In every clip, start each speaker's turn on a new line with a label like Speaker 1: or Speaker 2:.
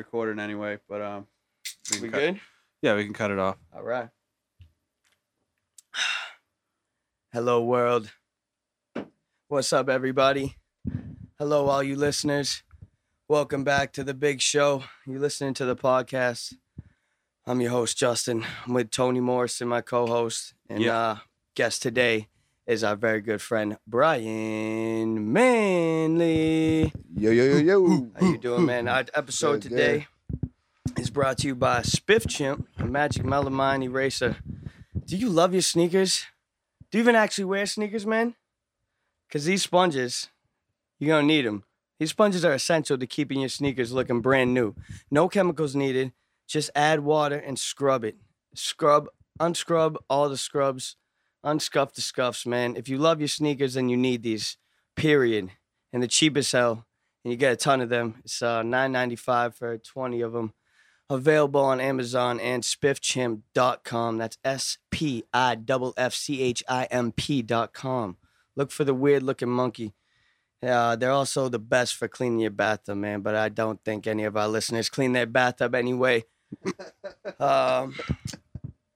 Speaker 1: recording anyway, but um, we, can
Speaker 2: We
Speaker 1: cut-
Speaker 2: good?
Speaker 1: Yeah, we can cut it off.
Speaker 2: All right. Hello, world. What's up, everybody? Hello, all you listeners. Welcome back to the big show. You're listening to the podcast. I'm your host, Justin. I'm with Tony Morrison, my co host. And
Speaker 1: Yeah.
Speaker 2: uh, guest today is our very good friend, Brian Manley.
Speaker 3: Yo yo yo yo.
Speaker 2: How you doing, man? Our episode
Speaker 3: Good, good.
Speaker 2: today is brought to you by Spiff Chimp, a magic melamine eraser. Do you love your sneakers? Do you even actually wear sneakers, man? Because these sponges, you're going to need them. These sponges are essential to keeping your sneakers looking brand new. No chemicals needed. Just add water and scrub it. Scrub, unscrub all the scrubs, unscuff the scuffs, man. If you love your sneakers, then you need these, period. And the cheapest hell and you get a ton of them. It's uh, nine ninety five for twenty of them. Available on Amazon and spiffchimp.com. That's S P I F F C H I M P.com. Look for the weird looking monkey. Uh, they're also the best for cleaning your bathtub, man, but I don't think any of our listeners clean their bathtub anyway. um,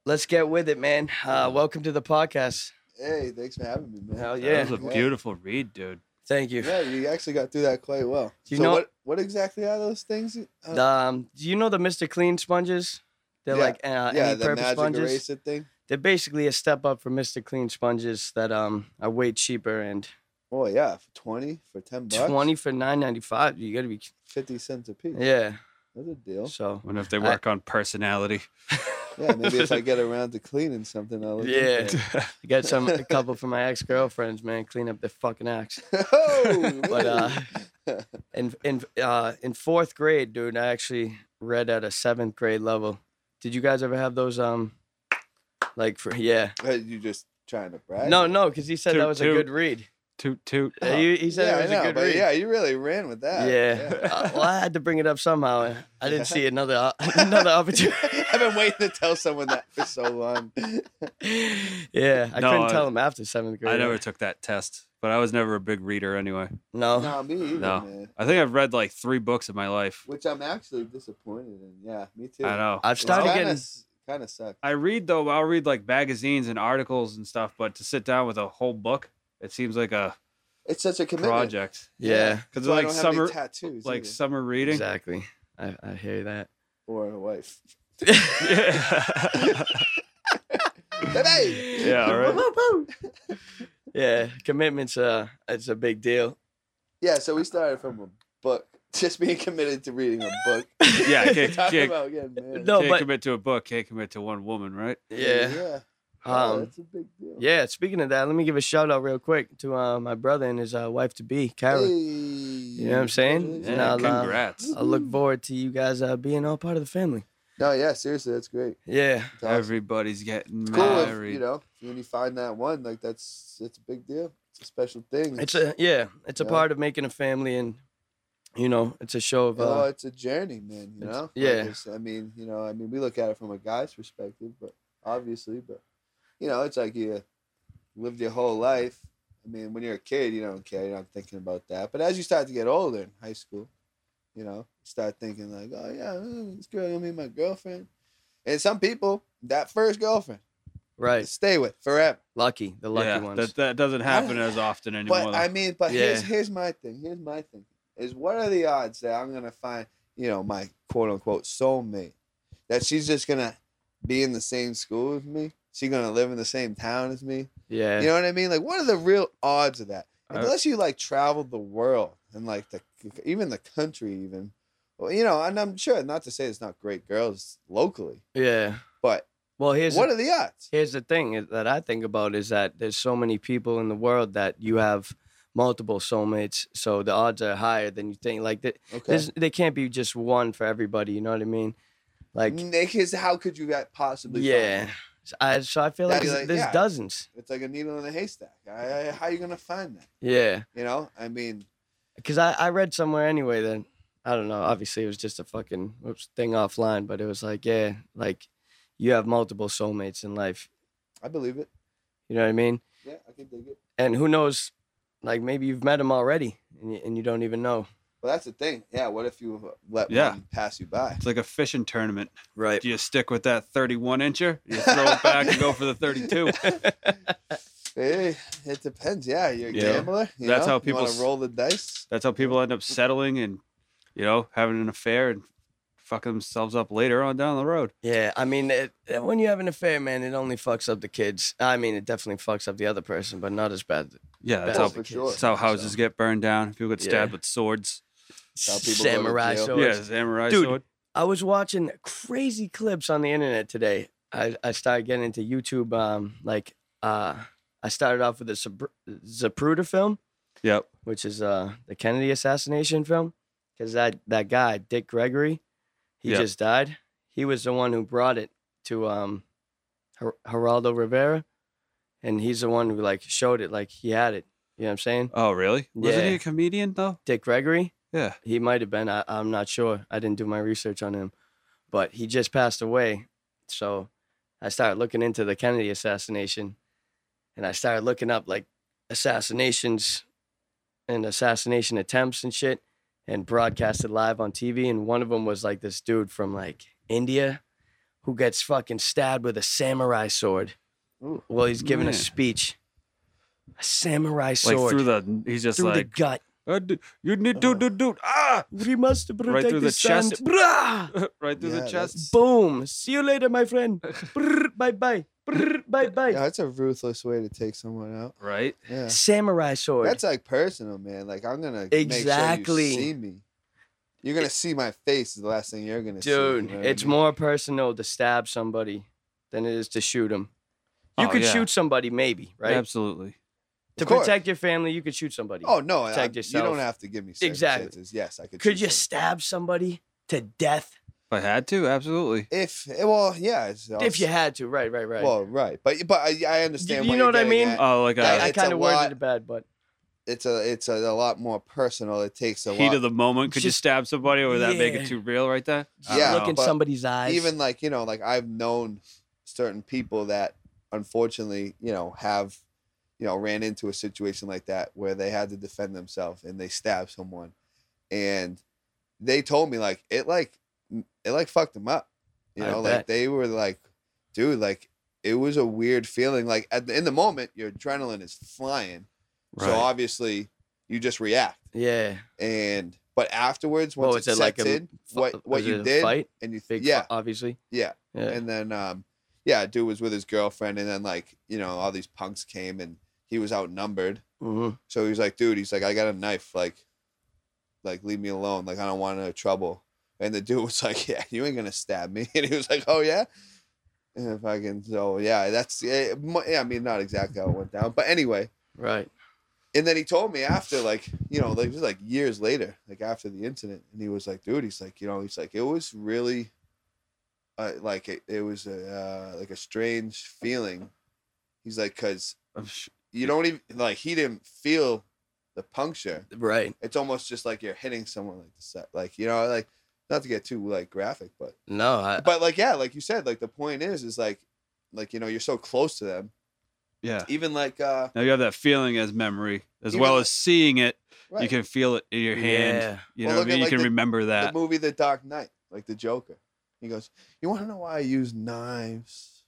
Speaker 2: let's get with it, man. Uh, welcome to the podcast.
Speaker 3: Hey, thanks for having me, man.
Speaker 2: Hell
Speaker 1: That
Speaker 2: yeah.
Speaker 1: was a beautiful read, dude.
Speaker 2: Thank you.
Speaker 3: Yeah, you actually got through that quite well.
Speaker 2: You
Speaker 3: so
Speaker 2: know-
Speaker 3: what? What exactly are those things? Uh,
Speaker 2: Um, do you know the Mr. Clean sponges? They're
Speaker 3: Yeah.
Speaker 2: like uh,
Speaker 3: yeah, the
Speaker 2: any-purpose
Speaker 3: magic
Speaker 2: sponges.
Speaker 3: eraser thing.
Speaker 2: They're basically a step up from Mr. Clean sponges that um are way cheaper and
Speaker 3: Oh yeah, for twenty for ten bucks.
Speaker 2: twenty for nine ninety five. You gotta be
Speaker 3: Fifty cents a piece.
Speaker 2: yeah.
Speaker 3: That's a deal.
Speaker 2: So
Speaker 1: wonder if they work on personality.
Speaker 3: Yeah, maybe if I get around to cleaning something, I'll. Look
Speaker 2: yeah,
Speaker 3: into it.
Speaker 2: I got some a couple from my ex girlfriends, man. Clean up their fucking axe.
Speaker 3: oh,
Speaker 2: But, uh,
Speaker 3: man.
Speaker 2: And in uh in fourth grade, dude, I actually read at a seventh grade level. Did you guys ever have those um like for yeah?
Speaker 3: Hey, you just trying to brag?
Speaker 2: No, no, because he said
Speaker 1: Toot,
Speaker 2: that was a
Speaker 1: toot.
Speaker 2: good read.
Speaker 1: Toot toot.
Speaker 2: Uh, He, he said
Speaker 3: Oh. yeah,
Speaker 2: it was
Speaker 3: I know,
Speaker 2: a good
Speaker 3: but
Speaker 2: read.
Speaker 3: yeah, you really ran with that.
Speaker 2: Yeah. Uh, well, I had to bring it up somehow. I didn't see another another opportunity.
Speaker 3: I've been waiting to tell someone that for so long.
Speaker 2: yeah, I
Speaker 1: No,
Speaker 2: couldn't
Speaker 1: I-
Speaker 2: tell him after seventh grade.
Speaker 1: I never took that test, but I was never a big reader anyway.
Speaker 2: No.
Speaker 3: Nah, me either,
Speaker 1: No.
Speaker 3: man.
Speaker 1: I think I've read like three books in my life.
Speaker 3: Which I'm actually disappointed in. Yeah, me too.
Speaker 1: I know.
Speaker 2: I've started getting.
Speaker 3: kind of sucked.
Speaker 1: I read though. I'll read like magazines and articles and stuff, but to sit down with a whole book, it seems like a
Speaker 3: It's such a commitment.
Speaker 1: project.
Speaker 2: yeah,
Speaker 1: Because
Speaker 3: So I
Speaker 1: like
Speaker 3: don't have any
Speaker 1: summer,
Speaker 3: tattoos,
Speaker 1: like
Speaker 3: either.
Speaker 1: summer reading.
Speaker 2: exactly. I, I hear that.
Speaker 3: or a wife.
Speaker 1: Yeah.
Speaker 3: Hey!
Speaker 1: Yeah, all right.
Speaker 2: yeah, commitment's uh, it's a big deal.
Speaker 3: Yeah, so we started from a book. Just being committed to reading a book.
Speaker 1: Yeah,
Speaker 3: You're
Speaker 1: can't-
Speaker 3: talking
Speaker 1: can't-
Speaker 3: about getting married.
Speaker 2: No,
Speaker 1: can't
Speaker 2: but-
Speaker 1: commit to a book. Can't commit to one woman, right?
Speaker 2: Yeah.
Speaker 3: yeah. Oh,
Speaker 2: Um.
Speaker 3: that's a big deal.
Speaker 2: Yeah. Speaking of that, let me give a shout out real quick to uh, my brother and his uh, wife to be, Kara.
Speaker 3: Hey.
Speaker 2: You know what I'm saying?
Speaker 3: Yeah.
Speaker 2: And I'll, uh,
Speaker 1: congrats.
Speaker 2: I look forward to you guys uh, being all part of the family.
Speaker 3: No, yeah, seriously, that's great.
Speaker 2: Yeah.
Speaker 3: It's awesome.
Speaker 1: Everybody's getting
Speaker 3: It's cool
Speaker 1: married.
Speaker 3: if you know when you find that one, like that's it's a big deal. It's a special thing.
Speaker 2: It's a yeah. It's a
Speaker 3: Yeah.
Speaker 2: part of making a family, and you know, it's a show of.
Speaker 3: Oh,
Speaker 2: Uh,
Speaker 3: it's a journey, man. You
Speaker 2: it's-
Speaker 3: know. Like
Speaker 2: yeah.
Speaker 3: it's- I mean, you know, I mean, we look at it from a guy's perspective, but obviously, but you know, it's like you lived your whole life. I mean, when you're a kid, you don't care. You're not thinking about that. But as you start to get older in high school, you know, you start thinking like, oh yeah, mm, this girl gonna be my girlfriend. And some people, that first girlfriend, they
Speaker 2: right.
Speaker 3: stay with forever.
Speaker 2: Lucky, the lucky
Speaker 1: yeah,
Speaker 2: ones.
Speaker 1: that that doesn't happen as often anymore.
Speaker 3: But I mean, but here's
Speaker 2: Yeah.
Speaker 3: here's my thing. Here's my thing. Is what are the odds that I'm gonna find you know my quote unquote soulmate that she's just gonna be in the same school as me? She gonna live in the same town as me?
Speaker 2: yeah. Uh,
Speaker 3: You know what I mean? Like, what are the real odds of that?
Speaker 1: I-
Speaker 3: Unless you like travel the world and like the even the country even. Well, you know, and I'm sure not to say it's not great girls locally,
Speaker 2: yeah.
Speaker 3: but
Speaker 2: Well, here's
Speaker 3: what
Speaker 2: the,
Speaker 3: are the odds?
Speaker 2: here's the thing is- that I think about is that there's so many people in the world that you have multiple soulmates, so the odds are higher than you think. Like th-
Speaker 3: Okay.
Speaker 2: there's they can't be just one for everybody. You know what I mean? Like
Speaker 3: Nick is how could you that possibly? find
Speaker 2: yeah. So I, so I feel like
Speaker 3: That'd be
Speaker 2: there's,
Speaker 3: like,
Speaker 2: there's
Speaker 3: yeah.
Speaker 2: dozens.
Speaker 3: It's like a needle in a haystack. I, I, how you gonna find that?
Speaker 2: Yeah.
Speaker 3: You know, I mean,
Speaker 2: Because I, I read somewhere anyway that I don't know. Obviously, it was just a fucking oops, thing offline, but it was like, yeah, like you have multiple soulmates in life.
Speaker 3: I believe it.
Speaker 2: You know what I mean?
Speaker 3: Yeah, I can dig it.
Speaker 2: And who knows? Like maybe you've met them already and you, and you don't even know.
Speaker 3: Well, that's the thing. Yeah. What if you let
Speaker 1: Yeah.
Speaker 3: one pass you by?
Speaker 1: It's like a fishing tournament.
Speaker 2: Right.
Speaker 1: Do you stick with that 31 incher? You throw it back and go for the 32.
Speaker 3: Eh, it depends. Yeah, you're a
Speaker 1: Yeah.
Speaker 3: gambler. You
Speaker 1: That's
Speaker 3: know?
Speaker 1: how
Speaker 3: You
Speaker 1: people
Speaker 3: wanna
Speaker 1: s-
Speaker 3: roll the dice.
Speaker 1: That's how people end up settling and, you know, having an affair and fucking themselves up later on down the road.
Speaker 2: Yeah, I mean, it, it- when you have an affair, man, it only fucks up the kids. I mean, it definitely fucks up the other person, but not as bad.
Speaker 1: Yeah, that's
Speaker 2: Well,
Speaker 1: how,
Speaker 2: for
Speaker 3: sure.
Speaker 1: that's how houses get burned down. People get stabbed
Speaker 2: Yeah.
Speaker 1: with swords.
Speaker 3: How people go to
Speaker 2: Samurai
Speaker 3: jail.
Speaker 2: swords.
Speaker 1: Yeah, samurai
Speaker 2: Dude,
Speaker 1: sword.
Speaker 2: I was watching crazy clips on the internet today. I, I started getting into YouTube. Um, like, uh, I started off with the Zapr- Zapruder film,
Speaker 1: Yep.
Speaker 2: which is uh the Kennedy assassination film, because that that guy Dick Gregory, he
Speaker 1: Yeah.
Speaker 2: just died. He was the one who brought it to um, Her- Geraldo Rivera, and he's the one who like showed it, like he had it. You know what I'm saying?
Speaker 1: Oh, really? Wasn't he
Speaker 2: Yeah.
Speaker 1: a comedian though?
Speaker 2: Dick Gregory,
Speaker 1: Yeah.
Speaker 2: he might have been. I, I'm not sure. I didn't do my research on him, but he just passed away. So I started looking into the Kennedy assassination, and I started looking up like assassinations and assassination attempts and shit, and broadcasted live on TV. And one of them was like this dude from like India, who gets fucking stabbed with a samurai sword.
Speaker 3: Ooh.
Speaker 2: Well, he's giving
Speaker 1: Man.
Speaker 2: a speech. A samurai
Speaker 1: Like
Speaker 2: sword
Speaker 1: through the, he's just
Speaker 2: through the
Speaker 1: like,
Speaker 2: gut.
Speaker 1: "Uh, d- you need to
Speaker 3: Oh.
Speaker 1: do, do, ah,
Speaker 2: We must protect
Speaker 1: through the
Speaker 2: the son.
Speaker 1: chest.
Speaker 2: Brah!
Speaker 1: right through
Speaker 3: Yeah,
Speaker 1: the
Speaker 3: that's-
Speaker 1: chest.
Speaker 2: Boom. See you later, my friend. Brr, bye bye. Brr, bye bye.
Speaker 3: Yeah, that's a ruthless way to take someone out.
Speaker 1: Right?
Speaker 3: Yeah.
Speaker 2: Samurai sword.
Speaker 3: That's like personal, man. Like I'm gonna
Speaker 2: Exactly.
Speaker 3: make sure you see me. You're gonna see my face. Is the last thing you're gonna see. you
Speaker 2: Dude,
Speaker 3: know what I
Speaker 2: it's
Speaker 3: mean?
Speaker 2: more personal to stab somebody than it is to shoot them. You
Speaker 1: Oh,
Speaker 2: could
Speaker 1: yeah.
Speaker 2: shoot somebody, maybe, right?
Speaker 1: Absolutely.
Speaker 2: To
Speaker 3: Of course.
Speaker 2: protect your family, you could shoot somebody.
Speaker 3: Oh no, I,
Speaker 2: protect
Speaker 3: you don't
Speaker 2: yourself.
Speaker 3: have to give me
Speaker 2: Exactly.
Speaker 3: circumstances. Exactly. Yes, I could.
Speaker 2: could
Speaker 3: choose
Speaker 2: you
Speaker 3: something.
Speaker 2: stab somebody to death
Speaker 1: If I had to, absolutely.
Speaker 3: If eh, well, yeah. It's
Speaker 2: if you had to? Right, right, right.
Speaker 3: Well, right, but but I, I understand.
Speaker 2: you
Speaker 3: what
Speaker 2: know
Speaker 3: you're
Speaker 2: what I
Speaker 3: getting
Speaker 2: mean? Uh
Speaker 3: at.
Speaker 1: Oh, like
Speaker 3: Yeah,
Speaker 1: a
Speaker 2: I, I
Speaker 3: it's a
Speaker 2: kind of worded
Speaker 3: lot-
Speaker 2: it bad, but
Speaker 3: It's a it's a, a lot more personal. It takes a
Speaker 1: heat
Speaker 3: lot.
Speaker 1: of the moment. Could you
Speaker 2: Just-
Speaker 1: stab somebody, or would that make
Speaker 2: Yeah.
Speaker 1: it too real right there? I
Speaker 2: just
Speaker 1: don't
Speaker 3: Yeah,
Speaker 2: look
Speaker 1: know.
Speaker 2: in
Speaker 3: but
Speaker 2: somebody's eyes.
Speaker 3: even like you know like i've known certain people that unfortunately you know have you know ran into a situation like that where they had to defend themselves and they stabbed someone and they told me like it like it like fucked them up you
Speaker 2: I
Speaker 3: know
Speaker 2: bet.
Speaker 3: like they were like dude like it was a weird feeling like at the, in the moment your adrenaline is flying so
Speaker 1: Right.
Speaker 3: obviously you just react
Speaker 2: yeah.
Speaker 3: and but afterwards once
Speaker 2: Well,
Speaker 3: it
Speaker 2: is it like
Speaker 3: sets
Speaker 2: a uh,
Speaker 3: in what what
Speaker 2: was it
Speaker 3: you
Speaker 2: a
Speaker 3: did
Speaker 2: Fight?
Speaker 3: and you
Speaker 2: Big
Speaker 3: yeah
Speaker 2: fi- obviously.
Speaker 3: yeah
Speaker 2: Yeah.
Speaker 3: and then um yeah dude was with his girlfriend and then like you know all these punks came and he was outnumbered
Speaker 2: Mhm.
Speaker 3: so he was like dude he's like i got a knife like like leave me alone like i don't want no trouble and the dude was like yeah you ain't gonna stab me and he was like oh yeah and if i can so yeah that's eh, mo- yeah i mean not exactly how it went down but anyway
Speaker 2: Right.
Speaker 3: and then he told me after, like, you know, like it was like years later, like after the incident, and he was like, dude, he's like, you know, he's like, it was really, uh, like, it, it was a, uh, like a strange feeling. He's like, cause
Speaker 1: I'm Oh, sh-
Speaker 3: you don't even, like, he didn't feel the puncture.
Speaker 2: Right.
Speaker 3: It's almost just like you're hitting someone like the set. Like, you know, like, not to get too, like, graphic, but,
Speaker 2: No, I,
Speaker 3: but like, yeah, like you said, like, the point is, is like, like, you know, you're so close to them.
Speaker 1: yeah.
Speaker 3: Even like, uh,
Speaker 1: Now you have that feeling as memory, as
Speaker 3: Even
Speaker 1: well
Speaker 3: like-
Speaker 1: as seeing it. You
Speaker 3: right,
Speaker 1: can feel it in your hand.
Speaker 2: Yeah.
Speaker 1: You
Speaker 3: Well,
Speaker 1: know,
Speaker 3: look
Speaker 1: what I
Speaker 3: at,
Speaker 1: mean? you
Speaker 3: like,
Speaker 1: can
Speaker 3: the-
Speaker 1: remember
Speaker 3: the
Speaker 1: that.
Speaker 3: movie The Dark Knight, like the Joker. He goes, "You want to know why I use knives?"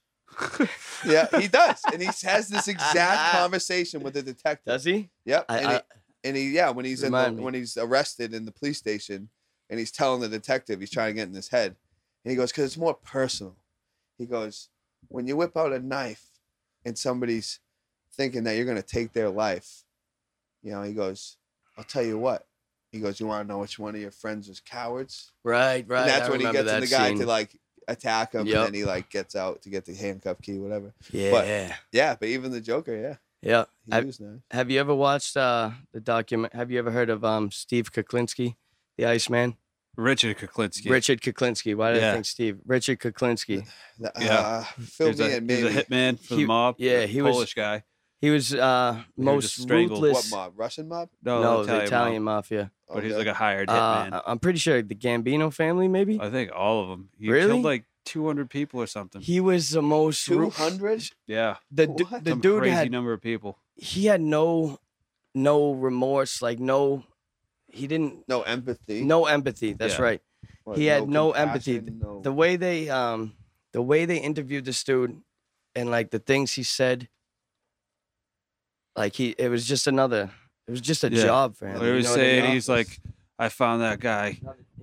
Speaker 3: yeah, he does, and he has this exact conversation with the detective.
Speaker 2: Does he?
Speaker 3: yep,
Speaker 2: I,
Speaker 3: and,
Speaker 2: I,
Speaker 3: he, and he, yeah, when he's in the,
Speaker 2: Remind me.
Speaker 3: when he's arrested in the police station, and he's telling the detective he's trying to get in his head, and he goes, "Cause it's more personal." He goes, "When you whip out a knife, and somebody's thinking that you're gonna take their life, you know," he goes, "I'll tell you what." He goes, "You want to know which one of your friends was cowards?"
Speaker 2: right, right.
Speaker 3: and that's
Speaker 2: I
Speaker 3: when he
Speaker 2: remember
Speaker 3: gets
Speaker 2: that
Speaker 3: in the guy
Speaker 2: scene.
Speaker 3: to like attack him
Speaker 2: Yep.
Speaker 3: and then he like gets out to get the handcuff key whatever
Speaker 2: Yeah.
Speaker 3: yeah but even the joker yeah
Speaker 2: yeah.
Speaker 3: he
Speaker 2: I've-
Speaker 3: used knives.
Speaker 2: Have you ever watched uh, the document? Have you ever heard of um, Steve Kuklinski, the Iceman?
Speaker 1: Richard Kuklinski.
Speaker 2: Richard Kuklinski. Why did
Speaker 1: Yeah.
Speaker 2: I think Steve? Richard Kuklinski.
Speaker 3: The-
Speaker 1: Yeah.
Speaker 3: uh,
Speaker 1: He
Speaker 3: fill
Speaker 1: was,
Speaker 3: me
Speaker 1: a,
Speaker 3: in
Speaker 1: he
Speaker 3: maybe
Speaker 1: was a hitman for the
Speaker 2: He-
Speaker 1: mob.
Speaker 2: yeah,
Speaker 1: the
Speaker 2: he was-
Speaker 1: Polish guy.
Speaker 2: He was uh,
Speaker 1: was
Speaker 2: most
Speaker 1: just strangled. What
Speaker 2: ruthless.
Speaker 3: what mob russian mob
Speaker 1: No,
Speaker 2: No,
Speaker 1: Italian,
Speaker 2: the
Speaker 1: mob,
Speaker 2: Italian mafia.
Speaker 1: But
Speaker 3: Oh,
Speaker 1: he's like a hired
Speaker 2: Uh,
Speaker 1: hitman.
Speaker 2: I- I'm pretty sure the Gambino family, maybe.
Speaker 1: I think all of them. He
Speaker 2: Really?
Speaker 1: killed like 200 people or something.
Speaker 2: He was the most. ru-
Speaker 3: 200
Speaker 1: Yeah,
Speaker 2: The, du-
Speaker 3: What?
Speaker 2: the
Speaker 1: some
Speaker 2: dude
Speaker 1: crazy
Speaker 2: had
Speaker 1: number of people.
Speaker 2: he had no no remorse like no he didn't
Speaker 3: No empathy.
Speaker 2: no empathy. That's
Speaker 1: Yeah.
Speaker 2: right.
Speaker 3: What,
Speaker 2: he had no empathy.
Speaker 3: compassion, no-
Speaker 2: the way they um the way they interviewed this dude and like the things he said like he it was just another it was just a
Speaker 1: Yeah.
Speaker 2: job for him
Speaker 1: They
Speaker 2: you
Speaker 1: were
Speaker 2: know what I
Speaker 1: saying
Speaker 2: mean?
Speaker 1: he's like, I found that guy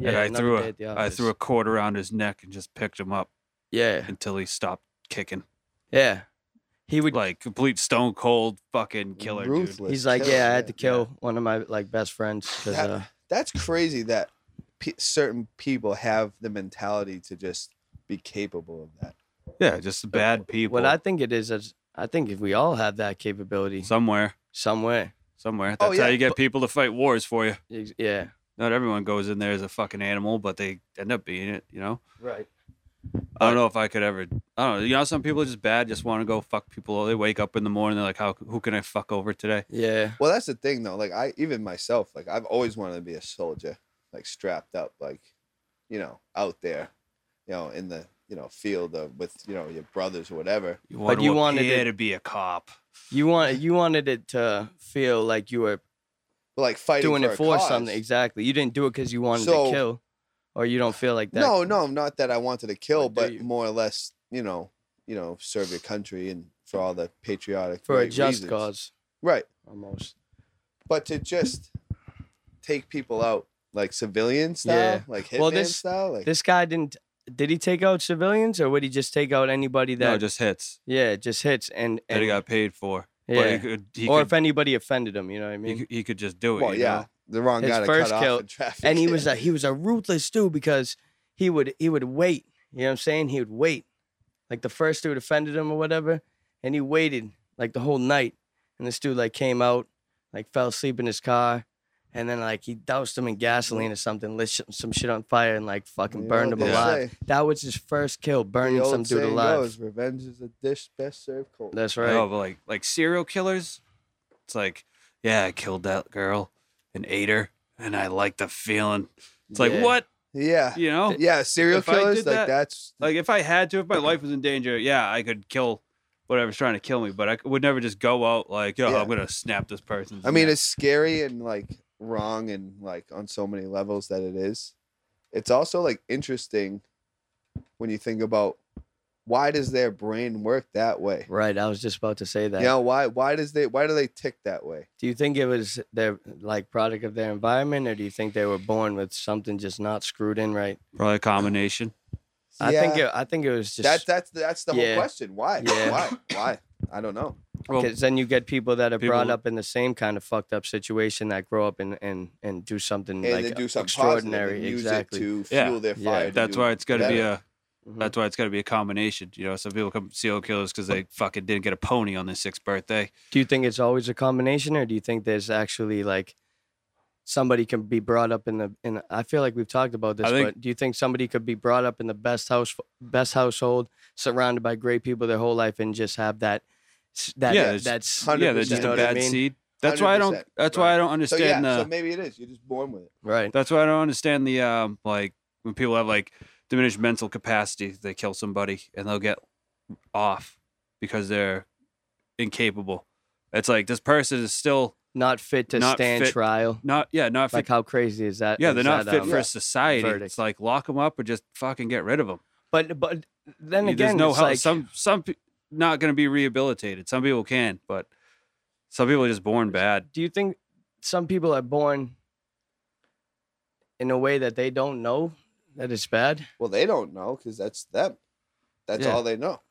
Speaker 1: and I
Speaker 2: another
Speaker 1: threw
Speaker 2: day
Speaker 1: a
Speaker 2: at the
Speaker 1: I threw a
Speaker 2: office.
Speaker 1: cord around his neck and just picked him up
Speaker 2: yeah
Speaker 1: until he stopped kicking.
Speaker 2: yeah he would
Speaker 1: Like complete stone cold fucking killer dude.
Speaker 3: Ruthless
Speaker 2: he's like
Speaker 3: killer,
Speaker 2: yeah i had to
Speaker 3: yeah.
Speaker 2: kill one of my like best friends because
Speaker 3: That-
Speaker 2: uh,
Speaker 3: That's crazy that pe certain people have the mentality to just be capable of that.
Speaker 1: Yeah, just bad people.
Speaker 2: what i think it is is i think if we all have that capability
Speaker 1: somewhere,
Speaker 2: somewhere
Speaker 1: somewhere.
Speaker 3: Oh,
Speaker 1: That's how
Speaker 3: yeah,
Speaker 1: you get people to fight wars for you.
Speaker 2: Ex- yeah
Speaker 1: Not everyone goes in there as a fucking animal, but they end up being it. You know.
Speaker 2: right
Speaker 1: I don't know if I could ever. I don't know. You know, some people are just bad. Just want to go fuck people. They wake up in the morning. They're like, "How? Who can I fuck over today?"
Speaker 2: yeah
Speaker 3: Well, that's the thing though. Like I even myself, like I've always wanted to be a soldier, like strapped up, like you know, out there, you know, in the you know field of, with you know your brothers or whatever.
Speaker 1: You want
Speaker 2: you
Speaker 1: to
Speaker 2: wanted
Speaker 1: appear
Speaker 2: it-
Speaker 1: to be a cop.
Speaker 2: you want you wanted it to feel like you were
Speaker 3: But like fighting
Speaker 2: doing
Speaker 3: for
Speaker 2: it
Speaker 3: a
Speaker 2: for
Speaker 3: cause.
Speaker 2: something exactly. You didn't do it because you wanted to
Speaker 3: So-
Speaker 2: kill, or you don't feel like that.
Speaker 3: No, no, not that I wanted to kill,
Speaker 2: Like, do
Speaker 3: but
Speaker 2: you-
Speaker 3: more or less, you know, you know, serve your country and for all the patriotic
Speaker 2: for a
Speaker 3: right
Speaker 2: just
Speaker 3: reasons.
Speaker 2: cause,
Speaker 3: right?
Speaker 2: almost.
Speaker 3: But to just take people out like civilian style,
Speaker 2: Yeah.
Speaker 3: like hitman
Speaker 2: Well, this-
Speaker 3: style, like
Speaker 2: This guy didn't. Did he take out civilians, or would he just take out anybody that?
Speaker 1: no, just hits
Speaker 2: yeah, just hits and
Speaker 1: that
Speaker 2: and
Speaker 1: he got paid for. But
Speaker 2: yeah.
Speaker 1: he could, he
Speaker 2: or
Speaker 1: could,
Speaker 2: if anybody offended him, you know what I
Speaker 1: he,
Speaker 2: mean.
Speaker 1: could- he could just do it.
Speaker 3: well,
Speaker 1: you
Speaker 3: yeah,
Speaker 1: know?
Speaker 3: the wrong
Speaker 2: His
Speaker 3: guy to
Speaker 2: first
Speaker 3: cut
Speaker 2: kill-
Speaker 3: off in traffic,
Speaker 2: And he was a he was a ruthless dude because he would he would wait. You know what I'm saying? He would wait. Like the first dude offended him or whatever, and he waited like the whole night. And this dude like came out, like fell asleep in his car, and then like he doused him in gasoline or something, lit sh- some shit on fire, and like fucking
Speaker 3: You know
Speaker 2: burned
Speaker 3: what
Speaker 2: him
Speaker 3: they
Speaker 2: alive.
Speaker 3: say.
Speaker 2: That was his first kill, burning
Speaker 3: The
Speaker 2: some
Speaker 3: old
Speaker 2: dude
Speaker 3: saying
Speaker 2: alive.
Speaker 3: goes, "Revenge is a dish best served cold."
Speaker 2: That's
Speaker 1: I
Speaker 2: right.
Speaker 1: know, Oh, but like like serial killers, it's like, yeah, I killed that girl and ate her, and I like the feeling. It's like
Speaker 2: Yeah.
Speaker 1: what
Speaker 3: Yeah,
Speaker 1: you know.
Speaker 3: yeah, serial
Speaker 1: If I did
Speaker 3: killers like
Speaker 1: that-
Speaker 3: that's
Speaker 1: Like if I had to, if my life was in danger, yeah, I could kill whatever's trying to kill me, but I c- would never just go out like, yo,
Speaker 3: Yeah.
Speaker 1: I'm gonna snap this person's.
Speaker 3: I mean,
Speaker 1: neck.
Speaker 3: it's scary and like wrong and like on so many levels that it is. It's also like interesting when you think about why does their brain work that way?
Speaker 2: Right. I was just about to say that.
Speaker 3: You know why? Why does they? Why do they tick that way?
Speaker 2: Do you think it was their like product of their environment, or do you think they were born with something just not screwed in right?
Speaker 1: probably a combination.
Speaker 2: I think
Speaker 3: Yeah,
Speaker 2: it, I think it was just
Speaker 3: that's that's that's the
Speaker 2: Yeah.
Speaker 3: whole question. Why?
Speaker 2: Yeah.
Speaker 3: Why? Why? I don't know.
Speaker 1: Well,
Speaker 2: Because then you get people that are brought
Speaker 1: people-
Speaker 2: up in the same kind of fucked up situation that grow up and and and do something
Speaker 3: And
Speaker 2: like
Speaker 3: they do something
Speaker 2: extraordinary.
Speaker 3: Positive and use
Speaker 2: exactly.
Speaker 3: it to
Speaker 1: Yeah.
Speaker 3: fuel their
Speaker 2: Yeah.
Speaker 3: fire. to
Speaker 1: that's
Speaker 3: do
Speaker 1: why it's got to be
Speaker 3: better.
Speaker 1: a.
Speaker 2: Mhm.
Speaker 1: That's why it's got to be a combination. You know, some people come serial killers because they fucking didn't get a pony on their sixth birthday.
Speaker 2: do you think it's always a combination, or do you think there's actually like somebody can be brought up in the in? I feel like we've talked about this,
Speaker 1: I think-
Speaker 2: but do you think somebody could be brought up in the best house best household, surrounded by great people their whole life, and just have that s- that
Speaker 1: Yeah, it's
Speaker 2: that's
Speaker 1: Yeah, that's
Speaker 3: 100%.
Speaker 1: just
Speaker 2: You know
Speaker 1: a
Speaker 2: what I
Speaker 1: bad
Speaker 2: mean?
Speaker 1: seed. That's why I don't.
Speaker 3: 100%,
Speaker 1: That's
Speaker 3: right.
Speaker 1: why I don't
Speaker 3: So
Speaker 1: understand uh,
Speaker 3: yeah,
Speaker 1: the.
Speaker 3: so maybe it is. You're just born with it.
Speaker 2: right.
Speaker 1: That's why I don't understand the um like when people have like diminished mental capacity, they kill somebody and they'll get off because they're incapable. It's like this person is still
Speaker 2: Not fit to
Speaker 1: Not
Speaker 2: stand
Speaker 1: fit-
Speaker 2: trial.
Speaker 1: not yeah, not fit.
Speaker 2: Like how crazy is that?
Speaker 1: yeah, they're
Speaker 2: is
Speaker 1: not
Speaker 2: that,
Speaker 1: fit
Speaker 2: um,
Speaker 1: for society.
Speaker 2: verdict.
Speaker 1: It's like lock them up or just fucking get rid of them.
Speaker 2: But but then again,
Speaker 1: there's no
Speaker 2: it's
Speaker 1: help.
Speaker 2: like,
Speaker 1: some some pe- not going to be rehabilitated. Some people can, but some people are just born bad.
Speaker 2: do you think some people are born in a way that they don't know that it's bad?
Speaker 3: Well, they don't know because that's them. That's
Speaker 1: Yeah.
Speaker 3: all they know.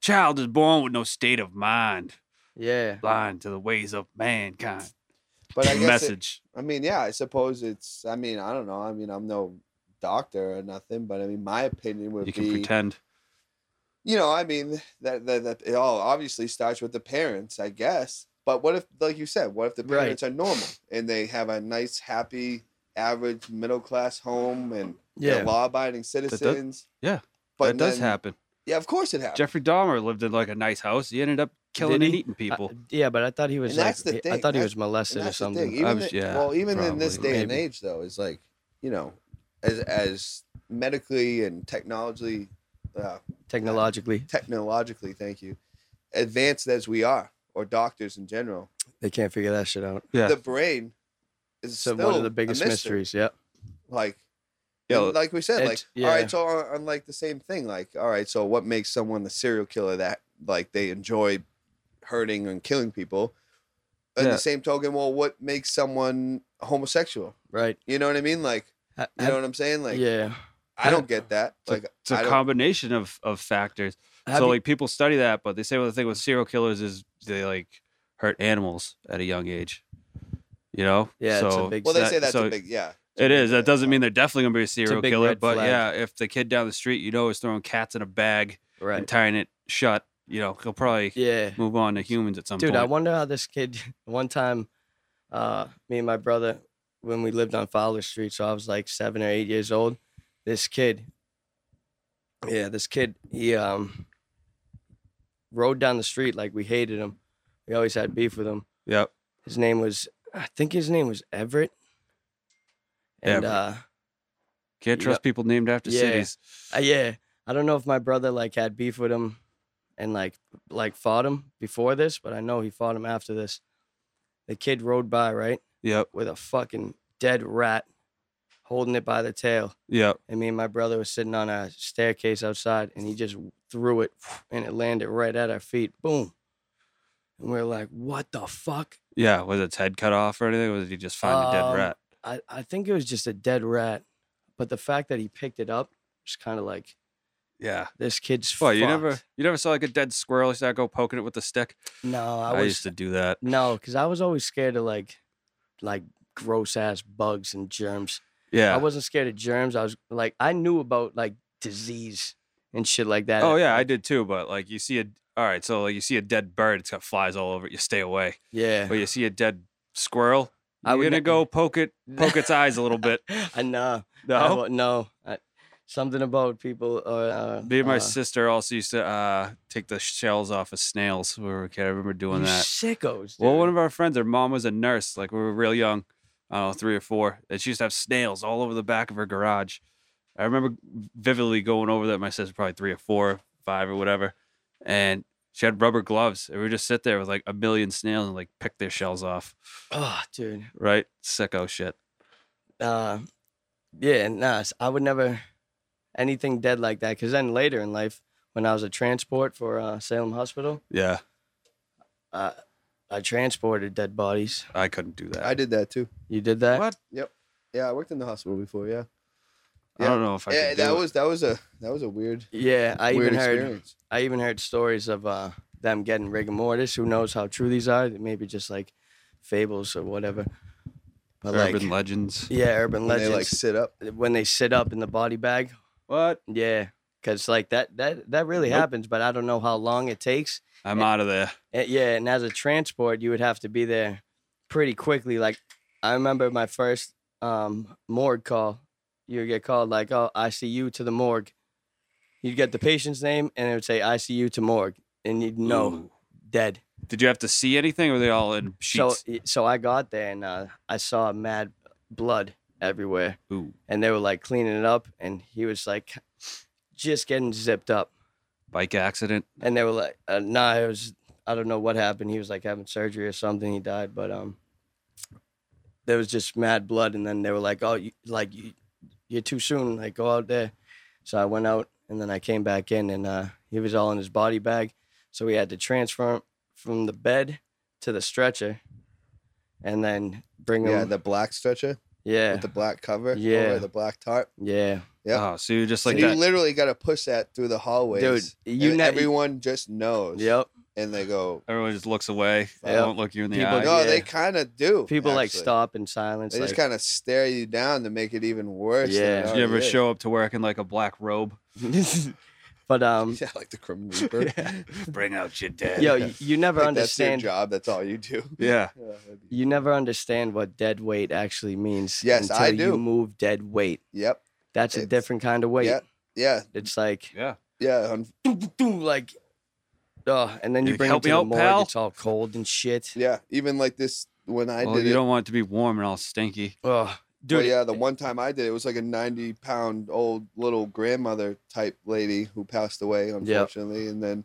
Speaker 1: Child is born with no state of mind,
Speaker 2: Yeah.
Speaker 1: blind to the ways of mankind.
Speaker 3: But I guess it-
Speaker 1: message.
Speaker 3: I mean, yeah, I suppose it's. I mean, I don't know. I mean, I'm no doctor or nothing, but I mean, my opinion would
Speaker 1: you
Speaker 3: be,
Speaker 1: can pretend.
Speaker 3: you know, I mean, that, that that it all obviously starts with the parents, I guess. But what if, like you said, what if the
Speaker 2: Right.
Speaker 3: parents are normal and they have a nice, happy, average, middle class home and
Speaker 2: Yeah.
Speaker 3: they're law-abiding citizens?
Speaker 1: yeah,
Speaker 3: but
Speaker 1: that does
Speaker 3: then-
Speaker 1: happen.
Speaker 3: Yeah, of course it happens.
Speaker 1: uh, Jeffrey Dahmer lived in like a nice house. He ended up killing
Speaker 2: Did
Speaker 1: and
Speaker 2: he?
Speaker 1: eating
Speaker 2: I-
Speaker 1: people.
Speaker 2: yeah, but I thought he was
Speaker 3: And
Speaker 2: like
Speaker 3: that's the
Speaker 2: he- I
Speaker 3: thing,
Speaker 2: thought he
Speaker 3: that's-
Speaker 2: was molested
Speaker 3: And
Speaker 2: or
Speaker 3: that's the
Speaker 2: something.
Speaker 3: thing. Even
Speaker 1: I was-
Speaker 3: the-
Speaker 1: yeah,
Speaker 3: well, even in this
Speaker 1: probably,
Speaker 3: day and
Speaker 2: maybe.
Speaker 3: age, though, is like you know, as as medically and technologically, uh,
Speaker 2: Technologically,
Speaker 3: technologically, thank you, advanced as we are, or doctors in general,
Speaker 2: they can't figure that shit out.
Speaker 1: yeah,
Speaker 3: the brain is
Speaker 2: So
Speaker 3: still
Speaker 2: one of the biggest
Speaker 3: a mystery.
Speaker 2: mysteries. Yep.
Speaker 3: Like,
Speaker 1: Yeah,
Speaker 3: and like we said,
Speaker 2: it-
Speaker 3: like
Speaker 2: yeah.
Speaker 3: all right, so on, on like the same thing, like all right, so what makes someone a serial killer that like they enjoy hurting and killing people? In
Speaker 1: Yeah.
Speaker 3: the same token, well, what makes someone homosexual?
Speaker 2: Right.
Speaker 3: You know what I mean? Like,
Speaker 2: Ha-
Speaker 3: you
Speaker 2: have-
Speaker 3: know what I'm saying? Like,
Speaker 2: yeah.
Speaker 3: I don't get that.
Speaker 1: It's a-
Speaker 3: Like,
Speaker 1: it's a
Speaker 3: I don't-
Speaker 1: combination of of factors.
Speaker 2: Have
Speaker 1: so
Speaker 2: you-
Speaker 1: like people study that, but they say well the thing with serial killers is they like hurt animals at a young age. You know,
Speaker 2: yeah,
Speaker 1: So
Speaker 2: it's a big.
Speaker 3: well, they
Speaker 1: that-
Speaker 3: say that's
Speaker 1: so
Speaker 3: a big, yeah.
Speaker 1: it is. That doesn't mean they're definitely gonna be a serial
Speaker 2: big
Speaker 1: killer,
Speaker 2: red
Speaker 1: but
Speaker 2: flag.
Speaker 1: yeah, if the kid down the street you know is throwing cats in a bag and
Speaker 2: right.
Speaker 1: tying it shut, you know he'll probably
Speaker 2: Yeah.
Speaker 1: move on to humans at some
Speaker 2: Dude,
Speaker 1: point.
Speaker 2: I wonder how this kid. One time, uh, me and my brother, when we lived on Fowler Street, so I was like seven or eight years old. This kid, yeah, this kid, he um, rode down the street like we hated him. We always had beef with him.
Speaker 1: yep.
Speaker 2: His name was, I think his name was Everett. And
Speaker 1: Everett.
Speaker 2: uh,
Speaker 1: Can't
Speaker 2: Yeah.
Speaker 1: trust people named after
Speaker 2: Yeah.
Speaker 1: cities.
Speaker 2: Uh, yeah, I don't know if my brother like had beef with him, and like like fought him before this, but I know he fought him after this. The kid rode by right
Speaker 1: Yep.
Speaker 2: with a fucking dead rat, holding it by the tail,
Speaker 1: Yep.
Speaker 2: and me and my brother was sitting on a staircase outside, and he just threw it, and it landed right at our feet, boom, and we are like, what the fuck?
Speaker 1: Yeah. Was its head cut off or anything? Or did he just find a dead
Speaker 2: Um,
Speaker 1: rat?
Speaker 2: I, I think it was just a dead rat, but the fact that he picked it up was kind of like
Speaker 1: Yeah.
Speaker 2: this kid's.
Speaker 1: Well, you never
Speaker 2: fucked.
Speaker 1: you never saw like a dead squirrel you start go poking it with a stick.
Speaker 2: No, I
Speaker 1: I,
Speaker 2: was.
Speaker 1: used to do that.
Speaker 2: No, because I was always scared of like, like gross ass bugs and germs.
Speaker 1: Yeah.
Speaker 2: I wasn't scared of germs. I was like, I knew about like disease and shit like that.
Speaker 1: oh yeah, I did too. But like you see a all right, so like you see a dead bird, it's got flies all over it. You stay away.
Speaker 2: yeah.
Speaker 1: But you see a dead squirrel,
Speaker 2: I
Speaker 1: you're
Speaker 2: would
Speaker 1: gonna
Speaker 2: ne-
Speaker 1: go poke it, poke its eyes a little bit.
Speaker 2: I know. I
Speaker 1: No.
Speaker 2: wa- no. I, something about people. Or, uh,
Speaker 1: Me and my
Speaker 2: uh,
Speaker 1: sister also used to uh, take the shells off of snails. when We were a kid. I remember doing
Speaker 2: you
Speaker 1: that.
Speaker 2: Sickos.
Speaker 1: Well, one
Speaker 2: dude.
Speaker 1: of our friends, her mom was a nurse, like we were real young, I don't know, three or four, and she used to have snails all over the back of her garage. I remember vividly going over that. My sister, probably three or four, five or whatever, and she had rubber gloves, and we would just sit there with like a million snails and like pick their shells off,
Speaker 2: Oh, dude.
Speaker 1: right? Sicko shit.
Speaker 2: uh yeah nah s- i would never anything dead like that because then later in life when i was a transport for uh, salem hospital
Speaker 1: Yeah,
Speaker 2: uh, i transported dead bodies
Speaker 1: I couldn't do that.
Speaker 3: I did that too.
Speaker 2: you did that
Speaker 1: What?
Speaker 3: Yeah, I worked in the hospital before. Yeah,
Speaker 1: I don't know if I.
Speaker 3: yeah,
Speaker 1: could do
Speaker 3: that
Speaker 1: it.
Speaker 3: was that was a that was a weird
Speaker 2: yeah i
Speaker 3: weird
Speaker 2: even heard
Speaker 3: experience.
Speaker 2: i even heard stories of uh them getting rigor mortis who knows how true these are maybe just like fables or whatever but
Speaker 1: urban
Speaker 2: like
Speaker 1: legends.
Speaker 2: yeah urban
Speaker 3: When they like
Speaker 2: legends
Speaker 3: sit up.
Speaker 2: when they sit up in the body bag
Speaker 1: What?
Speaker 2: yeah because like that that that really
Speaker 1: Nope.
Speaker 2: happens but i don't know how long it takes
Speaker 1: I'm
Speaker 2: Yeah.
Speaker 1: out of there.
Speaker 2: Uh, yeah, and as a transport, you would have to be there pretty quickly. Like I remember my first um, morgue call. You would get called like, "Oh, ICU to the morgue." You'd get the patient's name, and it would say ICU to morgue, and you'd know
Speaker 1: Ooh.
Speaker 2: dead.
Speaker 1: Did you have to see anything, or were they all in
Speaker 2: So,
Speaker 1: sheets?
Speaker 2: y- so I got there and uh, I saw mad blood everywhere,
Speaker 1: Ooh,
Speaker 2: and they were like cleaning it up, and he was like, just getting zipped up.
Speaker 1: bike accident.
Speaker 2: and they were like, uh, "Nah, it was I don't know what happened. He was like having surgery or something. He died, but um, there was just mad blood. And then they were like, "Oh, you, like you, you're too soon. Like go out there." So I went out, and then I came back in, and uh, he was all in his body bag. So we had to transfer him from the bed to the stretcher, and then bring him.
Speaker 3: Yeah, the black stretcher
Speaker 2: yeah,
Speaker 3: with the black cover.
Speaker 2: Yeah.
Speaker 3: over the black tarp.
Speaker 2: yeah.
Speaker 3: Yep.
Speaker 1: Oh, so you just
Speaker 3: So
Speaker 1: like
Speaker 3: you
Speaker 1: that.
Speaker 3: literally got to push that through the hallways.
Speaker 2: Dude, you
Speaker 3: and
Speaker 2: ne-
Speaker 3: everyone just knows.
Speaker 2: Yep.
Speaker 3: And they go,
Speaker 1: Everyone just looks away. They
Speaker 2: Yep.
Speaker 1: won't look you in the
Speaker 2: People
Speaker 1: eye.
Speaker 2: go-
Speaker 3: no, they
Speaker 2: Oh, yeah.
Speaker 3: kind of do.
Speaker 2: People like
Speaker 3: actually.
Speaker 2: stop in silence.
Speaker 3: They
Speaker 2: like,
Speaker 3: just kind of stare you down to make it even worse.
Speaker 2: Yeah.
Speaker 3: than it
Speaker 2: Did
Speaker 1: Did
Speaker 3: already
Speaker 1: you ever
Speaker 3: is.
Speaker 1: show up to work in like a black robe?
Speaker 2: but um,
Speaker 3: Yeah, like the Grim Reaper.
Speaker 1: Bring out your dead.
Speaker 2: yo,
Speaker 1: Yeah.
Speaker 3: Yeah.
Speaker 2: you, you never
Speaker 3: Like, that's your
Speaker 2: understand
Speaker 3: job. That's all you do.
Speaker 1: yeah.
Speaker 3: Yeah, that'd be-
Speaker 2: you never understand what dead weight actually means.
Speaker 3: Yes,
Speaker 2: until
Speaker 3: I
Speaker 2: You
Speaker 3: do.
Speaker 2: move dead weight.
Speaker 3: Yep.
Speaker 2: That's a
Speaker 3: It's-
Speaker 2: different kind of weight.
Speaker 3: Yeah. Yeah.
Speaker 2: It's like
Speaker 3: Yeah. un-
Speaker 2: doo, doo, doo, like, oh, and then
Speaker 1: You
Speaker 2: you
Speaker 1: like,
Speaker 2: bring
Speaker 1: "Help
Speaker 2: it to
Speaker 1: me
Speaker 2: the
Speaker 1: out,
Speaker 2: morgue.
Speaker 1: pal?"
Speaker 2: It's all cold and shit.
Speaker 3: Yeah. Even like this when I
Speaker 1: Well,
Speaker 3: did
Speaker 1: you
Speaker 3: it.
Speaker 1: don't want it to be warm and all stinky.
Speaker 2: Oh, dude.
Speaker 3: Dude, yeah, the one time I did it was like a ninety pound old little grandmother type lady who passed away, unfortunately. And then,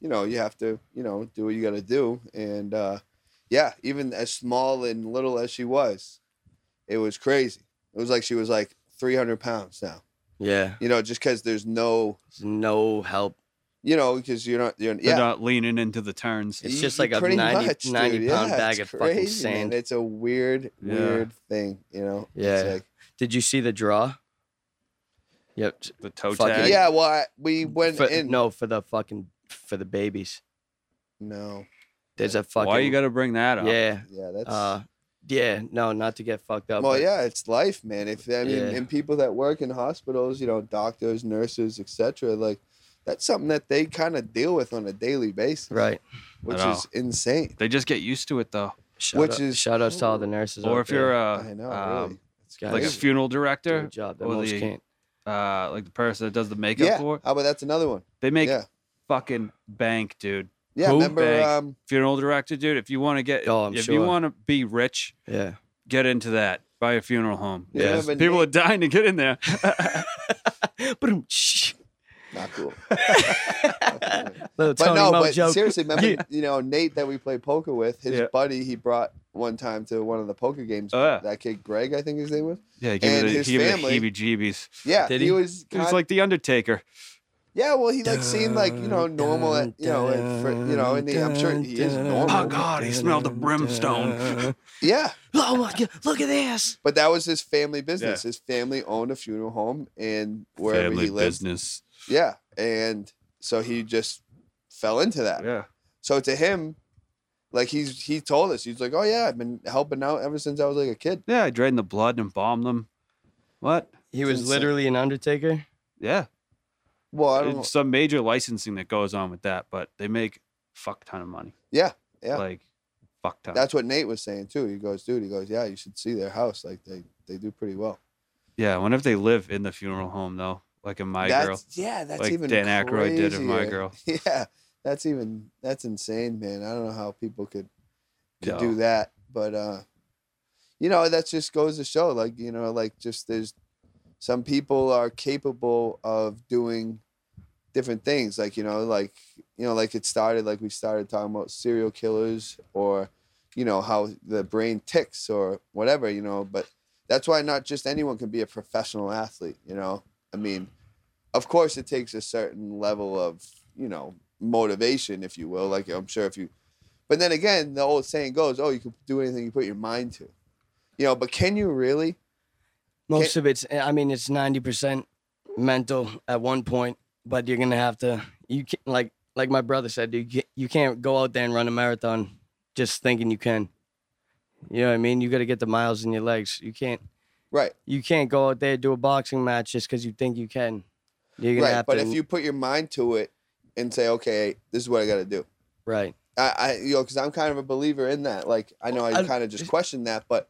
Speaker 3: you know, you have to, you know, do what you gotta do. And uh yeah, even as small and little as she was, it was crazy. It was like she was like 300 pounds now.
Speaker 2: Yeah.
Speaker 3: You know, just because there's no,
Speaker 2: There's no help.
Speaker 3: you know, because you're not, you're
Speaker 1: They're
Speaker 3: yeah.
Speaker 1: not leaning into the turns.
Speaker 2: It's
Speaker 3: You-
Speaker 2: just
Speaker 3: you
Speaker 2: like a
Speaker 3: pretty
Speaker 2: 90
Speaker 3: much, dude.
Speaker 2: 90 pound
Speaker 3: Yeah,
Speaker 2: bag
Speaker 3: it's
Speaker 2: of fucking
Speaker 3: crazy, man.
Speaker 2: sand.
Speaker 3: It's a weird,
Speaker 1: Yeah.
Speaker 3: weird thing, you know.
Speaker 2: Yeah.
Speaker 3: It's like,
Speaker 2: Did you see the draw? Yep.
Speaker 1: The toe
Speaker 2: Fuck
Speaker 1: tag.
Speaker 3: yeah. Well, I, we went
Speaker 2: For-
Speaker 3: in.
Speaker 2: No, for the fucking for the babies.
Speaker 3: No.
Speaker 2: There's a fucking.
Speaker 1: Why you got to bring that up?
Speaker 2: Yeah.
Speaker 3: Yeah. That's.
Speaker 2: Uh, yeah. No, not to get fucked up.
Speaker 3: well,
Speaker 2: but-
Speaker 3: yeah, it's life, man. If I mean,
Speaker 2: Yeah.
Speaker 3: and people that work in hospitals, you know, doctors, nurses, etc., like that's something that they kind of deal with on a daily basis,
Speaker 2: Right.
Speaker 3: which
Speaker 1: know.
Speaker 3: is insane.
Speaker 1: They just get used to it though.
Speaker 2: Shout
Speaker 3: Which
Speaker 2: out,
Speaker 3: is-
Speaker 2: shout outs to all the nurses.
Speaker 1: or
Speaker 2: out
Speaker 1: if you're
Speaker 2: there.
Speaker 1: a
Speaker 3: I know,
Speaker 1: um,
Speaker 2: Guys,
Speaker 1: like a
Speaker 3: Crazy.
Speaker 1: funeral
Speaker 2: do a
Speaker 1: director,
Speaker 2: job that
Speaker 1: or
Speaker 2: most
Speaker 1: the-
Speaker 2: can't.
Speaker 1: uh, like the person that does the
Speaker 3: really.
Speaker 1: makeup
Speaker 3: Yeah,
Speaker 1: for it,
Speaker 3: how about that's another one?
Speaker 1: they make
Speaker 3: yeah,
Speaker 1: fucking bank, dude.
Speaker 3: yeah.
Speaker 1: Who?
Speaker 3: Remember,
Speaker 1: Bang.
Speaker 3: um,
Speaker 1: Funeral director, dude. If you want to get,
Speaker 2: Oh, I'm
Speaker 1: if you
Speaker 2: sure.
Speaker 1: want to be rich,
Speaker 2: Yeah.
Speaker 1: get into that. Buy a funeral home.
Speaker 3: Yeah.
Speaker 1: Yes.
Speaker 3: But
Speaker 1: People
Speaker 3: they-
Speaker 1: are dying to get in there.
Speaker 2: but little
Speaker 3: not cool.
Speaker 2: Tony
Speaker 3: But no,
Speaker 2: Mo
Speaker 3: but
Speaker 2: joke.
Speaker 3: seriously, remember,
Speaker 2: Yeah.
Speaker 3: you know, Nate that we play poker with, his
Speaker 1: Yeah.
Speaker 3: buddy he brought one time to one of the poker games.
Speaker 1: Oh, yeah.
Speaker 3: That kid Greg, I think his name was.
Speaker 1: yeah, he gave
Speaker 3: And
Speaker 1: me the,
Speaker 3: his
Speaker 1: he gave
Speaker 3: family-
Speaker 1: me the heebie-jeebies.
Speaker 3: Yeah,
Speaker 2: Did
Speaker 3: he,
Speaker 2: he?
Speaker 3: was.
Speaker 1: He was
Speaker 3: kind-
Speaker 1: like the Undertaker.
Speaker 3: yeah, well, he like seemed like you know
Speaker 2: Dun,
Speaker 3: normal, at, you know, and for, you know, and he, I'm sure he is
Speaker 2: dun,
Speaker 3: normal.
Speaker 1: Oh, God, he smelled the brimstone.
Speaker 3: Yeah,
Speaker 2: oh my God! Look at this.
Speaker 3: but that was his family business. His family owned a funeral home and wherever
Speaker 1: Family
Speaker 3: he lived.
Speaker 1: business.
Speaker 3: Yeah, and so he just fell into that.
Speaker 1: Yeah.
Speaker 3: So to him, like he's he told us, he's like, oh yeah, I've been helping out ever since I was like a kid.
Speaker 1: Yeah, I drained the blood and embalmed them. What?
Speaker 2: He was
Speaker 3: insane.
Speaker 2: literally an undertaker.
Speaker 1: Yeah.
Speaker 3: Well, I don't.
Speaker 1: It's some major licensing that goes on with that, but they make fuck ton of money.
Speaker 3: Yeah, yeah.
Speaker 1: Like fuck ton.
Speaker 3: That's what Nate was saying too. He goes, dude. He goes, yeah, you should see their house. Like they they do pretty well.
Speaker 1: yeah, I wonder if they live in the funeral home though, like in My
Speaker 3: that's,
Speaker 1: Girl.
Speaker 3: Yeah, that's
Speaker 1: Like
Speaker 3: even
Speaker 1: Dan Aykroyd did in My
Speaker 3: crazier.
Speaker 1: Girl.
Speaker 3: Yeah, that's even that's insane, man. I don't know how people could could
Speaker 1: Yo.
Speaker 3: do that, but uh, you know, that just goes to show, like you know, like just there's some people are capable of doing different things, like you know, like you know, like it started, like we started talking about serial killers or you know how the brain ticks or whatever, you know, but that's why not just anyone can be a professional athlete, you know. I mean, of course it takes a certain level of you know motivation if you will like i'm sure if you but then again the old saying goes oh you can do anything you put your mind to you know but can you really
Speaker 2: Most of it's. I mean, it's ninety percent mental at one point, but you're gonna have to. You can like like my brother said, dude. You ca- you can't go out there and run a marathon just thinking you can. You know what I mean? You got to get the miles in your legs. You can't.
Speaker 3: right
Speaker 2: You can't go out there do a boxing match just because you think you can. You're gonna
Speaker 3: right
Speaker 2: have
Speaker 3: but
Speaker 2: to.
Speaker 3: if you put your mind to it and say okay this is what i got to do
Speaker 2: right.
Speaker 3: i i you know because i'm kind of a believer in that like i know i
Speaker 2: I-
Speaker 3: kind of just questioned that but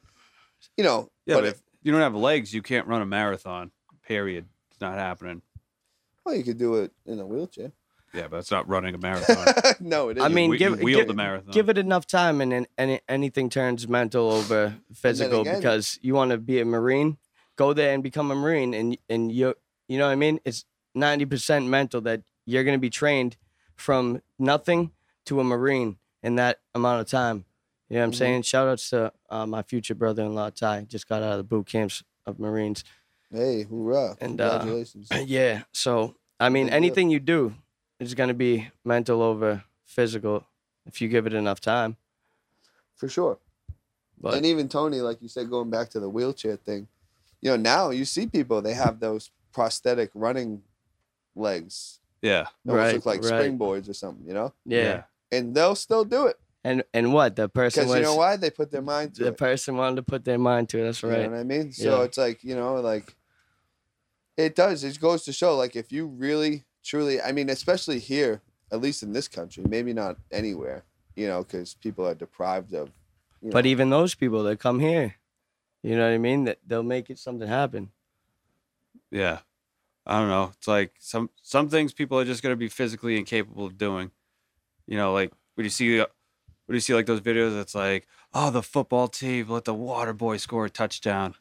Speaker 3: you know
Speaker 1: Yeah,
Speaker 3: but,
Speaker 1: but
Speaker 3: if
Speaker 1: if you don't have legs, you can't run a marathon. Period. It's not happening.
Speaker 3: well you could do it in a wheelchair
Speaker 1: Yeah, but it's not running a marathon.
Speaker 3: no it is
Speaker 2: I mean,
Speaker 1: whe-
Speaker 2: give,
Speaker 1: you wheel
Speaker 2: give-
Speaker 1: the marathon.
Speaker 2: give it enough time, and then any, anything turns mental over physical
Speaker 3: again-
Speaker 2: because you want to be a marine. Go there and become a marine, and and you you know what I mean. It's ninety percent mental that you're going to be trained from nothing to a marine in that amount of time. You know what I'm
Speaker 3: Mhm.
Speaker 2: saying? Shout outs to uh, my future brother-in-law Ty. Just got out of the boot camps of Marines.
Speaker 3: hey hoorah
Speaker 2: And, uh,
Speaker 3: congratulations
Speaker 2: Yeah. So I mean,
Speaker 3: Good deal.
Speaker 2: anything you do is going to be mental over physical if you give it enough time.
Speaker 3: for sure
Speaker 2: But
Speaker 3: and even Tony, like you said, going back to the wheelchair thing, you know, now you see people they have those prosthetic running legs,
Speaker 1: yeah.
Speaker 3: They almost
Speaker 2: Right,
Speaker 3: look like
Speaker 2: right.
Speaker 3: springboards or something, you know,
Speaker 2: yeah.
Speaker 3: and they'll still do it
Speaker 2: and and what the person
Speaker 3: because
Speaker 2: was
Speaker 3: you know why they put their mind to
Speaker 2: the
Speaker 3: it.
Speaker 2: person wanted to put their mind to. it. That's right.
Speaker 3: You know what I mean? So
Speaker 2: Yeah.
Speaker 3: it's like you know, like it does. It goes to show, like if you really, truly, I mean, especially here, at least in this country, maybe not anywhere, you know, because people are deprived of. You
Speaker 2: But
Speaker 3: know,
Speaker 2: even those people that come here, you know what I mean? That they'll make it something happen.
Speaker 1: Yeah. I don't know. It's like some some things people are just gonna be physically incapable of doing. You know, like when you see when you see like those videos, it's like, oh, the football team let the water boy score a touchdown.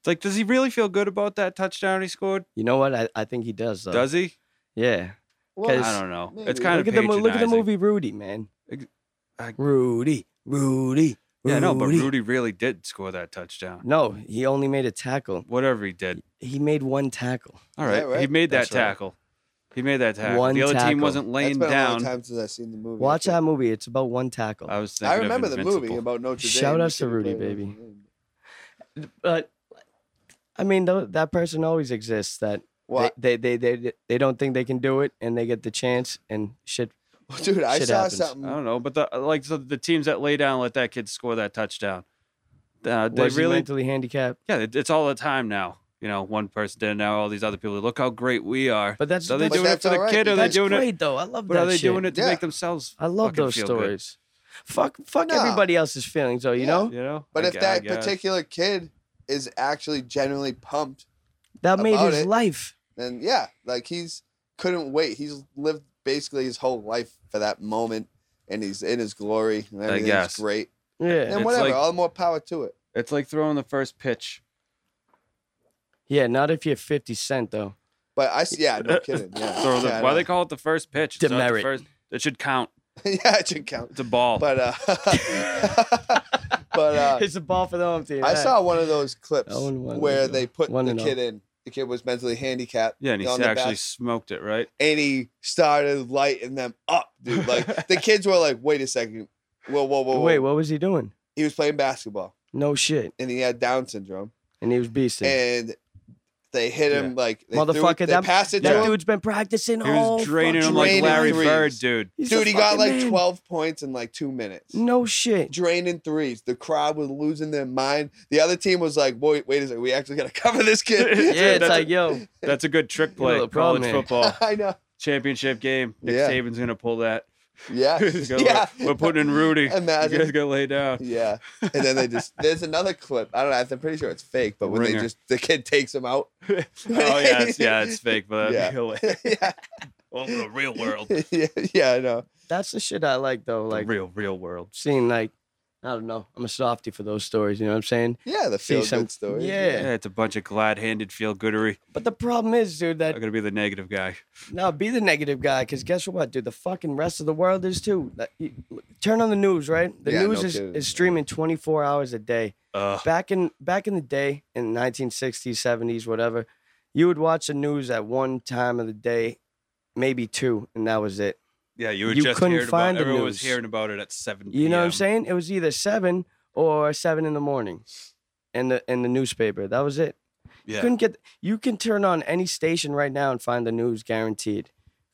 Speaker 1: It's like, does he really feel good about that touchdown he scored?
Speaker 2: You know what? I, I think he does. Though.
Speaker 1: Does he?
Speaker 2: yeah.
Speaker 3: Well,
Speaker 1: I don't know.
Speaker 3: maybe.
Speaker 1: It's kind
Speaker 2: look
Speaker 1: of
Speaker 2: at the mo- look at the
Speaker 1: patronizing.
Speaker 2: movie Rudy, man.
Speaker 1: Ex- I-
Speaker 2: Rudy, Rudy,
Speaker 1: Yeah, no, but Rudy really did score that touchdown.
Speaker 2: No, he only made a tackle.
Speaker 1: Whatever he did.
Speaker 2: He made one tackle.
Speaker 1: All
Speaker 3: Is
Speaker 1: right.
Speaker 3: that
Speaker 1: He
Speaker 3: right?
Speaker 1: made that
Speaker 2: That's right.
Speaker 1: tackle. He made that tackle.
Speaker 2: One
Speaker 1: the other
Speaker 2: tackle.
Speaker 1: team wasn't
Speaker 3: It's
Speaker 1: laying
Speaker 3: been a long
Speaker 1: down.
Speaker 3: time since I've seen the movie.
Speaker 2: Watch
Speaker 3: I
Speaker 2: that movie. It's about one tackle.
Speaker 1: I was thinking
Speaker 3: I
Speaker 1: of
Speaker 3: remember the movie
Speaker 1: Invincible.
Speaker 3: about Notre Dame.
Speaker 2: Shout
Speaker 3: You
Speaker 2: outs to
Speaker 3: should've
Speaker 2: Rudy,
Speaker 3: played
Speaker 2: baby.
Speaker 3: Notre Dame.
Speaker 2: but I mean, tho- that person always exists. That
Speaker 3: Well,
Speaker 2: They, they they they they don't think they can do it, and they get the chance, and shit.
Speaker 3: I- dude, I
Speaker 2: Shit
Speaker 3: saw
Speaker 2: happens.
Speaker 3: something.
Speaker 1: I don't know, but the uh, like the, the teams that lay down and let that kid score that touchdown. Uh, they
Speaker 2: was he
Speaker 1: really,
Speaker 2: mentally handicapped?
Speaker 1: yeah, it, it's all the time now. You know, one person did it now. All these other people, look how great we are.
Speaker 2: But that's
Speaker 1: So are they
Speaker 2: that's,
Speaker 1: doing it
Speaker 3: that's
Speaker 1: for the
Speaker 3: all right,
Speaker 1: kid, or are they
Speaker 2: that's
Speaker 1: doing
Speaker 2: great
Speaker 1: it?
Speaker 2: though. I love
Speaker 1: But
Speaker 2: that.
Speaker 1: are they
Speaker 2: shit.
Speaker 1: doing it to
Speaker 3: Yeah.
Speaker 1: make themselves?
Speaker 2: I love
Speaker 1: fucking
Speaker 2: those
Speaker 1: feel good?
Speaker 2: stories. Fuck fuck
Speaker 3: Nah.
Speaker 2: everybody else's feelings though. You
Speaker 3: Yeah.
Speaker 2: know
Speaker 1: You know,
Speaker 3: But
Speaker 1: I
Speaker 3: if
Speaker 1: gu- I
Speaker 3: that
Speaker 1: guess.
Speaker 3: particular kid is actually genuinely pumped,
Speaker 2: that made
Speaker 3: About
Speaker 2: his
Speaker 3: it.
Speaker 2: life.
Speaker 3: then yeah, like he's couldn't wait. He's lived basically his whole life for that moment, and he's in his glory, and everything's
Speaker 1: guess.
Speaker 3: great.
Speaker 2: Yeah
Speaker 3: And
Speaker 1: It's
Speaker 3: whatever,
Speaker 1: like-
Speaker 3: all the more power to it.
Speaker 1: it's like throwing the first pitch.
Speaker 2: yeah. Not if you're Fifty Cent though.
Speaker 3: But I s- yeah, no kidding. Yeah,
Speaker 1: Throw the,
Speaker 3: yeah, I
Speaker 1: why
Speaker 3: know.
Speaker 1: they call it the first pitch? It's not the
Speaker 2: Demerit.
Speaker 1: first- it should count.
Speaker 3: yeah, it should count.
Speaker 1: It's a ball.
Speaker 3: But uh, but uh,
Speaker 2: it's a ball for the home team.
Speaker 3: I
Speaker 2: yeah.
Speaker 3: saw one of those clips
Speaker 2: Oh, and one
Speaker 3: where
Speaker 2: and
Speaker 3: they
Speaker 2: all.
Speaker 3: put
Speaker 2: One
Speaker 3: the
Speaker 2: and all.
Speaker 3: kid in. The kid was mentally handicapped.
Speaker 1: yeah, and he
Speaker 3: on the
Speaker 1: actually
Speaker 3: back,
Speaker 1: smoked it, right?
Speaker 3: and he started lighting them up, dude. Like the kids were like, "Wait a second, whoa, whoa, whoa, whoa.
Speaker 2: Wait, what was he doing?
Speaker 3: He was playing basketball,
Speaker 2: No shit,
Speaker 3: and he had Down syndrome,
Speaker 2: and he was beasting.
Speaker 3: and they hit him like they
Speaker 2: Motherfucker,
Speaker 3: Threw, they
Speaker 2: that-
Speaker 3: passed it to
Speaker 2: That
Speaker 3: him.
Speaker 2: dude's been practicing
Speaker 1: He
Speaker 2: all.
Speaker 1: was draining
Speaker 2: fucking
Speaker 1: him like
Speaker 2: night.
Speaker 1: Larry
Speaker 3: Draining
Speaker 1: Bird,
Speaker 3: threes.
Speaker 1: dude.
Speaker 2: He's
Speaker 3: dude,
Speaker 2: a
Speaker 3: he got
Speaker 2: fucking
Speaker 3: like
Speaker 2: man. Mm.
Speaker 3: twelve points in like two minutes.
Speaker 2: No shit.
Speaker 3: Draining threes. The crowd was losing their mind. The other team was like, "Wait, wait a second, we actually got to cover this kid."
Speaker 2: Yeah, it's
Speaker 1: that's
Speaker 2: like yo,
Speaker 1: That's a good trick
Speaker 2: You're a
Speaker 1: play.
Speaker 2: little pro
Speaker 1: College
Speaker 2: man.
Speaker 1: football
Speaker 3: I know.
Speaker 1: championship game. Nick
Speaker 3: Yeah.
Speaker 1: Saban's gonna pull that.
Speaker 2: Uh,
Speaker 3: Yeah,
Speaker 1: He's gonna-
Speaker 3: yeah.
Speaker 1: We're putting in Rudy. You guys
Speaker 3: Imagine.
Speaker 1: gotta lay down.
Speaker 3: Yeah, and then they just there's another clip. I don't know. I'm pretty sure it's fake, but when they
Speaker 1: Ringer.
Speaker 3: just the kid takes him out.
Speaker 1: oh yeah, it's, yeah, it's fake, but
Speaker 3: Yeah.
Speaker 1: that'd be hilarious.
Speaker 3: yeah,
Speaker 1: Well, Oh, the real world,
Speaker 3: yeah, yeah, I know.
Speaker 2: that's the shit I like though. Like
Speaker 1: the real real world.
Speaker 2: seeing like, I don't know. I'm a softy for those stories. You know what I'm saying?
Speaker 3: Yeah, the
Speaker 2: See
Speaker 3: feel
Speaker 2: some-
Speaker 3: good story.
Speaker 2: yeah.
Speaker 1: Yeah, it's a bunch of glad-handed feel goodery.
Speaker 2: But the problem is, dude,
Speaker 1: I'm
Speaker 2: that
Speaker 1: gonna be the negative guy.
Speaker 2: now be the negative guy, because guess what, dude? The fucking rest of the world is too. Like, you- turn on the news, right? The
Speaker 3: Yeah,
Speaker 2: news
Speaker 3: no
Speaker 2: is,
Speaker 3: kidding.
Speaker 2: is streaming 24 hours a day.
Speaker 1: Uh,
Speaker 2: back in back in the day in 1960s 70s whatever you would watch the news at one time of the day maybe two and that was it
Speaker 1: yeah, you were
Speaker 2: You
Speaker 1: just
Speaker 2: couldn't
Speaker 1: hearing
Speaker 2: find
Speaker 1: about.
Speaker 2: the
Speaker 1: Everyone was
Speaker 2: news.
Speaker 1: hearing about it at seven.
Speaker 2: you know what i'm
Speaker 1: PM.
Speaker 2: saying it was either seven or seven in the morning and the and the newspaper that was it
Speaker 1: Yeah.
Speaker 2: couldn't get you can turn on any station right now and find the news guaranteed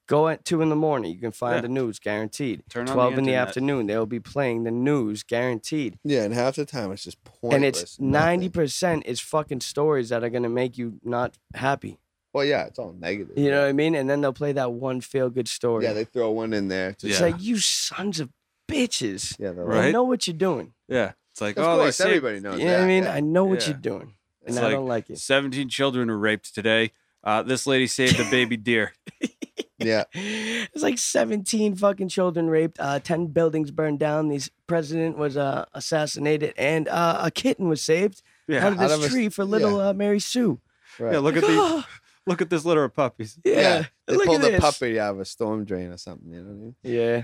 Speaker 2: go at two in the morning you can find
Speaker 1: Yeah.
Speaker 2: the news guaranteed
Speaker 1: Turn on
Speaker 2: 12 in the
Speaker 1: internet.
Speaker 2: afternoon they'll be playing the news guaranteed
Speaker 3: Yeah, and half the time it's just pointless.
Speaker 2: and it's
Speaker 3: nothing.
Speaker 2: 90% is fucking stories that are going to make you not happy
Speaker 3: Well, yeah, it's all negative.
Speaker 2: You know what I mean? And then they'll play that one feel good story.
Speaker 3: Yeah, they throw one in there. To,
Speaker 1: Yeah.
Speaker 2: It's like you sons of bitches.
Speaker 3: yeah, they're
Speaker 1: Right.
Speaker 2: I know what you're doing.
Speaker 1: Yeah, it's like
Speaker 3: Like, of
Speaker 1: oh,
Speaker 3: course,
Speaker 1: they saved
Speaker 3: everybody knows.
Speaker 2: you know what I
Speaker 3: that,
Speaker 2: mean?
Speaker 3: yeah.
Speaker 2: I know what
Speaker 1: Yeah.
Speaker 2: you're doing. And
Speaker 1: It's
Speaker 2: I
Speaker 1: like-
Speaker 2: don't like it.
Speaker 1: 17 children were raped today. Uh, this lady saved a baby deer.
Speaker 3: yeah,
Speaker 2: It's like 17 fucking children raped, uh, 10 buildings burned down. This president was uh, assassinated, and uh, a kitten was saved out of
Speaker 3: Out
Speaker 2: this
Speaker 3: of a s-
Speaker 2: tree for little
Speaker 3: yeah.
Speaker 2: uh, Mary Sue.
Speaker 3: right.
Speaker 1: yeah. Look at the
Speaker 2: yeah.
Speaker 1: look at this litter of puppies.
Speaker 3: Yeah, They
Speaker 2: Look
Speaker 3: pulled
Speaker 2: at
Speaker 3: a
Speaker 2: this.
Speaker 3: puppy out of a storm drain or something. You know what I mean?
Speaker 2: Yeah.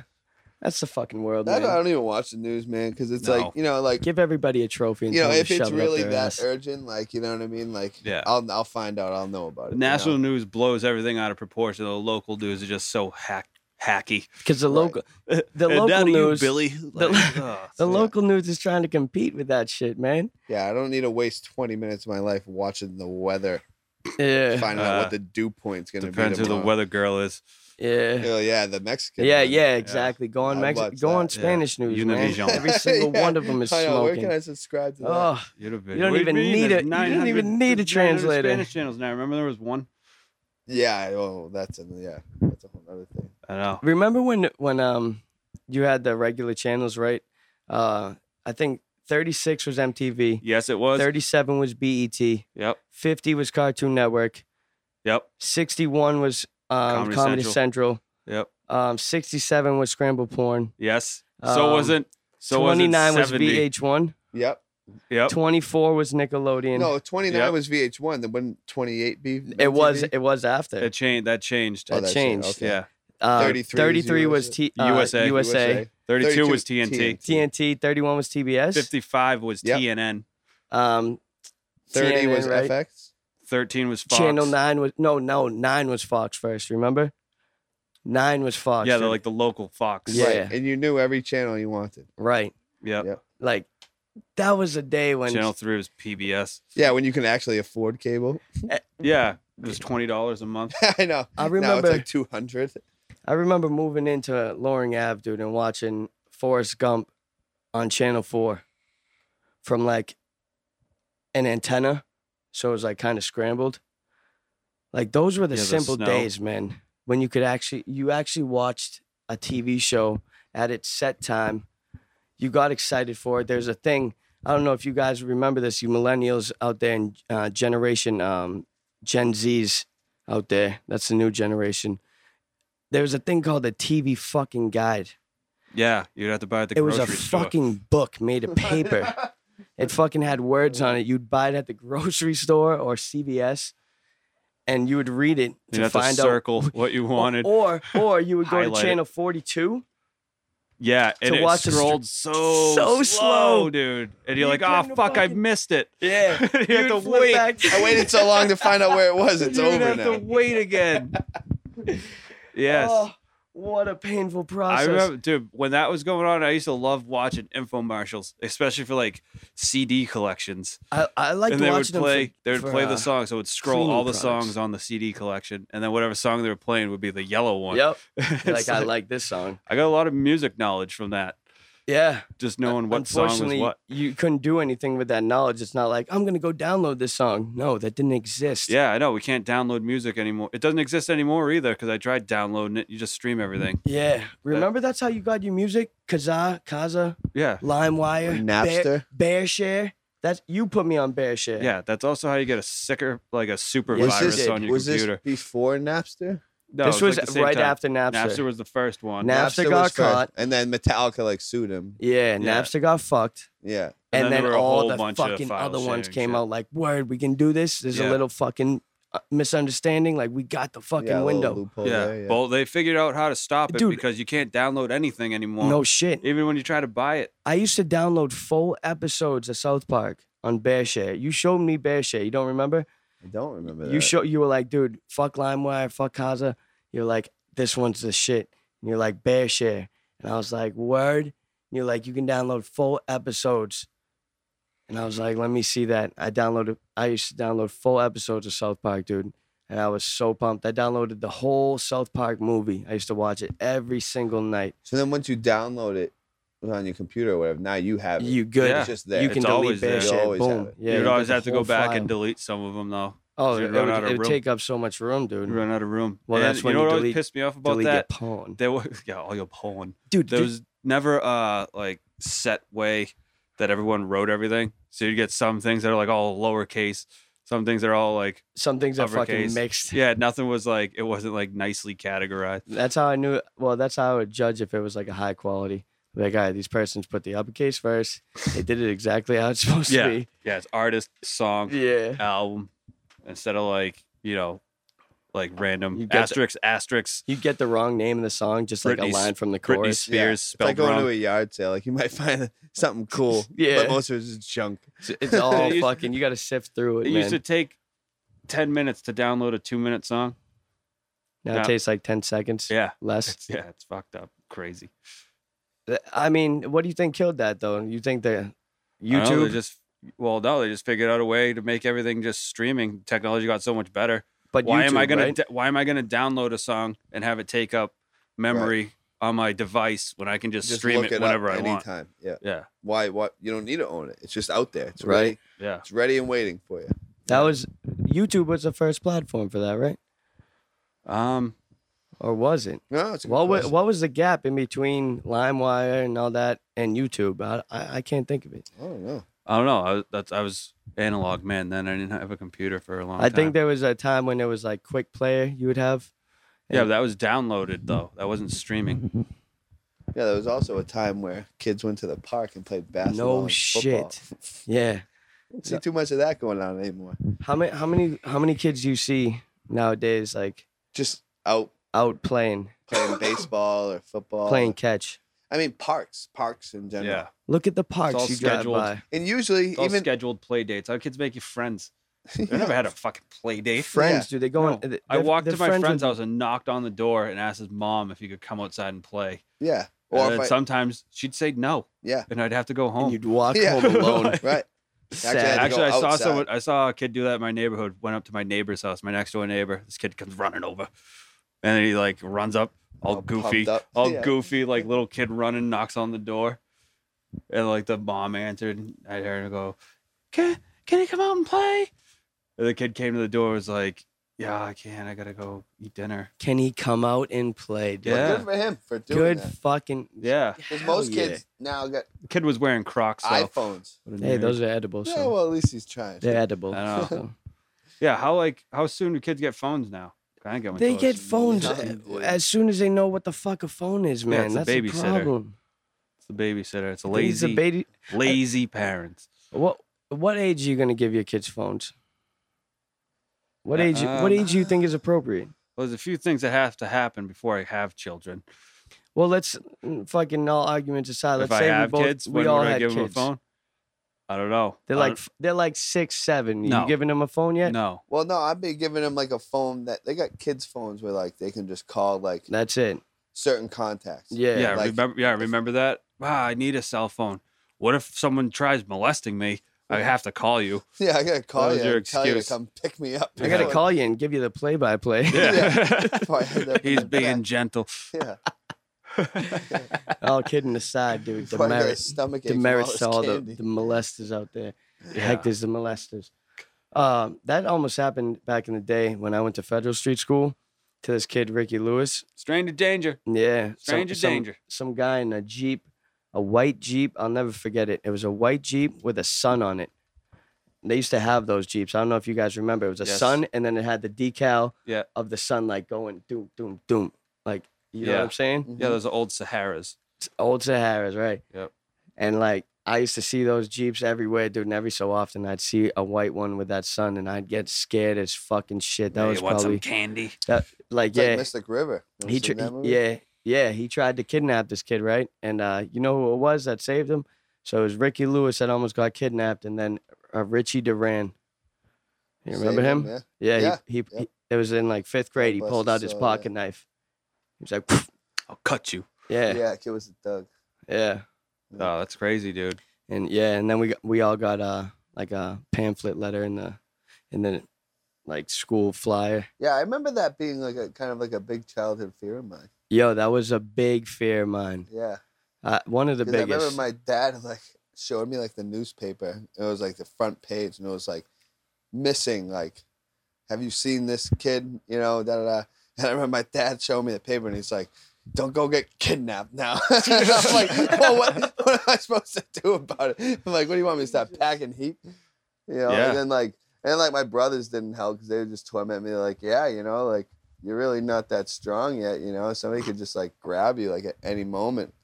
Speaker 2: That's the fucking world,
Speaker 3: That's
Speaker 2: man.
Speaker 3: why I don't even watch the news, man, because it's
Speaker 1: No.
Speaker 3: like you know, like
Speaker 2: Give everybody a trophy and
Speaker 3: you know,
Speaker 2: tell them
Speaker 3: if
Speaker 2: to
Speaker 3: it's
Speaker 2: shove it up
Speaker 3: really
Speaker 2: their
Speaker 3: that
Speaker 2: ass.
Speaker 3: urgent, like you know what I mean, like
Speaker 1: Yeah.
Speaker 3: I'll I'll find out. I'll know about it.
Speaker 1: The
Speaker 3: you know?
Speaker 1: national news blows everything out of proportion. The local news is just so hack hacky.
Speaker 2: Because the
Speaker 3: Right.
Speaker 2: local, the
Speaker 1: And down
Speaker 2: local
Speaker 1: to you,
Speaker 2: news,
Speaker 1: Billy.
Speaker 2: the-
Speaker 1: Like, ugh.
Speaker 2: the
Speaker 3: Yeah.
Speaker 2: local news is trying to compete with that shit, man.
Speaker 3: Yeah, I don't need to waste twenty minutes of my life watching the weather,
Speaker 2: Yeah,
Speaker 3: finding out
Speaker 1: Uh,
Speaker 3: what the dew point's gonna
Speaker 1: depends
Speaker 3: be.
Speaker 1: who the
Speaker 3: tomorrow.
Speaker 1: weather girl is.
Speaker 2: yeah,
Speaker 3: Oh yeah, the Mexican.
Speaker 2: yeah,
Speaker 3: one.
Speaker 2: yeah. Exactly. Go on
Speaker 3: I'd
Speaker 2: Mexico.
Speaker 3: watch
Speaker 2: Go on
Speaker 3: that,
Speaker 1: yeah.
Speaker 2: Spanish news, man.
Speaker 1: Univision.
Speaker 2: Every single
Speaker 3: Yeah.
Speaker 2: one of them is
Speaker 3: I know, Where can
Speaker 2: smoking.
Speaker 3: I subscribe to that?
Speaker 2: Oh,
Speaker 1: You'd have been-
Speaker 2: You don't
Speaker 1: What do
Speaker 2: even
Speaker 1: mean?
Speaker 2: need
Speaker 1: There's
Speaker 2: a- you don't
Speaker 1: 900
Speaker 2: even need a
Speaker 1: there's 900
Speaker 2: translator.
Speaker 1: Spanish channels now. Remember there was one.
Speaker 3: Yeah. Oh, that's an, yeah. That's a whole other thing.
Speaker 1: I know.
Speaker 2: remember when when um you had the regular channels, right? Uh, I think thirty six was MTV,
Speaker 1: Yes, it was.
Speaker 2: thirty seven was BET,
Speaker 1: Yep.
Speaker 2: fifty was Cartoon Network,
Speaker 1: Yep.
Speaker 2: sixty one was um,
Speaker 1: Comedy
Speaker 2: Comedy, Central.
Speaker 1: Central. Yep.
Speaker 2: Um, 67 was Scramble Porn.
Speaker 1: Yes. So
Speaker 2: Um,
Speaker 1: wasn't. So
Speaker 2: 29 was
Speaker 1: wasn't 70.
Speaker 2: VH1.
Speaker 3: Yep.
Speaker 1: Yep.
Speaker 2: 24 was Nickelodeon.
Speaker 3: No, 29
Speaker 1: Yep.
Speaker 3: was VH1. Then wouldn't 28 be?
Speaker 2: It was
Speaker 3: MTV?
Speaker 2: it was after.
Speaker 1: It changed. That changed.
Speaker 2: Oh, that
Speaker 3: that's it,
Speaker 2: changed.
Speaker 1: Yeah.
Speaker 2: Uh,
Speaker 3: 33 was
Speaker 2: was, T, uh,
Speaker 1: USA.
Speaker 2: USA.
Speaker 1: 32,
Speaker 3: 32
Speaker 1: was TNT.
Speaker 2: TNT, 31 was TBS.
Speaker 1: 55 was
Speaker 3: Yep.
Speaker 1: TNN.
Speaker 2: Um,
Speaker 3: 30
Speaker 2: CNN,
Speaker 3: was
Speaker 2: right?
Speaker 3: FX.
Speaker 1: 13 was Fox.
Speaker 2: Channel 9 was, no, no, 9 was Fox first, remember? 9 was Fox.
Speaker 1: Yeah, they're like the local Fox.
Speaker 2: Yeah.
Speaker 3: Right. And you knew every channel you wanted.
Speaker 2: Right.
Speaker 1: Yep.
Speaker 3: Yeah.
Speaker 2: Like, that was a day when,
Speaker 1: Channel 3 was PBS.
Speaker 3: Yeah, when you can actually afford cable.
Speaker 1: Yeah. It was $20 a month.
Speaker 3: I know.
Speaker 2: I
Speaker 3: Now
Speaker 2: remember,
Speaker 3: it's like 200.
Speaker 2: I remember moving into Loring Ave, dude, and watching Forrest Gump on Channel 4 from like an antenna. So it was like kind of scrambled. Like those were the
Speaker 1: Yeah, the
Speaker 2: simple
Speaker 1: snow.
Speaker 2: days, man, when you could actually, you actually watched a TV show at its set time. You got excited for it. There's a thing, I don't know if you guys remember this, you millennials out there and uh, generation, um, Gen Zs out there. That's the new generation. There was a thing called the TV fucking guide.
Speaker 1: Yeah. You'd have to buy it at the
Speaker 2: It was
Speaker 1: grocery
Speaker 2: a
Speaker 1: store.
Speaker 2: fucking book made of paper. it fucking had words on it. You'd buy it at the grocery store or CVS, and you would read it
Speaker 1: You'd
Speaker 2: to
Speaker 1: have to
Speaker 2: find out.
Speaker 1: circle what you wanted.
Speaker 2: Or or you would go to
Speaker 1: Highlight it.
Speaker 2: channel forty two.
Speaker 1: yeah. And
Speaker 2: to
Speaker 1: it
Speaker 2: watch the str-
Speaker 1: scrolled so,
Speaker 2: so
Speaker 1: slow,
Speaker 2: slow.
Speaker 1: dude. And
Speaker 2: You
Speaker 1: you're like,
Speaker 2: couldn't
Speaker 1: oh, fuck, I
Speaker 2: fucking-
Speaker 1: missed it.
Speaker 2: Yeah,
Speaker 1: you have to wait.
Speaker 3: I waited so long to find out where it was. It's
Speaker 1: You'd
Speaker 3: over
Speaker 1: have
Speaker 3: now.
Speaker 1: to wait again. yes.
Speaker 2: what a painful
Speaker 1: I
Speaker 2: Oh, process.
Speaker 1: remember, dude, when that was going on, I used to love watching infomercials, especially for like CD collections.
Speaker 2: I, I like
Speaker 1: and they would
Speaker 2: watching them. for-
Speaker 1: play, they would
Speaker 2: for,
Speaker 1: play
Speaker 2: uh,
Speaker 1: the song. So it would scroll
Speaker 2: cleaning
Speaker 1: all the
Speaker 2: products.
Speaker 1: songs on the CD collection, and then whatever song they were playing would be the yellow one.
Speaker 2: Yep,
Speaker 1: It's
Speaker 2: like I like this song.
Speaker 1: I got a lot of music knowledge from that,
Speaker 2: Yeah,
Speaker 1: just knowing what
Speaker 2: Uh,
Speaker 1: song was
Speaker 2: unfortunately,
Speaker 1: what.
Speaker 2: you couldn't do anything with that knowledge. It's not like I'm gonna go download this song. No, that didn't exist.
Speaker 1: Yeah, I know we can't download music anymore. It doesn't exist anymore either because I tried downloading it. You just stream everything.
Speaker 2: Yeah. Remember that's how you got your music? Kazaa, Kaza,
Speaker 1: Yeah,
Speaker 2: LimeWire, Bear,
Speaker 3: Napster.
Speaker 2: BearShare. That's you put me on BearShare.
Speaker 1: yeah. That's also how you get a sicker, like a super
Speaker 3: Was
Speaker 1: virus
Speaker 3: this,
Speaker 1: on your
Speaker 3: was this
Speaker 1: computer.
Speaker 3: before Napster?
Speaker 1: no,
Speaker 2: this
Speaker 1: it
Speaker 2: was,
Speaker 1: like the same
Speaker 2: right
Speaker 1: time.
Speaker 2: after Napster.
Speaker 1: Napster was the first one.
Speaker 2: Napster got
Speaker 3: was first,
Speaker 2: caught.
Speaker 3: And then Metallica like sued him.
Speaker 2: yeah,
Speaker 1: Yeah.
Speaker 2: Napster got fucked.
Speaker 3: Yeah.
Speaker 2: And,
Speaker 1: And then
Speaker 2: then,
Speaker 1: there were a
Speaker 2: all
Speaker 1: whole
Speaker 2: the
Speaker 1: bunch of
Speaker 2: fucking
Speaker 1: file
Speaker 2: other ones
Speaker 1: sharing
Speaker 2: came
Speaker 1: shit.
Speaker 2: out like, word, we can do this. There's a
Speaker 1: Yeah.
Speaker 2: little fucking uh, misunderstanding. Like, we got the fucking
Speaker 3: yeah, a little
Speaker 2: window.
Speaker 3: loophole
Speaker 1: yeah.
Speaker 3: there,
Speaker 1: Well, they figured out how to stop it
Speaker 2: Dude.
Speaker 1: because you can't download anything anymore.
Speaker 2: No shit.
Speaker 1: Even when you try to buy it.
Speaker 2: I used to download full episodes of South Park on BearShare. You showed me BearShare. You don't remember?
Speaker 3: I don't remember that.
Speaker 2: You show you were like, dude, fuck LimeWire, fuck Kaza. You're like, this one's the shit. And you're like, bear share. And I was like, word. And you're like, you can download full episodes. And I was like, let me see that. I downloaded I used to download full episodes of South Park, dude. And I was so pumped. I downloaded the whole South Park movie. I used to watch it every single night.
Speaker 3: So then once you download it on your computer or whatever, now you have it.
Speaker 2: You good.
Speaker 1: Yeah.
Speaker 3: It's just there.
Speaker 2: You can
Speaker 1: It's
Speaker 2: delete
Speaker 1: always there.
Speaker 2: bear
Speaker 1: You
Speaker 2: share.
Speaker 3: always have
Speaker 2: Boom.
Speaker 3: it.
Speaker 2: Yeah,
Speaker 1: You'd
Speaker 2: got
Speaker 1: always
Speaker 2: the
Speaker 1: have to go
Speaker 2: whole
Speaker 1: back
Speaker 2: file.
Speaker 1: and delete some of them though.
Speaker 2: Oh,
Speaker 1: you'd
Speaker 2: it
Speaker 1: run
Speaker 2: would,
Speaker 1: out of
Speaker 2: it would
Speaker 1: room.
Speaker 2: take up so much room, dude.
Speaker 1: You run out of room.
Speaker 2: Well,
Speaker 1: And
Speaker 2: that's when
Speaker 1: you know
Speaker 2: you
Speaker 1: what
Speaker 2: delete-
Speaker 1: always pissed me off about
Speaker 2: Delete
Speaker 1: that.
Speaker 2: your pawn.
Speaker 1: There was yeah, all your porn.
Speaker 2: Dude,
Speaker 1: There
Speaker 2: did-
Speaker 1: was never a like set way that everyone wrote everything. So you get some things that are like all lowercase, some things that are all like
Speaker 2: some things are fucking
Speaker 1: uppercase.
Speaker 2: mixed.
Speaker 1: yeah, nothing was like it wasn't like nicely categorized.
Speaker 2: That's how I knew. Well, that's how I would judge if it was like a high quality. Like, all right, these persons put the uppercase first. They did it exactly how it's supposed
Speaker 1: Yeah.
Speaker 2: to
Speaker 1: Yeah, it's artist, song,
Speaker 2: be. Yeah.
Speaker 1: album instead of like, you know, like
Speaker 2: You
Speaker 1: random
Speaker 2: get the-
Speaker 1: asterisks, asterisks,
Speaker 2: You get the wrong name of the song, just like a
Speaker 1: Britney S-
Speaker 2: line from the
Speaker 1: Britney
Speaker 2: chorus.
Speaker 1: Spears
Speaker 3: It's
Speaker 1: spelled
Speaker 3: like going to
Speaker 1: wrong.
Speaker 3: a yard sale. Like you might find something cool.
Speaker 2: Yeah.
Speaker 3: But most of it's just junk.
Speaker 2: It's all
Speaker 1: It used-
Speaker 2: fucking. You got to sift through it,
Speaker 1: It
Speaker 2: man.
Speaker 1: used to take 10 minutes to download a two minute song.
Speaker 2: now
Speaker 1: no.
Speaker 2: it takes like ten seconds
Speaker 1: Yeah.
Speaker 2: less.
Speaker 1: Yeah, it's fucked up. Crazy.
Speaker 2: Th- I mean, what do you think killed that though? You think the
Speaker 1: I don't know, they
Speaker 2: YouTube,
Speaker 1: just, well, no, they just figured out a way to make everything just streaming. Technology got so much better.
Speaker 2: but
Speaker 1: Why am I
Speaker 2: YouTube,
Speaker 1: gonna
Speaker 2: right?
Speaker 1: d- Why am I gonna download a song and have it take up memory on my device when I can just,
Speaker 3: Just
Speaker 1: stream it,
Speaker 3: look it
Speaker 1: whenever
Speaker 3: up
Speaker 1: I want?
Speaker 3: anytime. Yeah.
Speaker 1: Yeah,
Speaker 3: Why what you don't need to own it. It's just out there. It's
Speaker 2: Right.
Speaker 3: ready.
Speaker 1: yeah.
Speaker 3: It's ready and waiting for you.
Speaker 2: that was YouTube was the first platform for that, right?
Speaker 1: Um,
Speaker 2: Or was it?
Speaker 3: No, it's a good
Speaker 2: What was,
Speaker 3: question.
Speaker 2: what was the gap in between LimeWire and all that and YouTube? I, I, I can't think of it.
Speaker 3: I don't know.
Speaker 1: I don't know. I, was- that's I was analog man then. I didn't have a computer for a long
Speaker 2: I
Speaker 1: time.
Speaker 2: think there was a time when there was like Quick Player you would have.
Speaker 1: yeah, but that was downloaded though. That wasn't streaming.
Speaker 3: Yeah, there was also a time where kids went to the park and played basketball.
Speaker 2: No
Speaker 3: and football.
Speaker 2: shit. Yeah.
Speaker 3: See too much of that going on anymore.
Speaker 2: How many how many how many kids do you see nowadays like
Speaker 3: Just out
Speaker 2: out playing
Speaker 3: playing baseball or football.
Speaker 2: playing catch?
Speaker 3: I I mean, parks, parks in general.
Speaker 1: Yeah.
Speaker 2: Look at the
Speaker 1: all
Speaker 2: parks you drive
Speaker 1: scheduled.
Speaker 2: by.
Speaker 3: And usually,
Speaker 1: It's all
Speaker 3: e even
Speaker 1: scheduled play dates. Our kids make you friends.
Speaker 3: Yeah.
Speaker 1: I never had a fucking play date.
Speaker 2: Friends, dude. They go on. uh,
Speaker 1: No.
Speaker 2: they-
Speaker 1: I
Speaker 2: they're-
Speaker 1: walked
Speaker 2: they're
Speaker 1: to my
Speaker 2: with-
Speaker 1: friend's house and knocked on the door and asked his mom if he could come outside and play.
Speaker 3: yeah,
Speaker 1: Or
Speaker 3: or if I,
Speaker 1: sometimes she'd say no,
Speaker 3: yeah,
Speaker 1: and I'd have to go home.
Speaker 2: and you'd walk
Speaker 3: Yeah.
Speaker 2: home alone.
Speaker 3: right. Actually, I
Speaker 2: Oh. Sad.
Speaker 3: had to go
Speaker 1: Actually, I saw
Speaker 3: outside.
Speaker 1: someone. I saw a kid do that in my neighborhood. Went up to my neighbor's house, my next door neighbor. This kid comes running over, and then he like runs up, all,
Speaker 3: All pumped
Speaker 1: goofy,
Speaker 3: up.
Speaker 1: all
Speaker 3: Yeah.
Speaker 1: goofy, like little kid running, knocks on the door, and like the mom answered. And I heard her go, "Can can he come out and play?" And the kid came to the door, was like, "Yeah, I can. I gotta go eat dinner."
Speaker 2: Can he come out and play, dude?
Speaker 3: Well,
Speaker 1: Yeah.
Speaker 3: good for him for doing
Speaker 2: Good
Speaker 3: that.
Speaker 2: fucking.
Speaker 1: Yeah,
Speaker 3: Because
Speaker 2: Hell
Speaker 3: most
Speaker 2: yeah.
Speaker 3: kids now got
Speaker 1: the kid was wearing Crocs. So.
Speaker 3: iPhones.
Speaker 1: What a
Speaker 2: Hey,
Speaker 1: nerd.
Speaker 2: those are edible. So
Speaker 3: Yeah, well, at least he's trying.
Speaker 2: they're edible.
Speaker 1: I know.
Speaker 2: so.
Speaker 1: yeah. How like how soon do kids get phones now? I ain't got one
Speaker 2: They
Speaker 1: close.
Speaker 2: get phones
Speaker 3: Nothing,
Speaker 2: a-
Speaker 3: dude.
Speaker 2: as soon as they know what the fuck a phone is, man.
Speaker 1: it's a
Speaker 2: That's the
Speaker 1: babysitter.
Speaker 2: problem.
Speaker 1: It's the babysitter. It's a
Speaker 2: It's a
Speaker 1: lazy,
Speaker 2: baby.
Speaker 1: lazy parents.
Speaker 2: What what age are you gonna give your kids phones? What age?
Speaker 1: Uh,
Speaker 2: what age do you think is appropriate?
Speaker 1: Well, there's a few things that have to happen before I have children.
Speaker 2: Well, let's mm, fucking all arguments aside. Uh, Let's
Speaker 1: if I
Speaker 2: say
Speaker 1: have
Speaker 2: we both
Speaker 1: kids,
Speaker 2: we
Speaker 1: when
Speaker 2: all
Speaker 1: would I
Speaker 2: had
Speaker 1: give
Speaker 2: kids.
Speaker 1: them a phone? I don't know.
Speaker 2: They're
Speaker 1: I
Speaker 2: like
Speaker 1: don't-
Speaker 2: f- they're like six, seven.
Speaker 1: No.
Speaker 2: You giving them a phone yet?
Speaker 1: no.
Speaker 3: Well, no, I've been giving them like a phone that they got kids' phones where like they can just call like
Speaker 2: That's it.
Speaker 3: certain contacts.
Speaker 1: Yeah,
Speaker 2: Yeah.
Speaker 3: like-
Speaker 1: remember. Yeah, remember that. Ah, I need a cell phone. What if someone tries molesting me? I have to call you.
Speaker 3: Yeah, I gotta call
Speaker 1: was
Speaker 3: you.
Speaker 1: your
Speaker 3: and Tell you to
Speaker 1: excuse.
Speaker 3: come pick me up.
Speaker 2: I gotta
Speaker 1: Yeah.
Speaker 2: call you and give you the play by play.
Speaker 1: Yeah.
Speaker 3: Probably had that
Speaker 1: He's
Speaker 3: in
Speaker 1: being
Speaker 3: back.
Speaker 1: gentle.
Speaker 3: Yeah,
Speaker 2: All kidding aside, dude. The
Speaker 3: Probably got a
Speaker 2: merit,
Speaker 3: stomach ache
Speaker 2: the
Speaker 3: from
Speaker 2: merit
Speaker 3: all this
Speaker 2: to all the,
Speaker 3: candy.
Speaker 2: the molesters out there.
Speaker 1: Yeah.
Speaker 2: hectors and molesters. Um, that almost happened back in the day when I went to Federal Street School to this kid Ricky Lewis.
Speaker 1: Stranger danger.
Speaker 2: Yeah, some-
Speaker 1: Stranger
Speaker 2: some-
Speaker 1: danger.
Speaker 2: Some guy in a jeep, a white jeep. I'll never forget it. It was a white jeep with a sun on it. They used to have those jeeps. I don't know if you guys remember. It was a
Speaker 1: Yes.
Speaker 2: sun, and then it had the decal
Speaker 1: Yeah.
Speaker 2: of the sun, like going doom, doom, doom. Like you know what
Speaker 1: Yeah.
Speaker 2: I'm saying?
Speaker 3: Mm-hmm.
Speaker 1: Yeah, those are old Saharas.
Speaker 2: Old Sahara's, right?
Speaker 1: Yep.
Speaker 2: And like I used to see those Jeeps everywhere, dude, and every so often I'd see a white one with that sun and I'd get scared as fucking shit. That
Speaker 1: Hey,
Speaker 2: was
Speaker 1: want
Speaker 2: probably
Speaker 1: some candy?
Speaker 2: like
Speaker 3: It's like
Speaker 2: yeah.
Speaker 3: Mystic River. You ever
Speaker 2: he
Speaker 3: seen
Speaker 2: tr-
Speaker 3: that movie?
Speaker 2: yeah, yeah, he tried to kidnap this kid, right? And uh, you know who it was that saved him? So it was Ricky Lewis that almost got kidnapped and then uh, Richie Duran. You remember
Speaker 3: Saved
Speaker 2: him?
Speaker 3: Yeah.
Speaker 2: Yeah,
Speaker 3: Yeah,
Speaker 2: he, he,
Speaker 3: yep.
Speaker 2: he- it was in like 5th grade. He
Speaker 3: bless
Speaker 2: pulled
Speaker 3: his
Speaker 2: out his
Speaker 3: soul, yeah.
Speaker 2: pocket knife. He was like,
Speaker 1: I'll cut you.
Speaker 3: yeah,
Speaker 2: yeah,
Speaker 3: Kid was a thug.
Speaker 2: yeah.
Speaker 1: Oh, that's crazy, dude.
Speaker 2: and yeah, and then we got, we all got uh like a pamphlet letter in the in the like school flyer.
Speaker 3: Yeah, I remember that being like a kind of like a big childhood fear of mine.
Speaker 2: Yo, that was a big fear of mine.
Speaker 3: Yeah,
Speaker 2: Uh, one of the
Speaker 3: 'Cause I remember
Speaker 2: biggest.
Speaker 3: my dad like showed me like the newspaper. It was like the front page, and it was like missing. Like, have you seen this kid? You know, da da da. And I remember my dad showing me the paper, and he's like. Don't go get kidnapped now. and I'm like, well, what, what am I supposed to do about it? I'm like, what do you want me to stop packing heat? You know,
Speaker 1: Yeah.
Speaker 3: and then like, and like my brothers didn't help because they would just torment me. Like, yeah, you know, like you're really not that strong yet. You know, somebody could just like grab you like at any moment.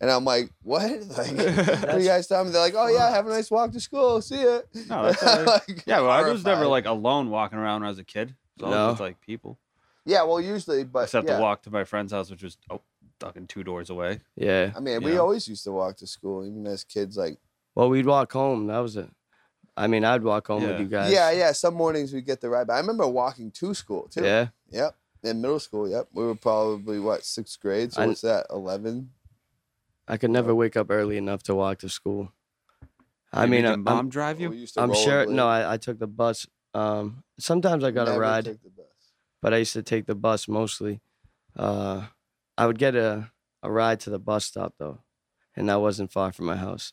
Speaker 3: And I'm like, what? Like, what are you guys telling me? They're like, oh yeah, have a nice walk to school. See ya.
Speaker 1: No, that's all right.
Speaker 3: Like,
Speaker 1: Yeah, well, I was never like
Speaker 3: horrified.
Speaker 1: alone walking around when I was a kid. It was always
Speaker 2: No.
Speaker 1: with, like people.
Speaker 3: Yeah, well, usually, but
Speaker 1: Except
Speaker 3: yeah.
Speaker 1: to walk to my friend's house, which was oh, fucking two doors away.
Speaker 2: yeah.
Speaker 3: I
Speaker 1: you
Speaker 3: mean, we
Speaker 1: know.
Speaker 3: always used to walk to school, even as kids. Like,
Speaker 2: Well, we'd walk home. That was a. I mean, I'd walk home
Speaker 1: Yeah.
Speaker 2: with you guys.
Speaker 3: yeah, yeah. Some mornings we'd get the ride, but I remember walking to school too.
Speaker 2: Yeah.
Speaker 3: Yep. In middle school, yep. We were probably what sixth grade. So
Speaker 2: I-
Speaker 3: what's that? Eleven.
Speaker 2: I could never wake up early enough to walk to school. I
Speaker 1: Maybe
Speaker 2: mean,
Speaker 1: did
Speaker 2: I'm,
Speaker 1: mom
Speaker 2: I'm,
Speaker 1: drive you?
Speaker 2: I'm sure. No, I, I took the bus. Um, sometimes I got a ride. but I used to take the bus mostly. Uh, I would get a, a ride to the bus stop though, and that wasn't far from my house.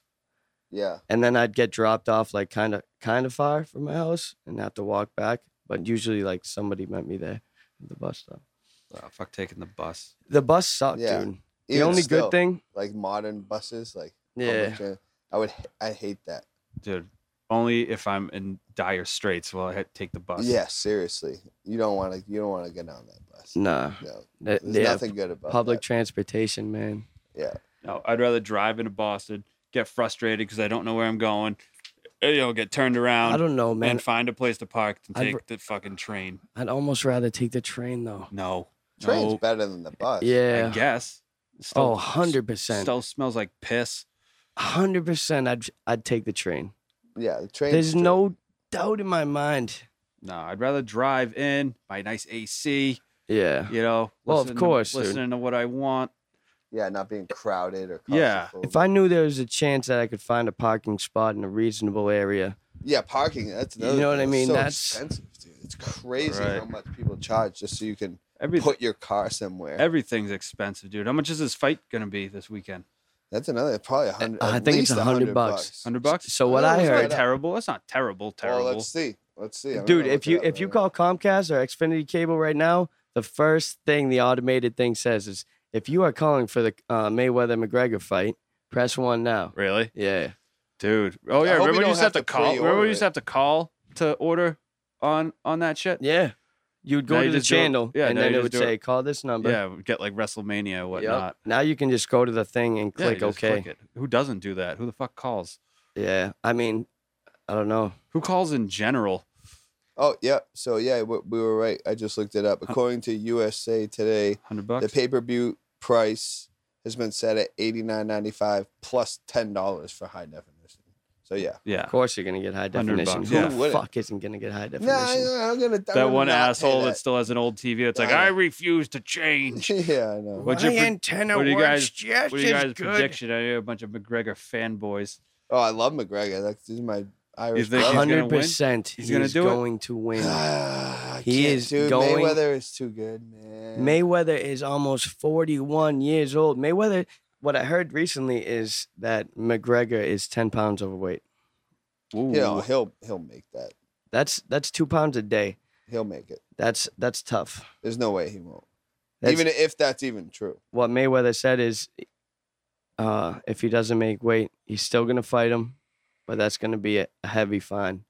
Speaker 3: Yeah.
Speaker 2: And then I'd get dropped off like kind of kind of far from my house and have to walk back. But usually like somebody met me there at the bus stop.
Speaker 1: Oh, fuck taking the bus.
Speaker 2: The bus sucked,
Speaker 3: Yeah.
Speaker 2: dude. The
Speaker 3: Even
Speaker 2: only
Speaker 3: still,
Speaker 2: good thing,
Speaker 3: like modern buses, like public
Speaker 2: yeah,
Speaker 3: tran- I would, I hate that.
Speaker 1: Dude, only if I'm in dire straits will I ha- take the bus.
Speaker 3: Yeah, seriously, you don't want to, you don't want to get on that bus.
Speaker 2: nah,
Speaker 3: No,
Speaker 2: that,
Speaker 3: there's
Speaker 2: Mm. yeah,
Speaker 3: nothing good about
Speaker 2: public
Speaker 3: that.
Speaker 2: transportation, man.
Speaker 1: No, I'd rather drive into Boston, get frustrated because I don't know where I'm going, eh, you know, get turned
Speaker 2: I
Speaker 1: around
Speaker 2: don't know, man.
Speaker 1: Um, and find a place to park and
Speaker 2: I'd
Speaker 1: take
Speaker 2: r-
Speaker 1: the fucking train.
Speaker 2: I'd almost rather take the train though.
Speaker 1: No.
Speaker 3: Train's
Speaker 1: no,
Speaker 3: better than the bus.
Speaker 1: I
Speaker 2: Yeah,
Speaker 1: guess. It still-
Speaker 2: Oh, 100%.
Speaker 1: Still smells like piss.
Speaker 2: 100% I'd, I'd take the train.
Speaker 3: Yeah, the train.
Speaker 2: There's no doubt in my mind.
Speaker 1: No, I'd rather drive in my nice AC.
Speaker 2: Yeah.
Speaker 1: You know,
Speaker 2: Well, of
Speaker 1: listen to-
Speaker 2: course, dude.
Speaker 1: listening to what I want.
Speaker 3: Yeah, not being crowded or.
Speaker 1: Yeah.
Speaker 2: If I knew there was a chance that I could find a parking spot in a reasonable area,
Speaker 3: Yeah, parking. That's
Speaker 2: You
Speaker 3: another.
Speaker 2: know what I
Speaker 3: thing.
Speaker 2: mean?
Speaker 3: It's so
Speaker 2: That's-
Speaker 3: expensive, dude. It's crazy
Speaker 1: Right.
Speaker 3: how much people charge just so you can
Speaker 1: Everything,
Speaker 3: put your car somewhere.
Speaker 1: everything's expensive, dude. How much is this fight gonna be this weekend?
Speaker 3: That's another probably a hundred.
Speaker 2: I
Speaker 3: at
Speaker 2: think it's
Speaker 3: least
Speaker 2: a
Speaker 3: a
Speaker 2: hundred bucks.
Speaker 1: Hundred bucks.
Speaker 2: So what
Speaker 3: Oh,
Speaker 2: I
Speaker 3: that's Oh,
Speaker 1: Very
Speaker 2: heard,
Speaker 3: right.
Speaker 1: terrible. That's not terrible. Terrible.
Speaker 3: Well, let's see. Let's see. I'm
Speaker 2: dude,
Speaker 3: gonna
Speaker 2: if
Speaker 3: look it
Speaker 2: you
Speaker 3: up
Speaker 2: if you
Speaker 3: right
Speaker 2: call Comcast or Xfinity cable right now, the first thing the automated thing says is if you are calling for the uh, Mayweather McGregor fight, press one now.
Speaker 1: really,
Speaker 2: Yeah.
Speaker 1: dude. Oh yeah.
Speaker 3: hope we
Speaker 1: Remember you
Speaker 3: don't
Speaker 1: used to have
Speaker 3: have
Speaker 1: to
Speaker 3: to
Speaker 1: call.
Speaker 3: pre-order
Speaker 1: Remember you used to
Speaker 3: it.
Speaker 1: have to call to order on on that shit.
Speaker 2: Yeah. You'd go
Speaker 1: Now
Speaker 2: to
Speaker 1: you
Speaker 2: the
Speaker 1: just do it-
Speaker 2: channel
Speaker 1: yeah,
Speaker 2: and
Speaker 1: now
Speaker 2: then
Speaker 1: you
Speaker 2: it
Speaker 1: just
Speaker 2: would
Speaker 1: do it.
Speaker 2: say, call this number.
Speaker 1: Yeah, we get like WrestleMania or
Speaker 2: Yep.
Speaker 1: whatnot.
Speaker 2: Now you can just go to the thing and
Speaker 1: Yeah, you
Speaker 2: click
Speaker 1: just
Speaker 2: OK.
Speaker 1: click it. Who doesn't do that? Who the fuck calls?
Speaker 2: Yeah. I mean, I don't know.
Speaker 1: Who calls in general?
Speaker 3: Oh yeah. So yeah, we, we were right. I just looked it up. According to USA Today,
Speaker 1: Hundred
Speaker 3: the
Speaker 1: bucks.
Speaker 3: pay per view price has been set at eighty nine ninety five plus ten dollars for high definition. So yeah.
Speaker 1: yeah.
Speaker 2: Of course you're gonna get high
Speaker 1: 100
Speaker 2: definition.
Speaker 1: bucks,
Speaker 2: Who
Speaker 1: yeah.
Speaker 2: the
Speaker 3: Wouldn't.
Speaker 2: fuck isn't gonna get high definition?
Speaker 3: Nah, I- I'm gonna. I'm
Speaker 1: That
Speaker 3: gonna
Speaker 1: one
Speaker 3: not pay
Speaker 1: asshole that.
Speaker 3: that.
Speaker 1: still has an old TV. It's like
Speaker 3: I know.
Speaker 1: I refuse to change.
Speaker 3: yeah, I know.
Speaker 1: What's your
Speaker 2: My
Speaker 1: pre-
Speaker 2: antenna
Speaker 1: what do you
Speaker 2: works
Speaker 1: guys-
Speaker 2: just
Speaker 1: What are you
Speaker 2: as
Speaker 1: guys'
Speaker 2: good.
Speaker 1: prediction? I hear a bunch of McGregor fanboys.
Speaker 3: Oh, I love McGregor. That's he's my Irish.
Speaker 1: think he's
Speaker 3: brother.
Speaker 1: gonna
Speaker 2: Hundred
Speaker 1: win?
Speaker 2: percent.
Speaker 1: He's gonna do it?
Speaker 2: going to win.
Speaker 3: Ah, I
Speaker 2: He
Speaker 3: can't,
Speaker 2: is
Speaker 3: dude.
Speaker 2: going-
Speaker 3: Mayweather is too good, man.
Speaker 2: Mayweather is almost 41 years old. Mayweather. What I heard recently is that McGregor is 10 pounds overweight.
Speaker 1: Ooh.
Speaker 3: you know, he'll he'll make that.
Speaker 2: That's that's two pounds a day.
Speaker 3: He'll make it.
Speaker 2: That's that's tough.
Speaker 3: There's no way he won't.
Speaker 2: That's,
Speaker 3: even if that's even true.
Speaker 2: what Mayweather said is, uh, if he doesn't make weight, he's still gonna fight him, but that's gonna be a, a heavy fine.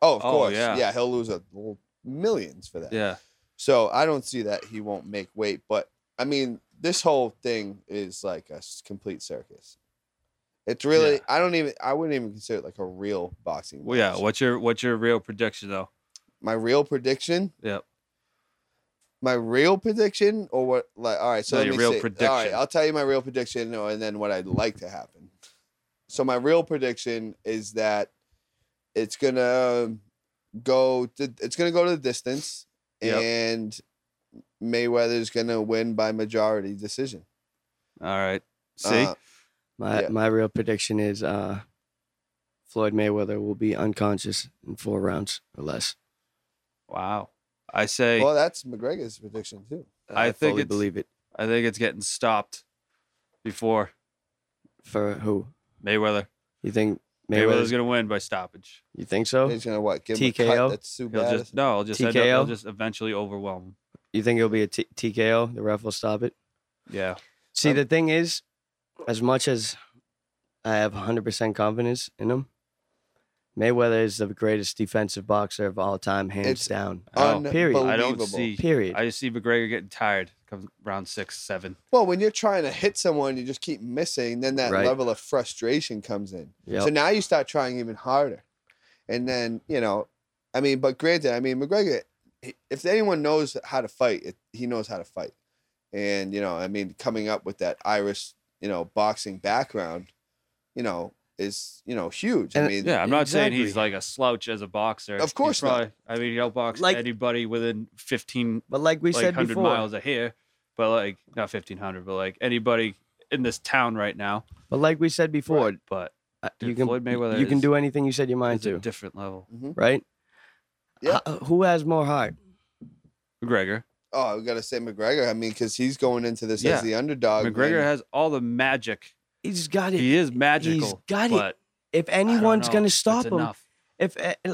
Speaker 3: Oh, of
Speaker 1: Oh,
Speaker 3: course.
Speaker 1: yeah.
Speaker 3: Yeah. he'll lose a l- millions for that.
Speaker 1: yeah.
Speaker 3: So I don't see that he won't make weight. But I mean, this whole thing is like a s- complete circus. It's really
Speaker 1: Yeah.
Speaker 3: I don't even I wouldn't even consider it like a real boxing.
Speaker 1: Well, yeah.
Speaker 3: match.
Speaker 1: What's your what's your real prediction though?
Speaker 3: my real prediction?
Speaker 1: Yep.
Speaker 3: My real prediction or what? Like, all right. So
Speaker 1: No,
Speaker 3: let
Speaker 1: your
Speaker 3: me
Speaker 1: real
Speaker 3: see. All right,
Speaker 1: prediction.
Speaker 3: I'll tell you my real prediction or- and then what I'd like to happen. So my real prediction is that it's gonna go. To, it's gonna go to the distance,
Speaker 1: Yep.
Speaker 3: and Mayweather's gonna win by majority decision.
Speaker 1: All right. See,
Speaker 3: Uh,
Speaker 2: My
Speaker 3: Yeah.
Speaker 2: my real prediction is uh, Floyd Mayweather will be unconscious in four rounds or less.
Speaker 1: wow. I say,
Speaker 3: well, that's McGregor's prediction too.
Speaker 1: I think
Speaker 2: fully
Speaker 1: it's-
Speaker 2: believe it
Speaker 1: I think it's getting stopped before
Speaker 2: for who
Speaker 1: Mayweather.
Speaker 2: you think Mayweather's
Speaker 1: Mayweather's gonna win by stoppage.
Speaker 2: You think so?
Speaker 3: He's gonna what? Give him a
Speaker 2: TKO?
Speaker 3: cut that's too
Speaker 1: Oh. He'll
Speaker 3: bad.
Speaker 1: just no, he'll just end up,
Speaker 2: TKO?
Speaker 1: he'll just eventually overwhelm. him.
Speaker 2: You think it'll be a t- TKO? The ref will stop it.
Speaker 1: Yeah.
Speaker 2: See,
Speaker 3: Um,
Speaker 2: the thing is, as much as I have 100% confidence in him, Mayweather is the greatest defensive boxer of all time, hands
Speaker 3: It's-
Speaker 2: down.
Speaker 1: Oh,
Speaker 2: period.
Speaker 1: I don't
Speaker 3: Unbelievable.
Speaker 1: see.
Speaker 2: Period.
Speaker 1: I just see McGregor getting tired. Comes round six, seven.
Speaker 3: Well, when you're trying to hit someone, you just keep missing. Then that
Speaker 2: Right.
Speaker 3: level of frustration comes in.
Speaker 2: Yep.
Speaker 3: So now you start trying even harder. And then, you know, I mean, but granted, I mean, McGregor, he- if anyone knows how to fight, it, he knows how to fight. And, you know, I mean, coming up with that Irish, you know, boxing background, you know, is, you know, huge. I
Speaker 2: And-
Speaker 3: mean,
Speaker 1: Yeah, I'm not saying he's
Speaker 2: Exactly.
Speaker 1: like a slouch as a boxer.
Speaker 3: Of
Speaker 1: He's
Speaker 3: course not.
Speaker 1: probably, I mean, he'll box
Speaker 2: Like-
Speaker 1: anybody within 15
Speaker 2: but like we
Speaker 1: like
Speaker 2: said
Speaker 1: 100
Speaker 2: before,
Speaker 1: miles of here, but like not 1500, but like anybody in this town right now.
Speaker 2: but like we said before,
Speaker 1: But
Speaker 2: uh,
Speaker 1: Dude,
Speaker 2: you can
Speaker 1: Floyd Mayweather
Speaker 2: you can
Speaker 1: is-
Speaker 2: do anything you set your mind
Speaker 1: it's a
Speaker 2: to,
Speaker 1: different level.
Speaker 2: right?
Speaker 3: Yeah.
Speaker 2: Uh, who has more heart?
Speaker 1: McGregor.
Speaker 3: oh, I got to say McGregor. I mean, because he's going into this
Speaker 1: Yeah.
Speaker 3: as the underdog.
Speaker 1: McGregor
Speaker 3: man.
Speaker 1: has all the magic.
Speaker 2: He's got it.
Speaker 1: He is magical.
Speaker 2: got it.
Speaker 1: but it.
Speaker 2: if anyone's gonna stop him, if eh,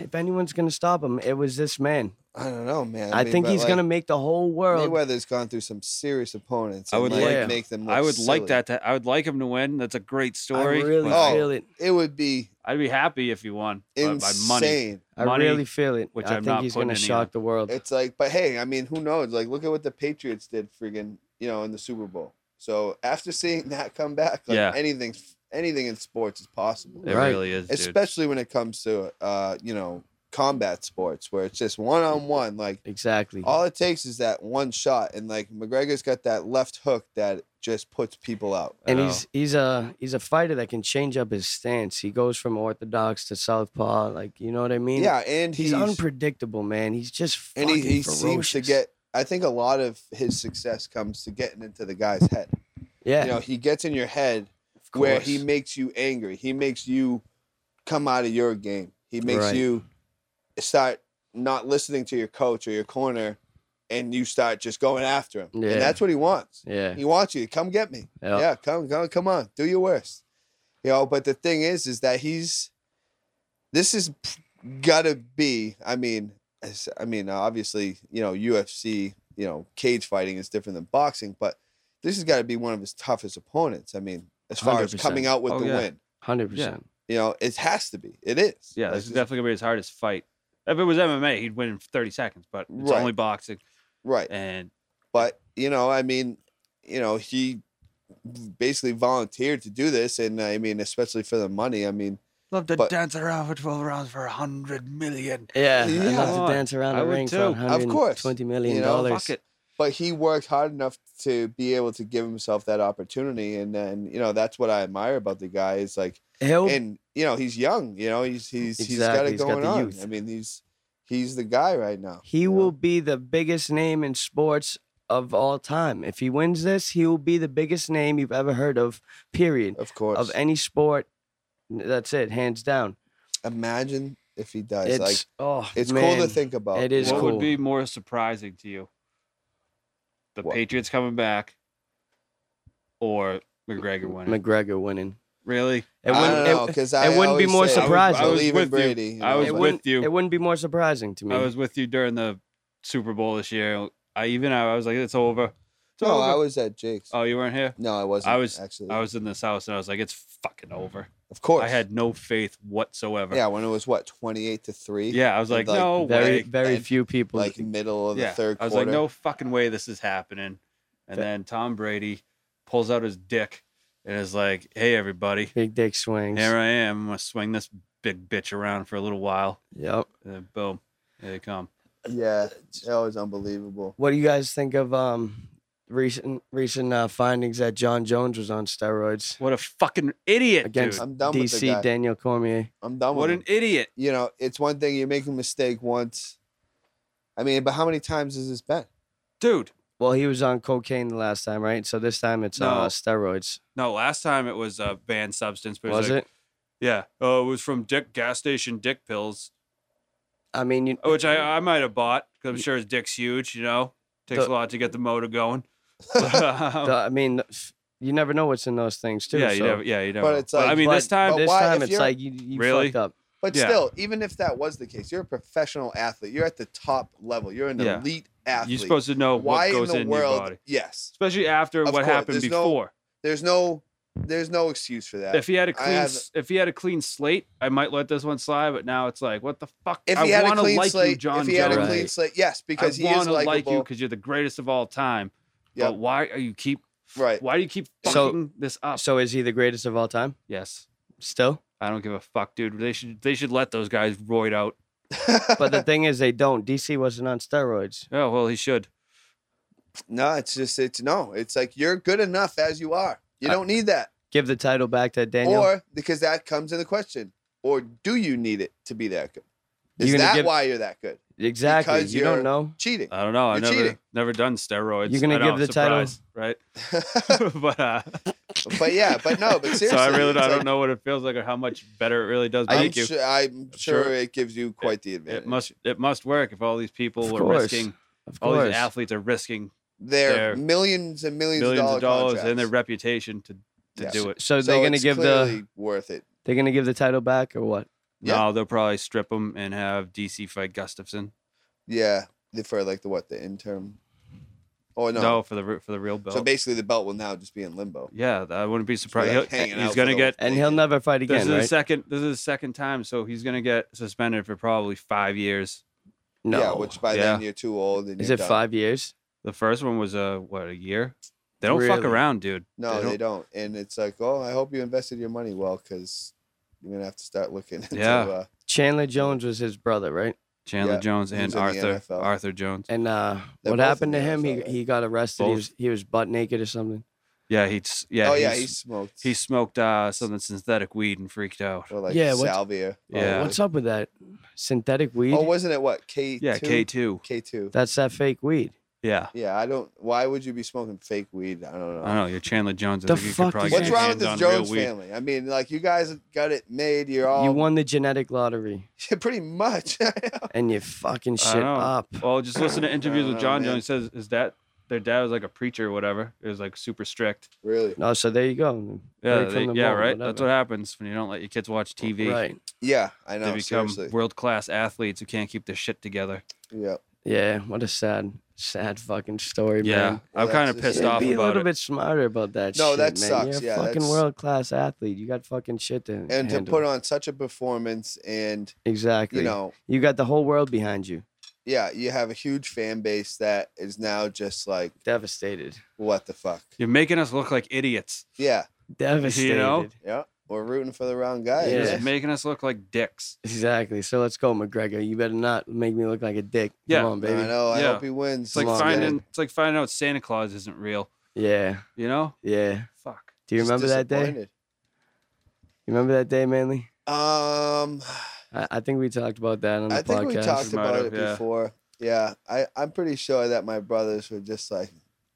Speaker 2: if anyone's gonna stop him, it was this man.
Speaker 3: I don't know, man.
Speaker 2: I,
Speaker 3: mean,
Speaker 2: think
Speaker 3: but,
Speaker 2: he's
Speaker 3: like,
Speaker 2: gonna make the whole world
Speaker 3: Mayweather's gone through some serious opponents.
Speaker 1: I
Speaker 3: and,
Speaker 1: would
Speaker 3: like,
Speaker 2: like-
Speaker 3: make them. Look
Speaker 1: I would like
Speaker 3: silly.
Speaker 1: that. To, I would like him to win. That's a great story.
Speaker 2: I really
Speaker 1: Like,
Speaker 3: Oh,
Speaker 2: feel it.
Speaker 3: It would be
Speaker 1: I'd be happy if he won by,
Speaker 3: insane.
Speaker 1: by money.
Speaker 2: I
Speaker 1: money,
Speaker 2: really feel it.
Speaker 1: which
Speaker 2: I
Speaker 1: I'm
Speaker 2: think
Speaker 1: not
Speaker 2: he's gonna
Speaker 1: putting any
Speaker 2: shock
Speaker 1: on.
Speaker 2: the world.
Speaker 3: It's like, but hey, I mean, who knows? Like, look at what the Patriots did, friggin', you know, in the Super Bowl. So after seeing that come back, like
Speaker 1: Yeah.
Speaker 3: anything, anything in sports is possible,
Speaker 1: It
Speaker 2: Right.
Speaker 1: really is, dude.
Speaker 3: especially when it comes to, uh, you know, combat sports where it's just one on one. Like
Speaker 2: Exactly.
Speaker 3: all it takes is that one shot, and like McGregor's got that left hook that just puts people out.
Speaker 2: and
Speaker 1: Oh.
Speaker 2: he's he's a he's a fighter that can change up his stance. He goes from orthodox to southpaw, like you know what I mean.
Speaker 3: yeah, and
Speaker 2: he's, unpredictable, man. He's just
Speaker 3: and
Speaker 2: fucking
Speaker 3: he, he
Speaker 2: ferocious.
Speaker 3: seems to get. I think a lot of his success comes to getting into the guy's head.
Speaker 2: yeah,
Speaker 3: You know, he gets in your head
Speaker 2: of
Speaker 3: where he
Speaker 2: course.
Speaker 3: makes you angry. He makes you come out of your game. He makes
Speaker 2: Right.
Speaker 3: you start not listening to your coach or your corner, and you start just going after him.
Speaker 2: Yeah.
Speaker 3: And that's what he wants.
Speaker 2: yeah,
Speaker 3: He wants you to come get me.
Speaker 2: yeah,
Speaker 3: Yeah, come, come, come on, do your worst. You know, but the thing is, is that he's. This is gotta be. I mean, it's- I mean, uh, obviously, you know, UFC, you know, cage fighting is different than boxing, but this has got to be one of his toughest opponents. I mean, as far as
Speaker 2: 100%.
Speaker 3: coming out with
Speaker 1: Oh,
Speaker 3: the
Speaker 1: yeah.
Speaker 3: win,
Speaker 2: hundred percent.
Speaker 3: you know, it has to be. It is.
Speaker 1: Yeah,
Speaker 3: Like,
Speaker 1: this is
Speaker 3: this-
Speaker 1: definitely gonna be his hardest fight. If it was MMA, he'd win in 30 seconds, but it's
Speaker 3: Right.
Speaker 1: only boxing.
Speaker 3: right.
Speaker 1: And
Speaker 3: but you know i mean you know he basically volunteered to do this and i mean especially for the money i mean
Speaker 1: love to
Speaker 3: But-
Speaker 1: dance around for 12 rounds for 100 million.
Speaker 2: Yeah,
Speaker 3: Yeah.
Speaker 2: I love
Speaker 1: Come
Speaker 2: to
Speaker 1: on.
Speaker 2: dance around
Speaker 1: I
Speaker 2: the
Speaker 1: would
Speaker 2: ring for
Speaker 1: too. Of
Speaker 2: 120 million
Speaker 3: You know,
Speaker 2: dollars.
Speaker 1: Fuck it.
Speaker 3: but he worked hard enough to be able to give himself that opportunity and then you know that's what i admire about the guy is like
Speaker 2: He'll
Speaker 3: and you know he's young you know he's he's
Speaker 2: Oh. Mm, Exactly,
Speaker 3: he's
Speaker 2: he's
Speaker 3: got
Speaker 2: got
Speaker 3: it going
Speaker 2: the
Speaker 3: on
Speaker 2: youth.
Speaker 3: i mean he's he's the guy right now
Speaker 2: He
Speaker 3: you know?
Speaker 2: will be the biggest name in sports of all time. If he wins this, he will be the biggest name you've ever heard of, period.
Speaker 3: of course
Speaker 2: Of any sport. That's it, hands down.
Speaker 3: imagine if he does
Speaker 2: It's,
Speaker 3: like
Speaker 2: oh,
Speaker 3: it's
Speaker 2: man.
Speaker 3: cool to think about
Speaker 2: it
Speaker 3: you
Speaker 2: is
Speaker 1: what
Speaker 3: know?
Speaker 2: cool.
Speaker 1: would be more surprising to you? The
Speaker 3: What?
Speaker 1: Patriots coming back or McGregor winning?
Speaker 2: McGregor winning.
Speaker 1: really?
Speaker 2: It
Speaker 3: I
Speaker 2: wouldn't,
Speaker 3: don't know,
Speaker 2: it,
Speaker 3: 'cause
Speaker 2: it
Speaker 3: I
Speaker 2: wouldn't be
Speaker 3: always
Speaker 2: more
Speaker 3: say I would-
Speaker 2: surprising.
Speaker 3: I
Speaker 1: was
Speaker 3: believe in
Speaker 1: with you.
Speaker 3: Brady. you
Speaker 1: I
Speaker 3: know,
Speaker 1: was
Speaker 2: it
Speaker 3: but-
Speaker 1: with
Speaker 2: wouldn't,
Speaker 1: you.
Speaker 2: It wouldn't be more surprising to me.
Speaker 1: I was with you during the Super Bowl this year. I even I was like, it's over. It's
Speaker 3: No,
Speaker 1: over.
Speaker 3: I was at Jake's.
Speaker 1: oh, you weren't here?
Speaker 3: no, I wasn't.
Speaker 1: I was-
Speaker 3: actually.
Speaker 1: I was in this house and I was like, it's fucking over.
Speaker 3: of course.
Speaker 1: I had no faith whatsoever.
Speaker 3: Yeah, when it was what twenty eight to three.
Speaker 1: Yeah, I was
Speaker 3: And,
Speaker 1: like,
Speaker 3: like,
Speaker 1: no
Speaker 2: very,
Speaker 1: way.
Speaker 2: very
Speaker 3: and,
Speaker 2: few people.
Speaker 3: Like middle of the third
Speaker 1: I was
Speaker 3: quarter.
Speaker 1: like, no fucking way this is happening. And
Speaker 2: Fa-
Speaker 1: then Tom Brady pulls out his dick and is like, hey, everybody,
Speaker 2: big dick swings.
Speaker 1: here I am. I'm going to swing this big bitch around for a little while.
Speaker 2: Yep.
Speaker 1: And then boom, here they come.
Speaker 3: Yeah, that was unbelievable.
Speaker 2: What do you guys think of um recent recent uh, findings that John Jones was on steroids?
Speaker 1: What a fucking idiot,
Speaker 2: Against-
Speaker 1: dude.
Speaker 3: I'm done with the
Speaker 2: DC
Speaker 3: guy.
Speaker 2: Daniel Cormier.
Speaker 3: I'm done
Speaker 1: What
Speaker 3: with
Speaker 1: an
Speaker 3: him.
Speaker 1: idiot.
Speaker 3: You know, it's one thing you make a mistake once. I mean, but how many times has this been?
Speaker 1: Dude,
Speaker 2: Well, he was on cocaine the last time, right? So this time it's
Speaker 1: No.
Speaker 2: uh, steroids.
Speaker 1: no, last time it was a banned substance. But
Speaker 2: Was
Speaker 1: like,
Speaker 2: it?
Speaker 1: Yeah. Oh, it was from dick gas station dick pills,
Speaker 2: I mean, you,
Speaker 1: Oh, which I, I might have bought because I'm sure his dick's huge, you know? Takes
Speaker 2: The-
Speaker 1: a lot to get the motor going.
Speaker 2: the- I mean, f- you never know what's in those things too.
Speaker 1: uh, yeah, you
Speaker 2: so-
Speaker 1: never, yeah, you never.
Speaker 3: But
Speaker 1: know.
Speaker 3: it's
Speaker 1: But, I
Speaker 3: like-
Speaker 1: mean, this
Speaker 2: but-
Speaker 1: time,
Speaker 3: but
Speaker 2: this
Speaker 3: why-
Speaker 2: time
Speaker 3: if
Speaker 2: it's
Speaker 3: you're-
Speaker 2: like you, you
Speaker 1: Really?
Speaker 2: fucked up.
Speaker 3: But
Speaker 1: Yeah.
Speaker 3: still, even if that was the case, you're a professional athlete. You're at the top level. You're an
Speaker 1: Yeah.
Speaker 3: elite athlete.
Speaker 1: you're supposed to know
Speaker 3: why
Speaker 1: what goes
Speaker 3: in the
Speaker 1: in, your
Speaker 3: world?
Speaker 1: body,
Speaker 3: Yes.
Speaker 1: especially after
Speaker 3: Of
Speaker 1: what
Speaker 3: course,
Speaker 1: happened
Speaker 3: there's no-
Speaker 1: before.
Speaker 3: There's no there's no excuse for that.
Speaker 1: if he had a
Speaker 3: I
Speaker 1: clean,
Speaker 3: have-
Speaker 1: s- if he had a clean slate, I might let this one slide. But now it's like, what the fuck?
Speaker 3: if
Speaker 1: I
Speaker 3: he had a
Speaker 1: wanna
Speaker 3: clean
Speaker 1: like
Speaker 3: slate,
Speaker 1: you, John
Speaker 3: if he had a
Speaker 1: Jones.
Speaker 3: clean
Speaker 2: Right.
Speaker 3: slate, yes, because
Speaker 1: I
Speaker 3: he is
Speaker 1: wanna like you
Speaker 3: likable.
Speaker 1: because you're the greatest of all time.
Speaker 3: Yep.
Speaker 1: But why are you keep?
Speaker 3: right.
Speaker 1: Why do you keep fucking
Speaker 2: So-
Speaker 1: this up?
Speaker 2: So is he the greatest of all time?
Speaker 1: yes,
Speaker 2: Still,
Speaker 1: I don't give a fuck, dude. They should they should let those guys roid out.
Speaker 2: but the thing is, they don't. DC wasn't on steroids.
Speaker 1: Oh well, he should.
Speaker 3: no, it's just it's no. It's like you're good enough as you are. You
Speaker 1: I-
Speaker 3: don't need that.
Speaker 2: Give the title back to Daniel.
Speaker 3: Or because that comes in the question. Or do you need it to be that good? Is
Speaker 2: You're gonna
Speaker 3: that
Speaker 2: give-
Speaker 3: why you're that good?
Speaker 2: exactly.
Speaker 3: because
Speaker 2: You don't
Speaker 3: you're-
Speaker 2: know.
Speaker 3: Cheating.
Speaker 1: I don't know. I
Speaker 3: You're
Speaker 1: never
Speaker 3: cheating.
Speaker 1: never done steroids.
Speaker 2: You're gonna
Speaker 1: I know,
Speaker 2: give the title-
Speaker 1: surprise, right? but uh,
Speaker 3: but yeah, but no, but seriously.
Speaker 1: so I really
Speaker 3: it's
Speaker 1: I
Speaker 3: like,
Speaker 1: don't know what it feels like or how much better it really does
Speaker 3: I'm,
Speaker 1: make you.
Speaker 3: sure, I'm
Speaker 1: sure.
Speaker 3: sure it gives you quite the advantage.
Speaker 1: It must it must work if all these people
Speaker 2: Of
Speaker 1: are
Speaker 2: course,
Speaker 1: risking
Speaker 2: Of
Speaker 1: all
Speaker 2: course.
Speaker 1: these athletes are risking
Speaker 3: They're,
Speaker 1: they're
Speaker 3: millions and millions,
Speaker 1: millions
Speaker 3: of
Speaker 1: of dollars and their
Speaker 3: contracts.
Speaker 1: reputation to to
Speaker 3: Yeah.
Speaker 1: do it.
Speaker 2: So,
Speaker 3: So
Speaker 2: they're gonna
Speaker 3: it's
Speaker 2: give the
Speaker 3: clearly worth it.
Speaker 2: they're gonna give the title back or what?
Speaker 3: Yeah.
Speaker 1: No, they'll probably strip him and have DC fight Gustafson.
Speaker 3: Yeah, the- for like the what the interim. Oh
Speaker 1: No,
Speaker 3: no.
Speaker 1: for the re- for the real belt.
Speaker 3: So basically, the belt will now just be in limbo.
Speaker 1: yeah, I wouldn't be
Speaker 3: So they're
Speaker 1: surprised. He'll-
Speaker 3: hanging out
Speaker 1: he's
Speaker 3: for
Speaker 1: gonna
Speaker 3: the-
Speaker 1: get
Speaker 2: And he'll never fight again,
Speaker 1: this is
Speaker 2: right?
Speaker 1: the second this is the second time, so he's gonna get suspended for probably five years.
Speaker 2: no.
Speaker 3: Yeah, which by then you're too old. And
Speaker 2: is
Speaker 3: you're
Speaker 2: it
Speaker 3: done.
Speaker 2: five years?
Speaker 1: The first one was uh what a year. They don't fuck
Speaker 2: Really?
Speaker 1: around, dude.
Speaker 3: No, they don't. And it's like, oh, I hope you invested your money well, because you're gonna have to start looking into
Speaker 1: Yeah.
Speaker 3: uh,
Speaker 2: Chandler Jones was his brother, right?
Speaker 1: Chandler
Speaker 3: Yeah,
Speaker 1: Jones
Speaker 3: he
Speaker 1: and
Speaker 3: was in the
Speaker 1: Arthur
Speaker 3: NFL.
Speaker 1: Arthur Jones.
Speaker 2: And uh,
Speaker 3: They're
Speaker 2: what
Speaker 3: both
Speaker 2: happened to
Speaker 3: in the
Speaker 2: him? He
Speaker 3: NFL, right?
Speaker 2: he got arrested. He
Speaker 1: Both.
Speaker 2: was he was butt naked or something.
Speaker 1: Yeah, he's yeah.
Speaker 3: oh yeah, he
Speaker 1: he's,
Speaker 3: smoked.
Speaker 1: he smoked uh, something synthetic weed and freaked out.
Speaker 3: or like
Speaker 2: Yeah, what's-
Speaker 3: salvia.
Speaker 1: Yeah.
Speaker 2: Oh, What's up with that synthetic weed?
Speaker 3: Oh, wasn't it what K?
Speaker 1: Yeah, K two.
Speaker 3: K two.
Speaker 2: That's that fake weed.
Speaker 1: Yeah,
Speaker 3: Yeah, I don't. Why would you be smoking fake weed? I don't know.
Speaker 1: I don't know. You're Chandler Jones. I
Speaker 2: The
Speaker 1: think you
Speaker 2: fuck
Speaker 1: could probably
Speaker 2: is
Speaker 1: get
Speaker 3: What's
Speaker 1: your
Speaker 3: wrong
Speaker 1: hands
Speaker 3: with this
Speaker 1: on real
Speaker 3: Jones
Speaker 1: weed.
Speaker 3: family? I mean, like you guys got it made. You're all
Speaker 2: you won the genetic lottery
Speaker 3: pretty much.
Speaker 2: and you fucking
Speaker 1: I
Speaker 2: shit
Speaker 1: know.
Speaker 2: up.
Speaker 1: Well, just listen to interviews
Speaker 3: Oh,
Speaker 1: with John
Speaker 3: man.
Speaker 1: Jones. He says his dad, their dad was like a preacher or whatever. It was like super strict.
Speaker 3: really?
Speaker 2: No, Oh, so there you go.
Speaker 1: Yeah,
Speaker 2: Break from
Speaker 1: they-
Speaker 2: the
Speaker 1: yeah,
Speaker 2: mold,
Speaker 1: right. That's what
Speaker 2: whatever.
Speaker 1: happens when you don't let your kids watch TV.
Speaker 2: Right.
Speaker 3: Yeah, I
Speaker 1: They
Speaker 3: know.
Speaker 1: become
Speaker 3: seriously.
Speaker 1: world class athletes who can't keep their shit together.
Speaker 3: Yeah.
Speaker 2: Yeah. What a sad, sad fucking story,
Speaker 1: yeah,
Speaker 2: man.
Speaker 1: I'm
Speaker 3: That's
Speaker 1: kind of
Speaker 3: just-
Speaker 1: pissed
Speaker 3: Yeah,
Speaker 1: off
Speaker 2: be a
Speaker 1: about
Speaker 2: little
Speaker 1: it.
Speaker 2: bit smarter about that.
Speaker 3: No,
Speaker 2: shit,
Speaker 3: that
Speaker 2: man. You're
Speaker 3: sucks, yeah,
Speaker 2: a fucking
Speaker 3: that's-
Speaker 2: world class athlete. You got fucking shit to
Speaker 3: And to
Speaker 2: handle.
Speaker 3: put on such a performance, and
Speaker 2: exactly.
Speaker 3: you know,
Speaker 2: you got the whole world behind you.
Speaker 3: yeah, you have a huge fan base that is now just like,
Speaker 2: Devastated.
Speaker 3: what the fuck?
Speaker 1: You're making us look like idiots.
Speaker 3: Yeah,
Speaker 2: Devastated.
Speaker 3: yeah. We're rooting for the wrong guy.
Speaker 1: You're
Speaker 2: Yeah.
Speaker 1: just making us look like dicks.
Speaker 2: Exactly. So let's go, McGregor. You better not make me look like a dick.
Speaker 1: Yeah.
Speaker 2: Come on,
Speaker 3: I
Speaker 2: baby.
Speaker 3: know. I
Speaker 1: Yeah.
Speaker 3: hope he wins.
Speaker 1: It's like
Speaker 2: Come on, man.
Speaker 1: finding it's like finding out Santa Claus isn't real.
Speaker 2: Yeah.
Speaker 1: You know?
Speaker 2: Yeah.
Speaker 1: Fuck.
Speaker 2: Do you
Speaker 3: Just
Speaker 2: remember that day?
Speaker 3: disappointed.
Speaker 2: You remember that day, Manly?
Speaker 3: Um,
Speaker 2: I, I think we talked about that on the
Speaker 3: I
Speaker 2: podcast.
Speaker 3: think we talked
Speaker 1: We might
Speaker 3: about
Speaker 1: have,
Speaker 3: it
Speaker 1: yeah.
Speaker 3: before. Yeah, I I'm pretty sure that my brothers were just like,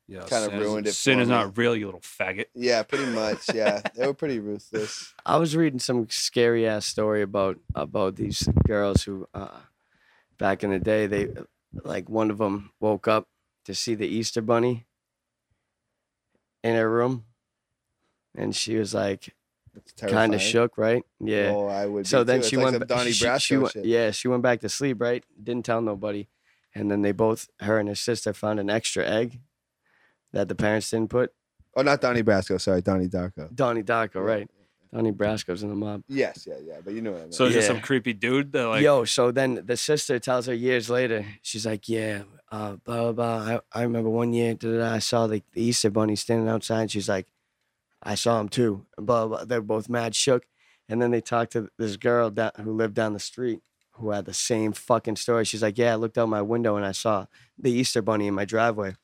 Speaker 1: Yeah,
Speaker 3: Kinda
Speaker 1: Santa's-
Speaker 3: ruined it for
Speaker 1: Santa's
Speaker 3: me.
Speaker 1: not real, you little faggot.
Speaker 3: yeah, pretty much. Yeah, they were pretty ruthless.
Speaker 2: I was reading some scary ass story about about these girls who, uh, back in the day, they like one of them woke up to see the Easter bunny in her room, and she was like
Speaker 3: It's
Speaker 2: kind
Speaker 3: terrifying.
Speaker 2: of shook, right? Yeah.
Speaker 3: Oh, I would.
Speaker 2: so
Speaker 3: be
Speaker 2: then
Speaker 3: too.
Speaker 2: she
Speaker 3: it's
Speaker 2: went. ba-
Speaker 3: Like some Donnie
Speaker 2: she-
Speaker 3: Brasco
Speaker 2: she went-
Speaker 3: shit.
Speaker 2: Yeah, she went back to sleep. Right, didn't tell nobody, and then they both, her and her sister, found an extra egg that the parents didn't put.
Speaker 3: Oh, not Donnie Brasco. Sorry, Donnie Darko.
Speaker 2: Donnie Darko,
Speaker 3: Yeah.
Speaker 2: right? Donnie Brasco's in the mob.
Speaker 3: Yes, yeah, yeah. But you know what I mean.
Speaker 1: So it's just
Speaker 2: Yeah.
Speaker 1: some creepy dude that like
Speaker 2: Yo, so then the sister tells her years later, she's like, Yeah, uh, blah, blah, blah. I, I remember one year, da, da, da, I saw the, the Easter bunny standing outside. She's like, I saw him too. And blah, blah, blah. They're both mad shook. And then they talked to this girl down, who lived down the street who had the same fucking story. She's like, Yeah, I looked out my window and I saw the Easter bunny in my driveway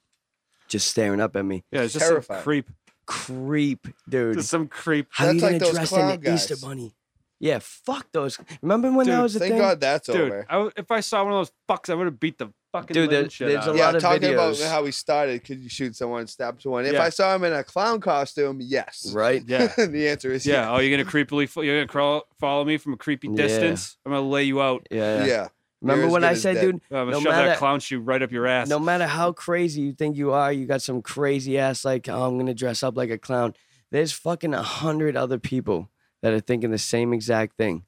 Speaker 2: just staring up at me.
Speaker 1: Yeah, it's just
Speaker 3: Terrifying.
Speaker 1: some creep.
Speaker 2: Creep, dude.
Speaker 1: Just uh, some creep.
Speaker 2: How are you
Speaker 3: That's like
Speaker 2: gonna
Speaker 3: those
Speaker 2: dress in the
Speaker 3: clown
Speaker 2: Easter
Speaker 3: guys.
Speaker 2: bunny? Yeah, fuck those. Remember when that
Speaker 1: Dude,
Speaker 2: was a
Speaker 3: Thank
Speaker 2: thing?
Speaker 3: God that's
Speaker 1: Dude,
Speaker 3: over.
Speaker 1: I w if I saw one of those fucks, I would have beat the fucking
Speaker 2: Dude, there-
Speaker 1: living shit
Speaker 2: there's
Speaker 1: out of
Speaker 2: a
Speaker 1: him.
Speaker 3: yeah,
Speaker 2: lot of
Speaker 3: talking about
Speaker 2: videos.
Speaker 3: how we started. Could you shoot someone, stab someone? If
Speaker 1: Yeah.
Speaker 3: I saw him in a clown costume, yes.
Speaker 2: Right?
Speaker 1: Yeah.
Speaker 3: the answer is
Speaker 1: Yeah. Oh, you're gonna creepily fo- you're gonna crawl, follow me from a creepy
Speaker 2: Yeah.
Speaker 1: distance. I'm gonna lay you out.
Speaker 2: Yeah.
Speaker 3: Yeah.
Speaker 2: yeah.
Speaker 3: yeah.
Speaker 2: Remember
Speaker 3: as
Speaker 2: what
Speaker 3: good
Speaker 2: I
Speaker 3: as
Speaker 2: said,
Speaker 3: dead.
Speaker 2: dude?
Speaker 1: I'm gonna
Speaker 2: No
Speaker 1: shove
Speaker 2: matter-
Speaker 1: that clown shoe right up your ass.
Speaker 2: No matter how crazy you think you are, you got some crazy ass like, oh, I'm gonna dress up like a clown. There's fucking a hundred other people that are thinking the same exact thing.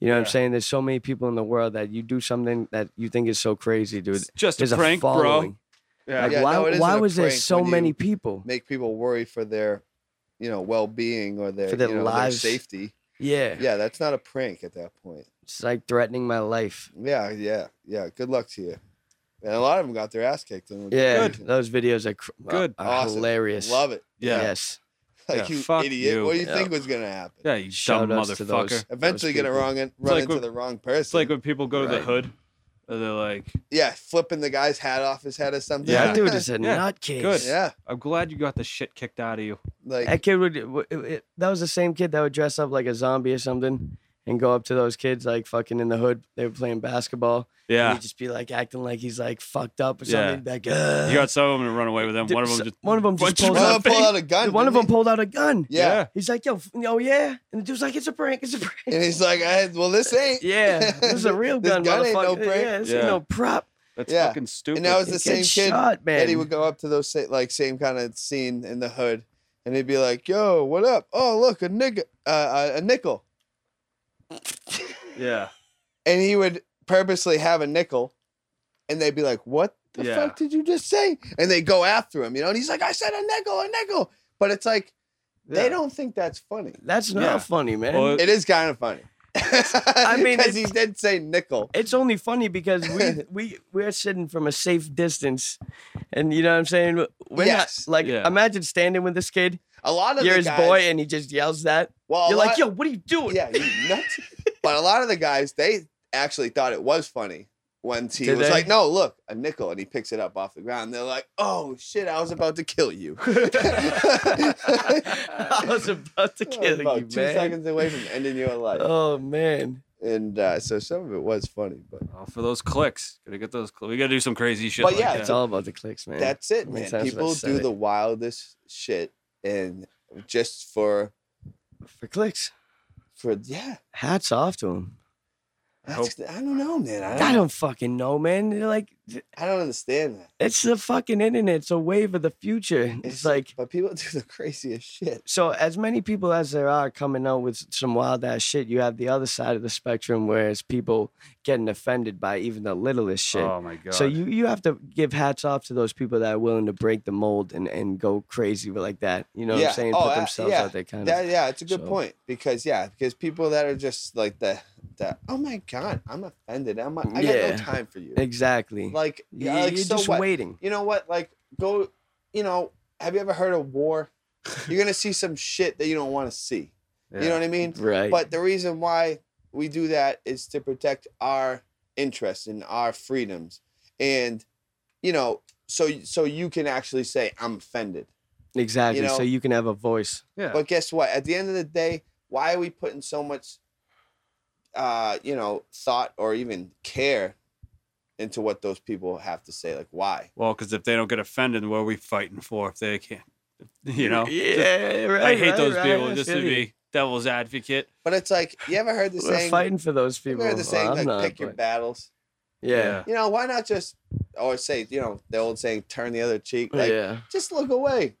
Speaker 2: You know what I'm
Speaker 1: Yeah.
Speaker 2: saying? There's so many people in the world that you do something that you think is so crazy, dude.
Speaker 1: it's just
Speaker 2: There's
Speaker 1: a prank, bro.
Speaker 2: following.
Speaker 1: Yeah.
Speaker 2: Like,
Speaker 3: Yeah,
Speaker 2: why,
Speaker 3: no, it isn't
Speaker 2: why
Speaker 3: a
Speaker 2: was there
Speaker 3: prank
Speaker 2: so
Speaker 3: when you
Speaker 2: many people?
Speaker 3: Make people worry for their, you know, well-being or their
Speaker 2: For their
Speaker 3: you know,
Speaker 2: lives.
Speaker 3: their safety.
Speaker 2: Yeah.
Speaker 3: Yeah, that's not a prank at that point.
Speaker 2: It's like threatening my life.
Speaker 3: Yeah, yeah, yeah. Good luck to you. And a lot of them got their ass kicked. And
Speaker 2: Yeah.
Speaker 3: Good.
Speaker 2: Those videos are, cr- are-
Speaker 1: Good.
Speaker 2: are
Speaker 3: Awesome.
Speaker 2: hilarious.
Speaker 3: Love it.
Speaker 1: Yeah. Yeah.
Speaker 2: Yes.
Speaker 3: Like
Speaker 1: Yeah,
Speaker 3: you
Speaker 1: fuck
Speaker 3: idiot.
Speaker 1: you.
Speaker 3: What do you
Speaker 2: Yeah.
Speaker 3: think was gonna happen?
Speaker 1: you
Speaker 2: Shout
Speaker 1: dumb
Speaker 2: outs to those.
Speaker 1: motherfucker.
Speaker 3: Eventually, gonna
Speaker 2: people.
Speaker 3: wrong in,
Speaker 1: It's
Speaker 3: run
Speaker 1: like
Speaker 3: into
Speaker 1: when-
Speaker 3: the wrong person.
Speaker 1: It's like when people go to the
Speaker 2: Right.
Speaker 1: hood, and they're like,
Speaker 3: yeah, flipping the guy's hat off his head or something.
Speaker 1: Yeah.
Speaker 2: That dude is a nutcase.
Speaker 1: Good.
Speaker 3: yeah,
Speaker 1: "I'm glad you got the shit kicked out of you."
Speaker 3: like
Speaker 2: That kid would. w- it- it- That was the same kid that would dress up like a zombie or something, and go up to those kids like fucking in the hood. They were playing basketball. And
Speaker 1: Yeah.
Speaker 2: he'd just be like acting like he's like fucked up or
Speaker 1: Yeah.
Speaker 2: something. Like, "Ugh."
Speaker 1: You got some of them to run away with them.
Speaker 2: Dude,
Speaker 1: One of them
Speaker 2: so-
Speaker 1: just
Speaker 2: one of 'em just
Speaker 1: punched him
Speaker 2: pulls
Speaker 1: in
Speaker 3: one
Speaker 1: the
Speaker 3: of them pulled
Speaker 1: face.
Speaker 3: out a gun.
Speaker 2: One of them
Speaker 3: didn't
Speaker 2: pulled out a gun.
Speaker 3: he? Yeah.
Speaker 2: He's like, yo, f- oh yeah, and the dude's like, it's a prank, it's a prank.
Speaker 3: and he's like, I, well, this ain't.
Speaker 2: Yeah, this is a real
Speaker 3: This
Speaker 2: gun,
Speaker 3: gun ain't no
Speaker 2: motherfucker.
Speaker 3: prank.
Speaker 2: Yeah, this
Speaker 1: Yeah.
Speaker 2: ain't no prop.
Speaker 1: That's
Speaker 3: Yeah.
Speaker 1: fucking stupid.
Speaker 3: that was It's the
Speaker 2: Get
Speaker 3: same kid
Speaker 2: shot, man.
Speaker 3: Eddie would go up to those sa- like same kind of scene in the hood, and he'd be like, "Yo, what up? Oh, look, a nigga, uh, uh, a nickel."
Speaker 1: yeah.
Speaker 3: and he would purposely have a nickel, and they'd be like, "What the
Speaker 1: Yeah.
Speaker 3: fuck did you just say?" And they go after him, you know. And he's like, "I said a nickel, a nickel," but it's like
Speaker 1: Yeah.
Speaker 3: they don't think that's funny.
Speaker 2: That's not
Speaker 1: Yeah.
Speaker 2: funny, man.
Speaker 1: Well,
Speaker 3: It is kind of funny. I
Speaker 2: mean,
Speaker 3: because he did say nickel.
Speaker 2: it's only funny because we we we're sitting from a safe distance, and you know what I'm saying. We're
Speaker 3: Yes.
Speaker 2: not like
Speaker 1: Yeah.
Speaker 2: imagine standing with this kid.
Speaker 3: A lot of
Speaker 2: You're
Speaker 3: the
Speaker 2: his
Speaker 3: guys-
Speaker 2: boy, and he just yells that.
Speaker 3: Well, a
Speaker 2: You're like,
Speaker 3: lot-
Speaker 2: yo, what are you doing?
Speaker 3: yeah, you nuts. But a lot of the guys, they actually thought it was funny when he
Speaker 2: Did
Speaker 3: was
Speaker 2: they?
Speaker 3: like, "No, look, a nickel," and he picks it up off the ground. They're like, "Oh shit, I was about to kill you."
Speaker 2: I was about to kill
Speaker 3: Oh, about
Speaker 2: you,
Speaker 3: two
Speaker 2: man.
Speaker 3: seconds away from ending your life,
Speaker 2: Oh man.
Speaker 3: and uh, so some of it was funny, but
Speaker 1: Oh, for those clicks, gotta get those. Cl- we gotta do some crazy shit.
Speaker 3: But
Speaker 1: like
Speaker 3: yeah,
Speaker 1: that.
Speaker 2: It's all about the clicks, man.
Speaker 3: that's it,
Speaker 2: Makes
Speaker 3: man.
Speaker 2: sense what I
Speaker 3: People do
Speaker 2: said.
Speaker 3: the wildest shit, and just for
Speaker 2: for clicks.
Speaker 3: for yeah,
Speaker 2: Hats off to him.
Speaker 1: I
Speaker 3: that's, I don't know, man. I don't,
Speaker 2: I don't fucking know, man. They're like,
Speaker 3: I don't understand that.
Speaker 2: it's the fucking internet. It's a wave of the future. It's like,
Speaker 3: but people do the craziest shit.
Speaker 2: so as many people as there are coming out with some wild ass shit, you have the other side of the spectrum where it's people getting offended by even the littlest shit.
Speaker 1: Oh my god.
Speaker 2: So you, you have to give hats off to those people that are willing to break the mold and, and go crazy like that. You know what
Speaker 3: Yeah.
Speaker 2: I'm saying?
Speaker 3: Oh,
Speaker 2: Put
Speaker 3: uh,
Speaker 2: themselves
Speaker 3: yeah.
Speaker 2: out there kind of.
Speaker 3: That, yeah, it's a good
Speaker 2: So-
Speaker 3: point because yeah, because people that are just like the that. Oh my god, I'm offended. I'm I got
Speaker 2: Yeah.
Speaker 3: no time for you.
Speaker 2: Exactly.
Speaker 3: Like
Speaker 2: You-
Speaker 3: yeah, like
Speaker 2: you're
Speaker 3: so
Speaker 2: just
Speaker 3: what?
Speaker 2: waiting.
Speaker 3: You know what? Like go. You know, have you ever heard of war? You're gonna see some shit that you don't want to see.
Speaker 1: yeah.
Speaker 3: You know what I mean?
Speaker 2: Right.
Speaker 3: But the reason why we do that is to protect our interests and our freedoms, and you know, so so you can actually say I'm offended.
Speaker 2: exactly.
Speaker 3: know-
Speaker 2: so you can have a voice.
Speaker 1: Yeah.
Speaker 3: But guess what? At the end of the day, why are we putting so much, uh, you know, thought or even care into what those people have to say? Like, why?
Speaker 1: well, because if they don't get offended, what are we fighting for? If they can't, you know.
Speaker 2: Yeah, right.
Speaker 1: I hate
Speaker 2: right,
Speaker 1: those
Speaker 2: right,
Speaker 1: people.
Speaker 2: I
Speaker 1: Just to
Speaker 2: feel you.
Speaker 1: be devil's advocate.
Speaker 3: But it's like, you ever heard the
Speaker 2: We're
Speaker 3: saying?
Speaker 2: fighting for those
Speaker 3: you ever
Speaker 2: people.
Speaker 3: heard the
Speaker 2: Well,
Speaker 3: saying
Speaker 2: I'm
Speaker 3: like,
Speaker 2: not,
Speaker 3: pick your
Speaker 2: but-
Speaker 3: battles?
Speaker 2: Yeah.
Speaker 3: You know, why not just or say, you know, the old saying, turn the other cheek. Like,
Speaker 2: yeah.
Speaker 3: just look away.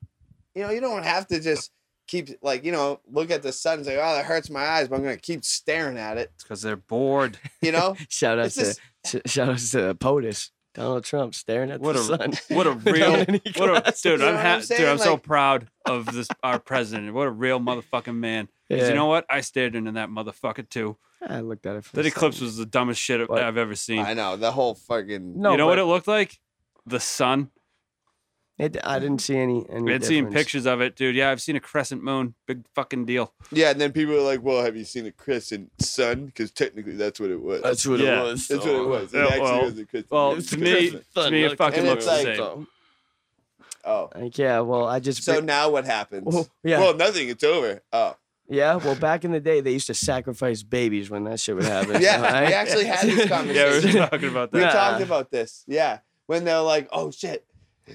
Speaker 3: You know, you don't have to just keep like, you know, look at the sun and say, oh, that hurts my eyes, but I'm gonna keep staring at it.
Speaker 1: because they're bored.
Speaker 3: You know,
Speaker 2: Shout out
Speaker 3: it's
Speaker 2: to
Speaker 3: just
Speaker 2: sh- shout out to uh, POTUS. Donald Trump staring at
Speaker 1: What
Speaker 2: the
Speaker 1: a-
Speaker 2: sun.
Speaker 1: What a
Speaker 2: without
Speaker 1: real,
Speaker 2: any
Speaker 1: what a
Speaker 2: glasses.
Speaker 1: dude!
Speaker 3: You know
Speaker 1: I'm,
Speaker 3: what
Speaker 1: ha-
Speaker 3: I'm
Speaker 1: dude.
Speaker 3: saying?
Speaker 1: I'm so
Speaker 3: Like-
Speaker 1: proud of this our president. What a real motherfucking man. 'Cause
Speaker 2: Yeah.
Speaker 1: you know what? I stared into that motherfucker too.
Speaker 2: I looked at it. For a
Speaker 1: That eclipse
Speaker 2: second.
Speaker 1: was the dumbest shit
Speaker 2: What?
Speaker 1: I've ever seen.
Speaker 3: I know the whole fucking.
Speaker 2: no.
Speaker 1: you know what
Speaker 2: but
Speaker 1: it looked like? The sun.
Speaker 2: It, I didn't see any. any
Speaker 1: We had seen
Speaker 2: difference.
Speaker 1: pictures of it, dude. Yeah, I've seen a crescent moon. Big fucking deal.
Speaker 3: Yeah, and then people are like, "Well, have you seen a crescent sun? Because technically, that's what it was. That's,
Speaker 2: That's what
Speaker 1: Yeah.
Speaker 2: it was.
Speaker 3: what it was. It
Speaker 1: Oh, Yeah,
Speaker 3: actually
Speaker 1: well-
Speaker 3: was a crescent.
Speaker 1: well,
Speaker 3: moon.
Speaker 1: to me- to me, it fucking
Speaker 3: looks the same. oh,
Speaker 2: Like, yeah. Well, I just.
Speaker 3: so now what happens?
Speaker 2: Oh, yeah.
Speaker 3: Well, nothing. It's over. Oh,
Speaker 2: yeah. Well, back in the day, they used to sacrifice babies when that shit would happen.
Speaker 3: Yeah,
Speaker 2: all
Speaker 3: we
Speaker 2: right?
Speaker 3: actually had this
Speaker 1: Yeah, we
Speaker 3: conversation.
Speaker 1: were talking about
Speaker 3: we
Speaker 1: that.
Speaker 2: Nah.
Speaker 3: talked about this. Yeah, when they're like, "Oh shit,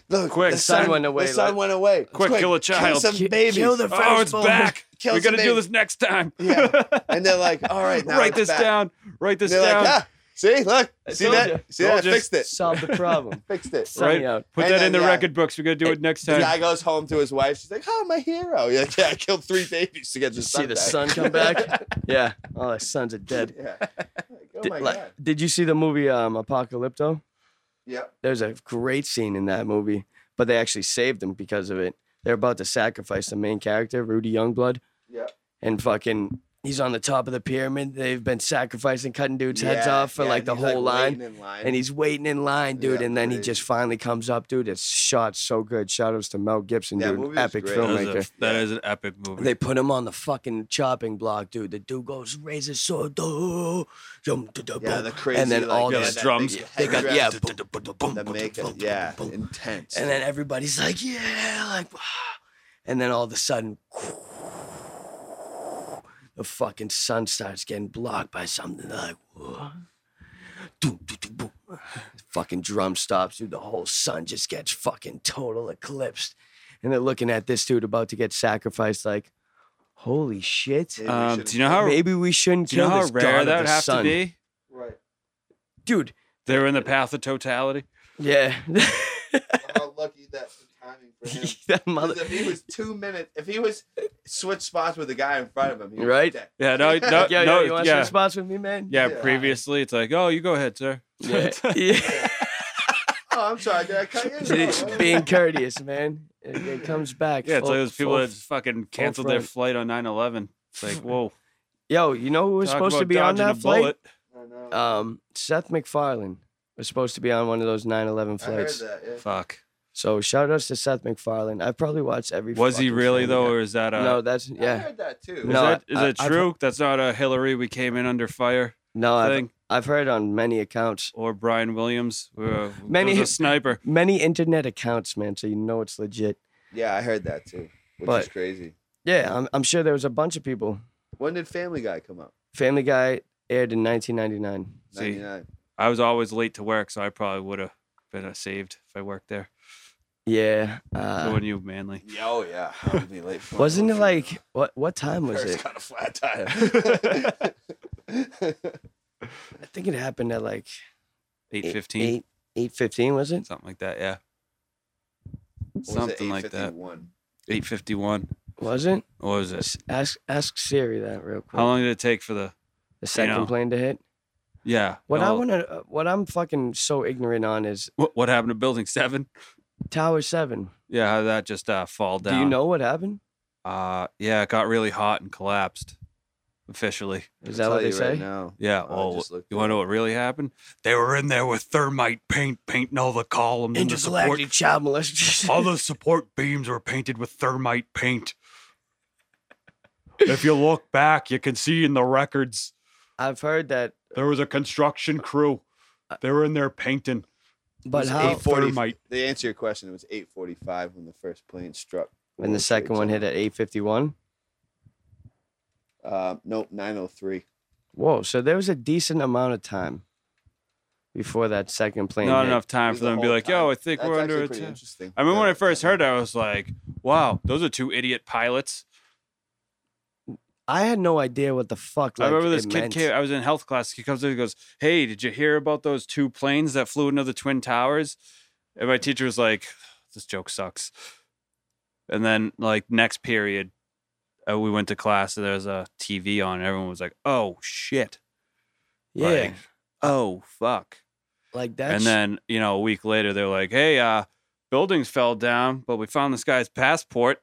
Speaker 3: look,
Speaker 1: Quick.
Speaker 3: the
Speaker 2: Sun
Speaker 3: sun
Speaker 2: went away,
Speaker 3: The sun
Speaker 2: like-
Speaker 3: went away.
Speaker 1: Quick, kill a child.
Speaker 3: Kill
Speaker 2: Ki-
Speaker 3: some babies.
Speaker 2: kill the
Speaker 1: Oh, it's
Speaker 2: firstborn.
Speaker 1: back.
Speaker 3: Kill
Speaker 1: we
Speaker 3: some
Speaker 1: gotta do
Speaker 3: baby.
Speaker 1: this next time.
Speaker 3: Yeah. And they're like, "All right, now
Speaker 1: Write
Speaker 3: it's
Speaker 1: this
Speaker 3: back."
Speaker 1: down. Write this
Speaker 3: They're
Speaker 1: down.
Speaker 3: like, ah, see, look,
Speaker 2: I
Speaker 3: see
Speaker 2: told
Speaker 3: that,
Speaker 2: ya.
Speaker 3: see that, I
Speaker 1: Told ya.
Speaker 3: fixed it,
Speaker 2: Solve the problem.
Speaker 3: fixed it."
Speaker 2: Sun
Speaker 1: Right.
Speaker 2: out.
Speaker 1: Put
Speaker 3: And
Speaker 1: that
Speaker 3: then,
Speaker 1: in the
Speaker 3: yeah.
Speaker 1: record books. We gotta do it next
Speaker 3: The
Speaker 1: time.
Speaker 3: guy goes home to his wife. She's like, "Oh, my hero! You're like, yeah, I killed three babies to get the
Speaker 2: Just
Speaker 3: sun
Speaker 2: see the
Speaker 3: back."
Speaker 2: sun come back. yeah. All the sons are dead.
Speaker 3: Yeah. Like, oh
Speaker 2: Did,
Speaker 3: my
Speaker 2: like,
Speaker 3: god.
Speaker 2: did you see the movie um, Apocalypto?
Speaker 3: Yeah.
Speaker 2: There's a great scene in that movie, but they actually saved him because of it. They're about to sacrifice the main character, Rudy Youngblood,
Speaker 3: Yeah.
Speaker 2: and fucking he's on the top of the pyramid. They've been sacrificing, cutting dudes' heads
Speaker 3: Yeah,
Speaker 2: off for
Speaker 3: yeah,
Speaker 2: like
Speaker 3: and
Speaker 2: the
Speaker 3: he's,
Speaker 2: whole line.
Speaker 3: waiting in line.
Speaker 2: And he's waiting in line, dude.
Speaker 3: Yeah,
Speaker 2: and then he
Speaker 3: crazy.
Speaker 2: just finally comes up, dude. It's shot so good. Shout outs to Mel Gibson,
Speaker 3: That movie
Speaker 2: dude.
Speaker 3: was
Speaker 2: Epic
Speaker 3: great.
Speaker 1: That is
Speaker 2: filmmaker.
Speaker 1: a- that is an epic movie.
Speaker 2: They put him on the fucking chopping block, dude. The dude goes razor sword, oh, yum, da, da,
Speaker 3: yeah,
Speaker 2: boom.
Speaker 3: the crazy.
Speaker 2: and then
Speaker 3: like,
Speaker 2: all
Speaker 3: yeah,
Speaker 2: those
Speaker 3: that
Speaker 1: drums.
Speaker 3: big
Speaker 2: they got
Speaker 3: head
Speaker 2: yeah,
Speaker 3: wrap,
Speaker 2: boom, boom, boom, boom,
Speaker 3: The
Speaker 2: boom,
Speaker 3: makeup.
Speaker 2: boom,
Speaker 3: Yeah.
Speaker 2: boom, boom.
Speaker 3: Intense.
Speaker 2: And then everybody's like, yeah, like, wow. and then all of a sudden, the fucking sun starts getting blocked by something. They're like, what? Doom, doo, doo, boom. Fucking drum stops, dude. The whole sun just gets fucking total eclipsed. And they're looking at this dude about to get sacrificed, like, holy shit.
Speaker 3: Maybe we
Speaker 1: Um,
Speaker 3: should-
Speaker 1: do you know how do
Speaker 2: Maybe we shouldn't
Speaker 1: you know
Speaker 2: kill
Speaker 1: how
Speaker 2: this god
Speaker 1: rare
Speaker 2: of
Speaker 1: that
Speaker 2: the
Speaker 1: would have
Speaker 2: sun.
Speaker 1: to be?
Speaker 3: Right.
Speaker 2: dude.
Speaker 1: They're in the path of totality.
Speaker 2: Yeah,
Speaker 3: How lucky that's the timing for him.
Speaker 2: that
Speaker 3: 'Cause
Speaker 2: mother.
Speaker 3: if he was two minutes, if he was switch spots with the guy in front of him, he was
Speaker 2: Right?
Speaker 3: dead.
Speaker 1: Yeah, no, no,
Speaker 2: Like, yo,
Speaker 1: no,
Speaker 2: yo, you want
Speaker 1: yeah,
Speaker 2: some spots with me, man?
Speaker 1: yeah.
Speaker 3: Yeah.
Speaker 1: Previously, it's like, oh, you go ahead, sir.
Speaker 2: yeah. yeah.
Speaker 3: Oh, I'm sorry. Did I cut you? Oh, No,
Speaker 2: It's
Speaker 3: what-
Speaker 2: being courteous, man. It, it comes back.
Speaker 1: Yeah, it's
Speaker 2: full-
Speaker 1: like those people
Speaker 2: full-
Speaker 1: that just fucking canceled their
Speaker 2: front.
Speaker 1: flight on 9-11. It's like, whoa.
Speaker 2: Yo, you know who was
Speaker 1: talk
Speaker 2: supposed to
Speaker 1: about
Speaker 2: be on
Speaker 1: dodging a
Speaker 2: that flight?
Speaker 1: bullet.
Speaker 3: I know.
Speaker 2: Um, Seth MacFarlane was supposed to be on one of those 9/11
Speaker 3: I heard
Speaker 2: flights.
Speaker 3: that. Yeah.
Speaker 1: Fuck.
Speaker 2: So shout outs to Seth McFarlane. I probably watched every.
Speaker 1: Was he
Speaker 2: fucking
Speaker 1: really
Speaker 2: thing.
Speaker 1: though, or is that a?
Speaker 2: no, that's
Speaker 3: I
Speaker 2: yeah.
Speaker 3: heard that too.
Speaker 1: is
Speaker 2: No,
Speaker 1: that,
Speaker 2: I-
Speaker 1: is
Speaker 2: I-
Speaker 1: it
Speaker 2: I've-
Speaker 1: true? That's not a Hillary. We came in under fire
Speaker 2: No, I've,
Speaker 1: thing,
Speaker 2: I've heard on many accounts,
Speaker 1: or Brian Williams, uh,
Speaker 2: Many-
Speaker 1: was a sniper.
Speaker 2: many internet accounts, man. So you know it's legit.
Speaker 3: Yeah, I heard that too, which
Speaker 2: But-
Speaker 3: is crazy.
Speaker 2: Yeah, I'm, I'm sure there was a bunch of people.
Speaker 3: When did Family Guy come out?
Speaker 2: Family Guy aired in 1999.
Speaker 1: See.
Speaker 3: 99.
Speaker 1: I was always late to work, so I probably would have been uh, saved if I worked there.
Speaker 2: Yeah.
Speaker 1: So
Speaker 2: Uh,
Speaker 1: when you manly,
Speaker 3: Yeah, oh yeah, I would be late. For
Speaker 2: wasn't it like what? What time was it?
Speaker 3: got a flat tire.
Speaker 2: I think it happened at like
Speaker 1: eight fifteen,
Speaker 2: eight eight fifteen. Was it?
Speaker 1: something like that. Yeah, something like that. Eight fifty one.
Speaker 2: Was it?
Speaker 1: What was it?
Speaker 2: S- Ask Ask Siri that real quick.
Speaker 1: Uh, How long did it take for the?
Speaker 2: the second
Speaker 1: know.
Speaker 2: plane to hit.
Speaker 1: Yeah.
Speaker 2: What I
Speaker 1: well,
Speaker 2: want to, what I'm fucking so ignorant on is
Speaker 1: What, what happened to Building Seven?
Speaker 2: Tower Seven.
Speaker 1: Yeah, how did that just uh, fall down?
Speaker 2: Do you know what happened?
Speaker 1: Uh, yeah, it got really hot and collapsed. Officially,
Speaker 2: Is that what they say?
Speaker 3: Right now.
Speaker 1: yeah.
Speaker 3: Oh, I
Speaker 1: well,
Speaker 3: just looked
Speaker 1: you want to know what really happened? They were in there with thermite paint, painting all the columns and the Mm-hmm. support.
Speaker 2: Intergalactic child molestation.
Speaker 1: all the support beams were painted with thermite paint. If you look back, you can see in the records
Speaker 2: I've heard that,
Speaker 1: there was a construction crew. They were in there painting.
Speaker 2: but
Speaker 3: was
Speaker 2: how?
Speaker 3: 8:40.
Speaker 1: Thermite.
Speaker 3: They answer your question. It was 8:45 when the first plane struck.
Speaker 2: And the
Speaker 3: World
Speaker 2: second
Speaker 3: Trade
Speaker 2: one
Speaker 3: Center.
Speaker 2: hit at eight fifty one.
Speaker 3: Uh, nope, 9:03.
Speaker 2: Whoa! So there was a decent amount of time before that second plane.
Speaker 1: Not
Speaker 2: hit.
Speaker 1: enough time
Speaker 3: It was
Speaker 1: for
Speaker 3: the
Speaker 1: them to be
Speaker 3: whole
Speaker 1: like, "Yo,
Speaker 3: time.
Speaker 1: I think
Speaker 3: That's
Speaker 1: we're
Speaker 3: actually
Speaker 1: under
Speaker 3: pretty
Speaker 1: attack."
Speaker 3: Interesting.
Speaker 1: I mean, when I first heard it, I was like, "Wow, those are two idiot pilots."
Speaker 2: I had no idea what the fuck. Like,
Speaker 1: I remember this
Speaker 2: it
Speaker 1: kid
Speaker 2: meant.
Speaker 1: came. I was in health class. He comes in and goes, "Hey, did you hear about those two planes that flew into the twin towers?" And my teacher was like, "This joke sucks." And then, like next period, uh, we went to class and there was a TV on. And everyone was like, "Oh shit!
Speaker 2: Yeah, like,
Speaker 1: like, Oh fuck!"
Speaker 2: that's.
Speaker 1: and then you know a week later, they're like, "Hey, uh, buildings fell down, but we found this guy's passport."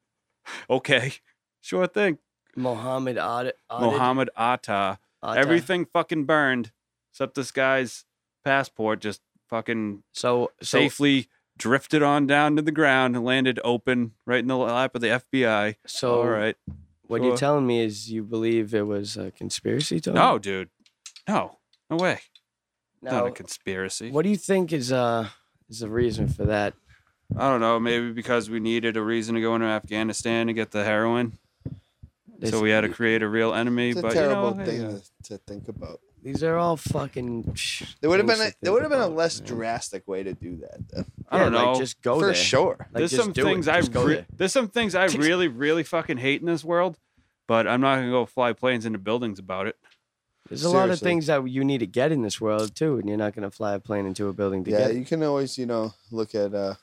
Speaker 1: okay, sure thing.
Speaker 2: Mohammed Ad- Adid-
Speaker 1: Mohammed Atta.
Speaker 2: Atta.
Speaker 1: Everything fucking burned except this guy's passport just fucking
Speaker 2: So so
Speaker 1: safely drifted on down to the ground and landed open right in the lap of the FBI.
Speaker 2: so.
Speaker 1: All right.
Speaker 2: What you're
Speaker 1: Sure.
Speaker 2: telling me is you believe it was a conspiracy theory?
Speaker 1: No, dude. No. No way. Not a
Speaker 2: Now,
Speaker 1: conspiracy.
Speaker 2: what do you think is uh is the reason for that?
Speaker 1: I don't know. Maybe because we needed a reason to go into Afghanistan to get the heroin. so
Speaker 2: This-
Speaker 1: we had to create a real enemy.
Speaker 3: It's a
Speaker 1: but
Speaker 3: terrible
Speaker 1: you know, hey,
Speaker 3: thing
Speaker 1: uh,
Speaker 3: to, to think about.
Speaker 2: These are all fucking. psh,
Speaker 3: There would have
Speaker 2: things
Speaker 3: been a,
Speaker 2: to
Speaker 3: there
Speaker 2: think
Speaker 3: would have been a
Speaker 2: about,
Speaker 3: less
Speaker 2: man.
Speaker 3: drastic way to do that. Though.
Speaker 1: I don't
Speaker 2: Yeah,
Speaker 1: know.
Speaker 2: Like, just go
Speaker 3: For
Speaker 2: there.
Speaker 3: sure.
Speaker 2: Like,
Speaker 1: there's
Speaker 2: just
Speaker 1: some
Speaker 2: do it.
Speaker 1: things I
Speaker 2: Just go
Speaker 1: re-
Speaker 2: there.
Speaker 1: there's some things I really really fucking hate in this world, but I'm not gonna go fly planes into buildings about it.
Speaker 2: There's a lot of
Speaker 3: Seriously.
Speaker 2: things that you need to get in this world too, and you're not gonna fly a plane into a building to
Speaker 3: Yeah,
Speaker 2: get. it.
Speaker 3: you can always you know look at uh,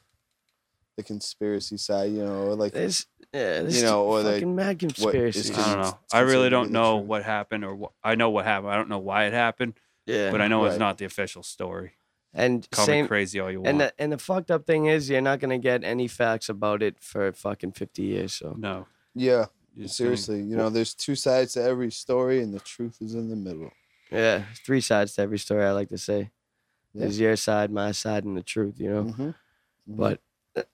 Speaker 3: the conspiracy side. You know, or like
Speaker 2: This, yeah, this
Speaker 3: You know, or they-
Speaker 2: fucking mad
Speaker 3: it's
Speaker 2: conspiracy.
Speaker 3: just-
Speaker 1: I don't know.
Speaker 3: it's
Speaker 1: I
Speaker 3: considered
Speaker 1: really
Speaker 3: to be
Speaker 1: don't
Speaker 3: the
Speaker 1: know
Speaker 3: truth.
Speaker 1: what happened or what, I know what happened. I don't know why it happened,
Speaker 2: yeah,
Speaker 1: but I know it's
Speaker 3: Right.
Speaker 1: not the official story.
Speaker 2: and
Speaker 1: Call me
Speaker 2: same.
Speaker 1: crazy all you want.
Speaker 2: And the and the fucked up thing is you're not gonna get any facts about it for fucking 50 years. So
Speaker 1: no,
Speaker 3: yeah,
Speaker 1: you're just gonna-
Speaker 3: seriously. You know, there's two sides to every story, and the truth is in the middle.
Speaker 2: yeah, three sides to every story. I like to say.
Speaker 3: Yeah.
Speaker 2: There's your side, my side, and the truth. You know.
Speaker 3: Mhm. Mhm.
Speaker 2: But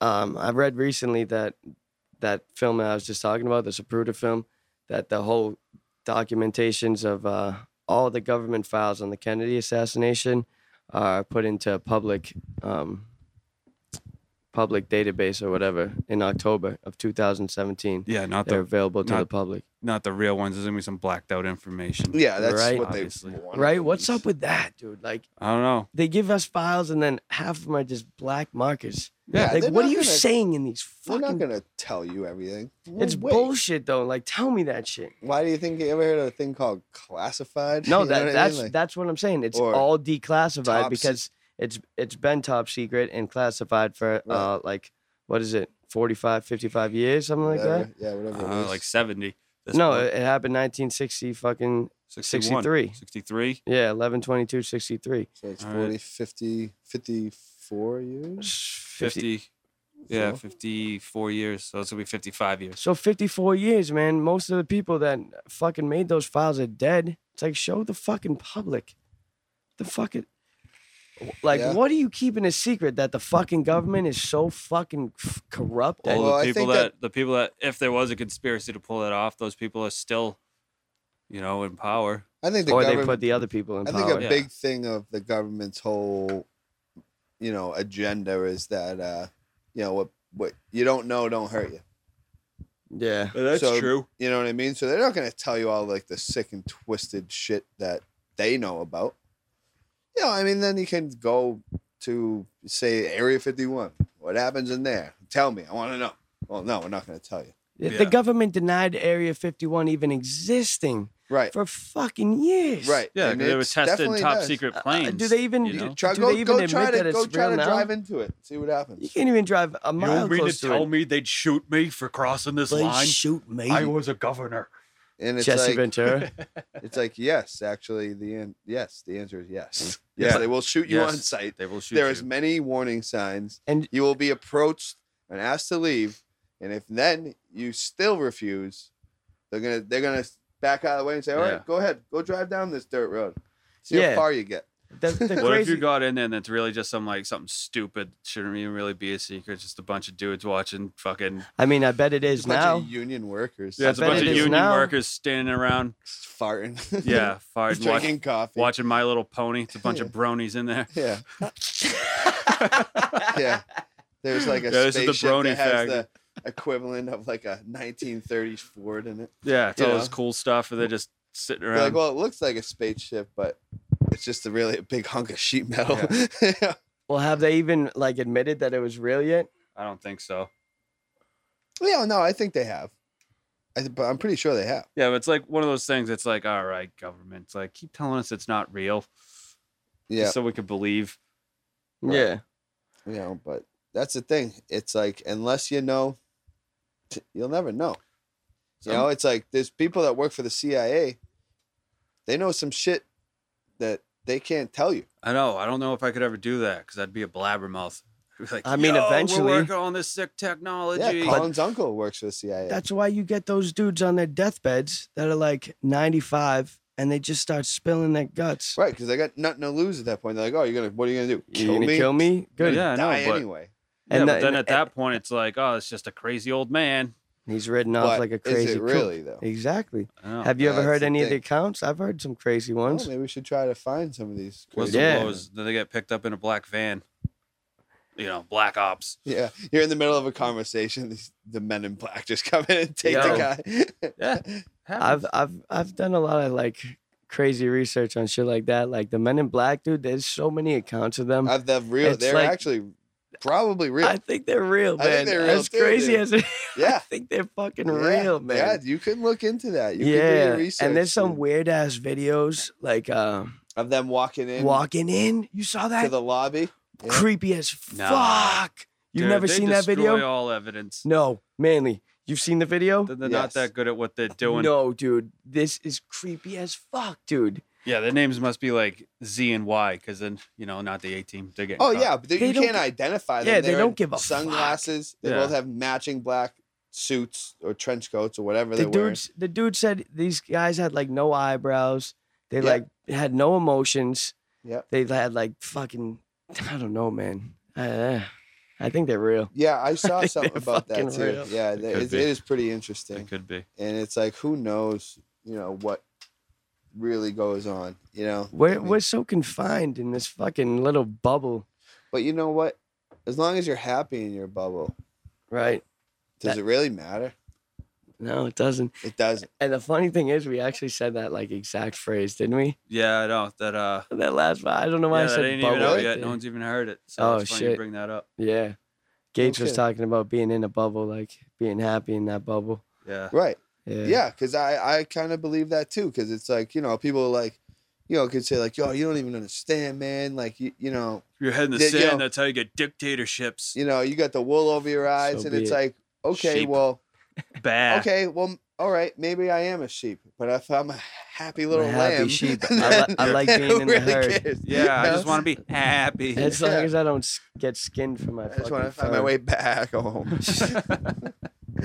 Speaker 2: um, I read recently that that film that I was just talking about, the Zapruder film, that the whole documentations of uh, all the government files on the Kennedy assassination are put into a public um, public database or whatever in October of 2017.
Speaker 1: yeah, not
Speaker 2: They're
Speaker 1: the
Speaker 2: available to
Speaker 1: not-
Speaker 2: the public.
Speaker 1: not the real ones. There's gonna be some blacked out information.
Speaker 3: yeah, that's
Speaker 2: Right.
Speaker 3: what they
Speaker 1: Obviously.
Speaker 3: want.
Speaker 2: Right? What's up with that, dude? Like
Speaker 1: I don't know.
Speaker 2: they give us files and then half of them are just black markers.
Speaker 1: Yeah,
Speaker 3: Yeah,
Speaker 2: like
Speaker 3: they're
Speaker 2: what are
Speaker 3: not
Speaker 2: you
Speaker 3: gonna-
Speaker 2: saying in these
Speaker 3: We're not
Speaker 2: fucking
Speaker 3: gonna tell you everything. No
Speaker 2: It's
Speaker 3: way.
Speaker 2: bullshit though. Like tell me that shit.
Speaker 3: Why do you think you ever heard of a thing called classified?
Speaker 2: No,
Speaker 3: You know
Speaker 2: that
Speaker 3: what I mean?
Speaker 2: that's
Speaker 3: Like,
Speaker 2: that's what I'm saying. It's
Speaker 3: or
Speaker 2: all declassified
Speaker 3: top se-
Speaker 2: because it's it's been top secret and classified for
Speaker 3: Right.
Speaker 2: uh like what is it 45 55 years something like
Speaker 3: whatever.
Speaker 2: that.
Speaker 3: Yeah, whatever. it
Speaker 1: Uh,
Speaker 3: is.
Speaker 1: like seventy. This
Speaker 2: No, uh,
Speaker 1: one,
Speaker 2: it, it happened 1960 fucking
Speaker 1: 61,
Speaker 2: 63.
Speaker 1: 63.
Speaker 2: yeah 11 22 63
Speaker 3: So it's
Speaker 1: All
Speaker 3: 40,
Speaker 1: right.
Speaker 3: 50, 54 years.
Speaker 2: 50.
Speaker 1: 50. Yeah,
Speaker 3: So-
Speaker 1: 54 years. So it's going to be 55 years.
Speaker 2: So 54 years, man. Most of the people that fucking made those files are dead. It's like show the fucking public. The fucking Like,
Speaker 3: Yeah.
Speaker 2: what are you keeping a secret that the fucking government is so fucking f- corrupt?
Speaker 1: All
Speaker 2: and-
Speaker 3: Well, I
Speaker 1: the people
Speaker 3: think
Speaker 1: that,
Speaker 3: that-
Speaker 1: the people that if there was a conspiracy to pull that off, those people are still, you know, in power.
Speaker 3: I think the
Speaker 2: or they
Speaker 3: government.
Speaker 2: put the other people in
Speaker 3: I
Speaker 2: power.
Speaker 3: think a
Speaker 1: Yeah.
Speaker 3: big thing of the government's whole, you know, agenda is that uh, you know what what you don't know don't hurt you.
Speaker 2: yeah.
Speaker 3: that's So-
Speaker 1: true.
Speaker 3: You know what I mean? So they're not gonna tell you all like the sick and twisted shit that they know about. You know, I mean, then you can go to say Area Fifty One. What happens in there? Tell me. I want to know. Well, no, we're not gonna tell you.
Speaker 2: The
Speaker 1: Yeah.
Speaker 2: government denied Area 51 even existing
Speaker 3: Right.
Speaker 2: for fucking years.
Speaker 3: Right.
Speaker 1: Yeah,
Speaker 3: I mean,
Speaker 1: they were
Speaker 3: it's
Speaker 1: tested
Speaker 3: definitely
Speaker 1: top
Speaker 3: does.
Speaker 1: secret
Speaker 2: Uh,
Speaker 1: planes.
Speaker 2: do they even
Speaker 1: you know?
Speaker 3: Try
Speaker 2: Do
Speaker 3: go,
Speaker 2: they even
Speaker 3: go
Speaker 2: admit
Speaker 3: try to
Speaker 2: that it's
Speaker 3: go try
Speaker 2: real
Speaker 3: to
Speaker 2: now?
Speaker 3: drive into it. See what happens.
Speaker 2: You can't even drive a mile close to it.
Speaker 1: me they'd shoot me for crossing this
Speaker 2: Please shoot me.
Speaker 1: was a governor.
Speaker 3: And it's
Speaker 2: Jesse
Speaker 3: like,
Speaker 2: Ventura.
Speaker 3: It's like yes, actually, the an- yes, the answer is yes. Yes,
Speaker 1: Yeah.
Speaker 3: they will shoot you
Speaker 1: Yes.
Speaker 3: on sight.
Speaker 1: They will shoot
Speaker 3: There
Speaker 1: you.
Speaker 3: is many warning signs,
Speaker 2: And-
Speaker 3: you will be approached and asked to leave. And if then you still refuse, they're gonna they're gonna back out of the way and say, "All right,
Speaker 1: Yeah.
Speaker 3: go ahead, go drive down this dirt road, see
Speaker 2: Yeah.
Speaker 3: how far you get."
Speaker 2: That's the
Speaker 1: what if
Speaker 2: crazy.
Speaker 1: you got in there and it's really just some like something stupid? Shouldn't even really be a secret. Just a bunch of dudes watching fucking.
Speaker 2: I mean, I bet it is
Speaker 3: It's a bunch
Speaker 2: now.
Speaker 3: of union workers,
Speaker 1: Yeah,
Speaker 2: I
Speaker 1: it's a
Speaker 2: bet
Speaker 1: bunch
Speaker 2: it
Speaker 1: of
Speaker 2: is
Speaker 1: union
Speaker 2: now.
Speaker 1: workers standing around.
Speaker 3: farting,
Speaker 1: Yeah, fired
Speaker 3: drinking
Speaker 1: watch,
Speaker 3: coffee,
Speaker 1: watching My Little Pony. It's a bunch of
Speaker 3: Yeah.
Speaker 1: bronies in there.
Speaker 3: yeah, yeah. There's like a
Speaker 1: Yeah, this is the
Speaker 3: spaceship
Speaker 1: brony
Speaker 3: that has
Speaker 1: factor.
Speaker 3: the equivalent of like a 1930s Ford in it.
Speaker 1: Yeah, it's
Speaker 3: You
Speaker 1: all
Speaker 3: know?
Speaker 1: this cool stuff, and they're just sitting
Speaker 3: They're
Speaker 1: around.
Speaker 3: like, well, it looks like a spaceship, but it's just a really big hunk of sheet metal.
Speaker 2: Well, have they even like admitted that it was real yet?
Speaker 1: I don't think so.
Speaker 3: yeah, no, I think they have. I th- but I'm pretty sure they have.
Speaker 1: Yeah, but it's like one of those things. It's like, all right, government. It's like keep telling us it's not real, just
Speaker 3: Yeah,
Speaker 1: so we can believe.
Speaker 3: Right.
Speaker 2: Yeah.
Speaker 3: you know, but that's the thing. It's like unless you know, t- you'll never know.
Speaker 1: So
Speaker 3: you know, it's like there's people that work for the CIA. They know some shit that they can't tell you.
Speaker 1: I know. I don't know if I could ever do that because I'd be a blabbermouth. I'd be like,
Speaker 2: I mean,
Speaker 1: "Yo,
Speaker 2: eventually-
Speaker 1: we're working on this sick technology.
Speaker 3: Yeah, Colin's uncle works for the CIA.
Speaker 2: That's why you get those dudes on their deathbeds that are like 95 and they just start spilling their guts.
Speaker 3: right, because they got nothing to lose at that point. They're like, oh, you're gonna, what are you gonna do?
Speaker 2: You're gonna kill me? Good.
Speaker 1: Yeah, I know,
Speaker 3: Die
Speaker 1: but-
Speaker 3: anyway.
Speaker 1: Yeah,
Speaker 2: And
Speaker 1: but
Speaker 2: the-
Speaker 1: then
Speaker 2: and-
Speaker 1: at that point, it's like, oh, it's just a crazy old man.
Speaker 2: He's ridden off
Speaker 3: But
Speaker 2: like a crazy
Speaker 3: Is it
Speaker 2: cook.
Speaker 3: really though?
Speaker 2: Exactly.
Speaker 1: I know.
Speaker 2: Have you ever
Speaker 3: that's
Speaker 2: heard
Speaker 3: the
Speaker 2: any of the
Speaker 3: thing.
Speaker 2: accounts? I've heard some crazy
Speaker 3: Well,
Speaker 2: ones.
Speaker 3: maybe we should try to find some of these.
Speaker 1: What's
Speaker 3: crazy
Speaker 2: Yeah.
Speaker 1: the
Speaker 3: women.
Speaker 1: blows? Then they get picked up in a black van. You know, black ops.
Speaker 3: Yeah, you're in the middle of a conversation. These, the men in black just come in and take
Speaker 2: Yo.
Speaker 3: the guy.
Speaker 1: Yeah,
Speaker 2: I've I've I've done a lot of like crazy research on shit like that. Like the Men in Black, dude. There's so many accounts of them.
Speaker 3: I've, they're real.
Speaker 2: Um, It's
Speaker 3: they're
Speaker 2: like-
Speaker 3: actually probably real.
Speaker 2: I think they're real,
Speaker 3: I
Speaker 2: man.
Speaker 3: think they're real
Speaker 2: as
Speaker 3: too,
Speaker 2: crazy
Speaker 3: dude.
Speaker 2: as it, I
Speaker 3: yeah,
Speaker 2: think they're fucking
Speaker 3: yeah,
Speaker 2: real, man.
Speaker 3: Yeah, you can look into that. You can do
Speaker 2: yeah,
Speaker 3: your research.
Speaker 2: and there's some
Speaker 3: dude.
Speaker 2: weird ass videos like uh,
Speaker 3: of them walking in
Speaker 2: walking in. You saw
Speaker 3: to
Speaker 2: that?
Speaker 3: the lobby. yeah.
Speaker 2: Creepy as
Speaker 1: No.
Speaker 2: fuck. You've
Speaker 1: Dude,
Speaker 2: never
Speaker 1: they
Speaker 2: seen that
Speaker 1: destroy
Speaker 2: video?
Speaker 1: All evidence.
Speaker 2: No, Manly. You've seen the video?
Speaker 1: Then they're not
Speaker 3: Yes.
Speaker 1: that good at what they're doing.
Speaker 2: No, dude. This is creepy as fuck, dude.
Speaker 1: Yeah, their names must be like Z and Y, because then you know, not the A team. They're getting.
Speaker 3: Oh
Speaker 1: caught.
Speaker 3: yeah, but they,
Speaker 2: They
Speaker 3: you
Speaker 2: don't
Speaker 3: can't
Speaker 2: gi-
Speaker 3: identify them.
Speaker 2: Yeah, they
Speaker 3: They're
Speaker 2: don't
Speaker 3: in
Speaker 2: give a fuck.
Speaker 3: sunglasses. They
Speaker 1: Yeah.
Speaker 3: both have matching black suits or trench coats or whatever
Speaker 2: The
Speaker 3: they're wearing.
Speaker 2: dudes, the dude said these guys had like no eyebrows. They
Speaker 3: Yeah.
Speaker 2: like had no emotions.
Speaker 3: Yeah.
Speaker 2: They had like fucking. I don't know, man. Uh, I think they're real.
Speaker 3: Yeah, I saw
Speaker 2: think
Speaker 3: something
Speaker 2: they're
Speaker 3: about that
Speaker 2: fucking
Speaker 3: too.
Speaker 2: real.
Speaker 3: Yeah,
Speaker 1: It
Speaker 3: they-
Speaker 1: could
Speaker 3: it, it
Speaker 1: be.
Speaker 3: is pretty interesting.
Speaker 1: It could be.
Speaker 3: and it's like who knows you know what really goes on you know I
Speaker 2: We're
Speaker 3: mean,
Speaker 2: we're so confined in this fucking little bubble,
Speaker 3: but you know what as long as you're happy in your bubble
Speaker 2: right?
Speaker 3: does
Speaker 2: That-
Speaker 3: it really matter
Speaker 2: No, it doesn't.
Speaker 3: it doesn't
Speaker 2: And the funny thing is, we actually said that like exact phrase, didn't we?
Speaker 1: Yeah, I know that. Uh,
Speaker 2: That last part. I don't know why
Speaker 1: yeah,
Speaker 2: I
Speaker 1: that
Speaker 2: said
Speaker 1: ain't
Speaker 2: bubble.
Speaker 1: even out
Speaker 3: right
Speaker 1: yet.
Speaker 2: there.
Speaker 1: No one's even heard it. So
Speaker 2: Oh,
Speaker 1: it's funny
Speaker 2: shit.
Speaker 1: you bring that up.
Speaker 2: yeah. Gage was
Speaker 3: shit.
Speaker 2: talking about being in a bubble, like being happy in that bubble.
Speaker 1: Yeah.
Speaker 3: right
Speaker 2: Yeah.
Speaker 3: yeah because i i kind of believe that too because it's like you know people are like you know could say like yo you don't even understand man like you, you know
Speaker 1: Your head in the
Speaker 3: Yeah,
Speaker 1: sand.
Speaker 3: yo.
Speaker 1: That's how you get dictatorships.
Speaker 3: you know you got the wool over your eyes
Speaker 2: So
Speaker 3: and
Speaker 2: be
Speaker 3: it's
Speaker 2: it.
Speaker 3: like okay
Speaker 1: Sheep.
Speaker 3: well
Speaker 1: Bad.
Speaker 3: okay well all right maybe i am a sheep but if i'm a happy
Speaker 2: I'm a
Speaker 3: little
Speaker 2: happy
Speaker 3: lamb
Speaker 2: sheep. I
Speaker 3: then
Speaker 2: li- I like
Speaker 3: who
Speaker 2: being in the herd.
Speaker 3: cares, you
Speaker 1: Yeah, I
Speaker 3: know?
Speaker 1: just want to be happy.
Speaker 2: As long
Speaker 3: Yeah.
Speaker 2: as I don't s- get skinned for my.
Speaker 3: I just want to
Speaker 2: fucking
Speaker 3: find my
Speaker 2: fur.
Speaker 3: way back home.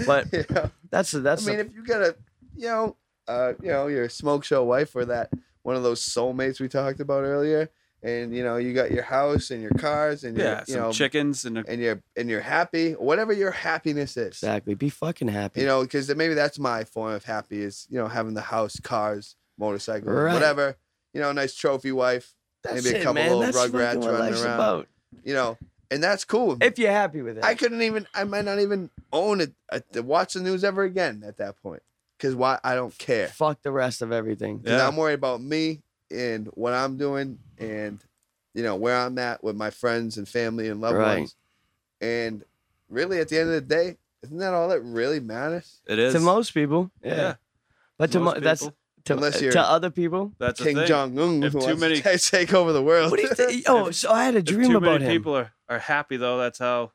Speaker 2: But
Speaker 3: You know?
Speaker 2: that's the-
Speaker 3: I
Speaker 2: that's the
Speaker 3: mean, if you got a, you know, uh, you know, your smoke show wife or that one of those soulmates we talked about earlier, and you know you got your house and your cars and your,
Speaker 1: Yeah,
Speaker 3: you
Speaker 1: some
Speaker 3: know
Speaker 1: chickens and a,
Speaker 3: and you're and you're happy, whatever your happiness is.
Speaker 2: Exactly. Be fucking happy.
Speaker 3: You know, because maybe that's my form of happy is you know having the house, cars, motorcycle,
Speaker 2: Right.
Speaker 3: whatever. You know, a nice trophy wife.
Speaker 2: That's
Speaker 3: maybe a
Speaker 2: it,
Speaker 3: couple
Speaker 2: man.
Speaker 3: little
Speaker 2: That's
Speaker 3: rugrats
Speaker 2: fucking what
Speaker 3: running
Speaker 2: life's
Speaker 3: around.
Speaker 2: about.
Speaker 3: You know, and that's cool.
Speaker 2: If you're happy with it,
Speaker 3: I couldn't even. I might not even own it. uh, to watch the news ever again at that point. Because why? I don't care.
Speaker 2: fuck the rest of everything.
Speaker 3: Because
Speaker 1: Yeah.
Speaker 3: I'm worried about me and what I'm doing and you know where I'm at with my friends and family and loved
Speaker 2: Right.
Speaker 3: ones. And really, at the end of the day, isn't that all that really matters?
Speaker 1: it is
Speaker 2: To most people, yeah.
Speaker 1: Yeah,
Speaker 2: But to
Speaker 1: most
Speaker 2: mo- that's
Speaker 1: people.
Speaker 2: to,
Speaker 3: Unless
Speaker 2: to
Speaker 3: you're-
Speaker 2: other people.
Speaker 1: that's the
Speaker 3: King
Speaker 1: thing.
Speaker 3: Jong Un
Speaker 1: If
Speaker 3: who
Speaker 1: too
Speaker 3: wants
Speaker 1: many-
Speaker 3: to take over the world.
Speaker 2: What do you think? Oh, so I had a
Speaker 1: If
Speaker 2: dream
Speaker 1: too
Speaker 2: about
Speaker 1: many
Speaker 2: him.
Speaker 1: people are, are happy though. That's how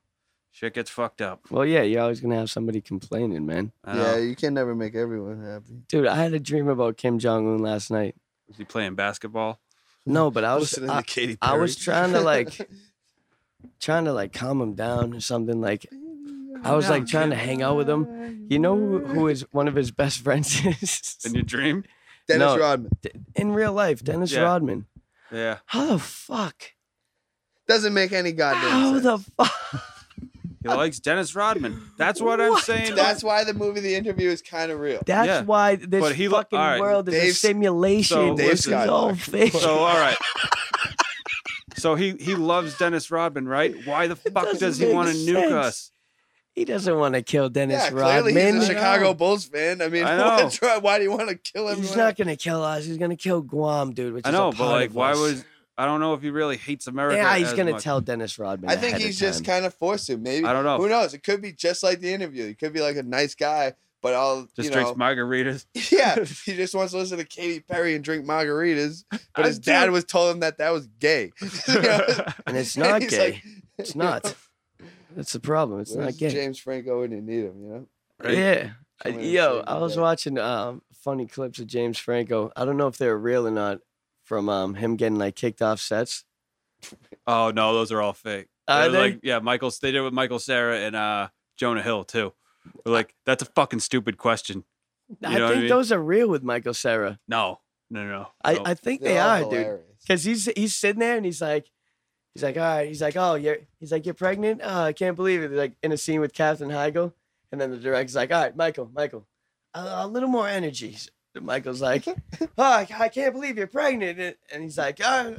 Speaker 1: shit gets fucked up.
Speaker 2: Well, yeah, you're always gonna have somebody complaining, man.
Speaker 1: I
Speaker 3: yeah,
Speaker 1: know.
Speaker 3: you can never make everyone happy.
Speaker 2: Dude, I had a dream about Kim Jong Un last night.
Speaker 1: Is he playing basketball?
Speaker 2: No, but I was
Speaker 3: listening
Speaker 2: I,
Speaker 3: to Katy
Speaker 2: I
Speaker 3: Perry.
Speaker 2: was trying to, like- trying to like calm him down or something. Like I
Speaker 3: Oh,
Speaker 2: was like trying to hang out with him. You know who, who is one of his best friends
Speaker 1: In
Speaker 2: is
Speaker 1: your dream?
Speaker 3: Dennis
Speaker 2: No.
Speaker 3: Rodman
Speaker 2: in real life, Dennis
Speaker 1: Yeah.
Speaker 2: Rodman.
Speaker 1: Yeah.
Speaker 2: How the fuck?
Speaker 3: doesn't make any goddamn
Speaker 2: How
Speaker 3: sense.
Speaker 2: the fuck?
Speaker 1: He likes Dennis Rodman. That's what, I'm
Speaker 2: What?
Speaker 1: saying.
Speaker 3: That's why the movie The Interview is kind of real.
Speaker 2: That's
Speaker 1: Yeah.
Speaker 2: why this
Speaker 1: But he lo-
Speaker 2: fucking
Speaker 1: all right,
Speaker 2: world is a
Speaker 3: Dave-
Speaker 2: simulation.
Speaker 1: so
Speaker 2: this
Speaker 1: Dave
Speaker 2: is all
Speaker 3: Skywalker.
Speaker 2: fake.
Speaker 1: so all right. So he he loves Dennis Rodman, right? Why the fuck
Speaker 2: doesn't
Speaker 1: does he
Speaker 2: make
Speaker 1: want to nuke
Speaker 2: sense.
Speaker 1: us?
Speaker 2: he doesn't want to kill Dennis
Speaker 3: yeah,
Speaker 2: Rodman.
Speaker 3: clearly he's a
Speaker 1: I know.
Speaker 3: Chicago Bulls fan. I mean,
Speaker 1: I know.
Speaker 3: what's wrong- why do you want to kill everyone?
Speaker 2: He's not gonna kill us. He's gonna kill Guam, dude. Which
Speaker 1: I
Speaker 2: is a
Speaker 1: know, but
Speaker 2: part
Speaker 1: like,
Speaker 2: of
Speaker 1: why
Speaker 2: us.
Speaker 1: was I don't know if he really hates America.
Speaker 2: Yeah, he's
Speaker 1: as
Speaker 2: gonna
Speaker 1: much.
Speaker 2: tell Dennis Rodman.
Speaker 3: I think
Speaker 2: ahead of
Speaker 3: he's just
Speaker 2: time.
Speaker 3: kind of forced to. Maybe
Speaker 1: I don't know.
Speaker 3: Who knows? It could be just like the interview. He could be like a nice guy, but all
Speaker 1: Just
Speaker 3: you
Speaker 1: drinks
Speaker 3: know,
Speaker 1: margaritas.
Speaker 3: yeah, he just wants to listen to Katy Perry and drink margaritas. But
Speaker 1: I
Speaker 3: his dad
Speaker 1: do.
Speaker 3: was told him that that was gay. You know?
Speaker 2: and it's not
Speaker 3: he's
Speaker 2: gay.
Speaker 3: like,
Speaker 2: it's not. That's the problem. It's
Speaker 3: "Where's
Speaker 2: not gay.
Speaker 3: James Franco when you need him, you know.
Speaker 1: Right?
Speaker 2: Yeah. I-
Speaker 3: Someone
Speaker 2: yo,
Speaker 3: saved
Speaker 2: I
Speaker 3: the
Speaker 2: was
Speaker 3: day.
Speaker 2: watching um, funny clips of James Franco. I don't know if they're real or not from um, him getting like kicked off sets.
Speaker 1: Oh no, those are all fake.
Speaker 2: Are
Speaker 1: They're
Speaker 2: they?
Speaker 1: Like, yeah, Michael. They did it with Michael Sarah and uh, Jonah Hill too. We're like, that's a fucking stupid question.
Speaker 2: I
Speaker 1: know
Speaker 2: think
Speaker 1: what I mean? Oh,
Speaker 2: those are real with Michael Sarah.
Speaker 1: No, no, no. no.
Speaker 2: I,
Speaker 1: No.
Speaker 2: I think
Speaker 3: They're
Speaker 2: they
Speaker 3: all
Speaker 2: are, dude.
Speaker 3: hilarious.
Speaker 2: Cause he's he's sitting there and he's like, he's like, all right, he's like, oh, you're, he's like, you're pregnant. Oh, I can't believe it. Like in a scene with Captain Heigl, and then the director's like, all right, Michael, Michael, a, a little more energy. And Michael's like, oh, I, I can't believe you're pregnant, and- and he's like, oh,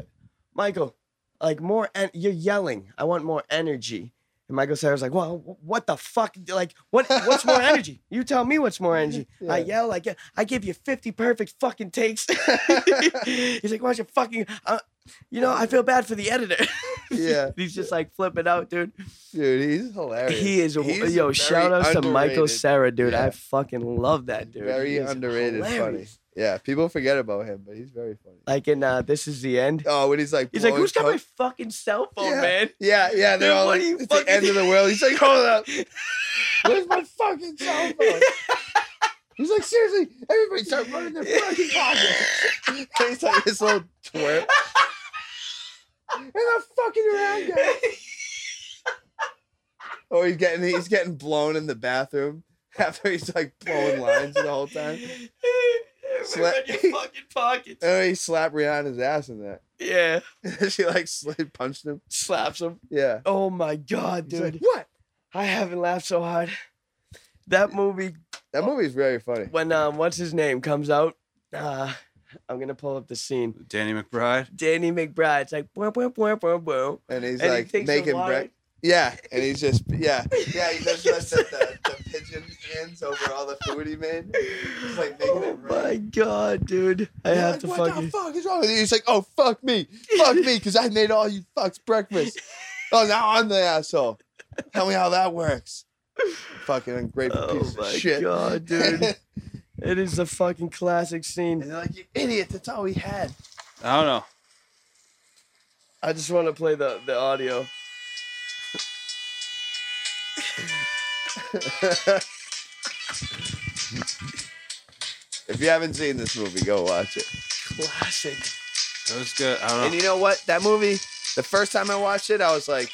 Speaker 2: Michael, like more, en- you're yelling. I want more energy. And Michael Sarah's like, well, wh- what the fuck? Like, what? What's more energy? You tell me what's more energy. I
Speaker 3: Yeah.
Speaker 2: yell, I get, I give you fifty perfect fucking takes. He's like, why don't you fucking? Uh, you know, I feel bad for the editor.
Speaker 3: Yeah.
Speaker 2: He's just like flipping out, dude.
Speaker 3: Dude, he's hilarious.
Speaker 2: He is.
Speaker 3: He's
Speaker 2: yo,
Speaker 3: very
Speaker 2: shout outs to Michael
Speaker 3: underrated.
Speaker 2: Sarah, dude.
Speaker 3: Yeah.
Speaker 2: I fucking love that dude.
Speaker 3: Very
Speaker 2: He is
Speaker 3: underrated, funny.
Speaker 2: hilarious.
Speaker 3: Yeah, people forget about him, but he's very funny.
Speaker 2: Like in uh, this is the end.
Speaker 3: Oh, when he's like,
Speaker 2: He's like,
Speaker 3: blowing
Speaker 2: who's got
Speaker 3: coke-
Speaker 2: my fucking cell phone,
Speaker 3: Yeah.
Speaker 2: man?
Speaker 3: Yeah, yeah, they're
Speaker 2: Dude,
Speaker 3: all
Speaker 2: what
Speaker 3: like,
Speaker 2: are you
Speaker 3: it's
Speaker 2: fucking-
Speaker 3: the end of the world. He's like, hold up. Where's my fucking cell phone? He's like, seriously, everybody start running their fucking pockets. And he's like, this little twerp. And I'm fucking around, guys. Or Oh, he's getting he's getting blown in the bathroom after he's like blowing lines the whole time. Slap-
Speaker 2: Slap your fucking pockets.
Speaker 3: And Oh, he slapped Rihanna's ass in that.
Speaker 2: Yeah,
Speaker 3: she like slid punched him.
Speaker 2: slaps him.
Speaker 3: Yeah.
Speaker 2: Oh my god,
Speaker 3: He's like,
Speaker 2: dude!
Speaker 3: what?
Speaker 2: I haven't laughed so hard. That movie
Speaker 3: That movie's very funny.
Speaker 2: when um, what's his name comes out. Uh, I'm gonna pull up the scene.
Speaker 1: Danny McBride.
Speaker 2: Danny McBride's like, boom, boom, boom, boom, boom.
Speaker 3: And he's
Speaker 2: And he
Speaker 3: like
Speaker 2: takes the
Speaker 3: making
Speaker 2: water.
Speaker 3: bread. Yeah, and he's just yeah, yeah. He does just at the, the pigeon hands over all the food he made. He's like making
Speaker 2: oh
Speaker 3: it
Speaker 2: my
Speaker 3: rain.
Speaker 2: god, dude! I
Speaker 3: You're
Speaker 2: have
Speaker 3: like,
Speaker 2: to
Speaker 3: what
Speaker 2: fucking.
Speaker 3: the fuck is wrong with you? He's like, oh fuck me, fuck me, because I made all you fucks breakfast. Oh, now I'm the asshole. Tell me how that works. Fucking ungrateful
Speaker 2: Oh
Speaker 3: piece of
Speaker 2: my
Speaker 3: shit.
Speaker 2: God, dude.
Speaker 3: and
Speaker 2: It is a fucking classic scene.
Speaker 3: they're like, you idiot. That's all we had.
Speaker 1: I don't know.
Speaker 2: I just want to play the the audio.
Speaker 3: if you haven't seen this movie, go watch it.
Speaker 2: Classic.
Speaker 1: That was good. I don't
Speaker 3: And
Speaker 1: know.
Speaker 3: you know what? That movie, the first time I watched it, I was like,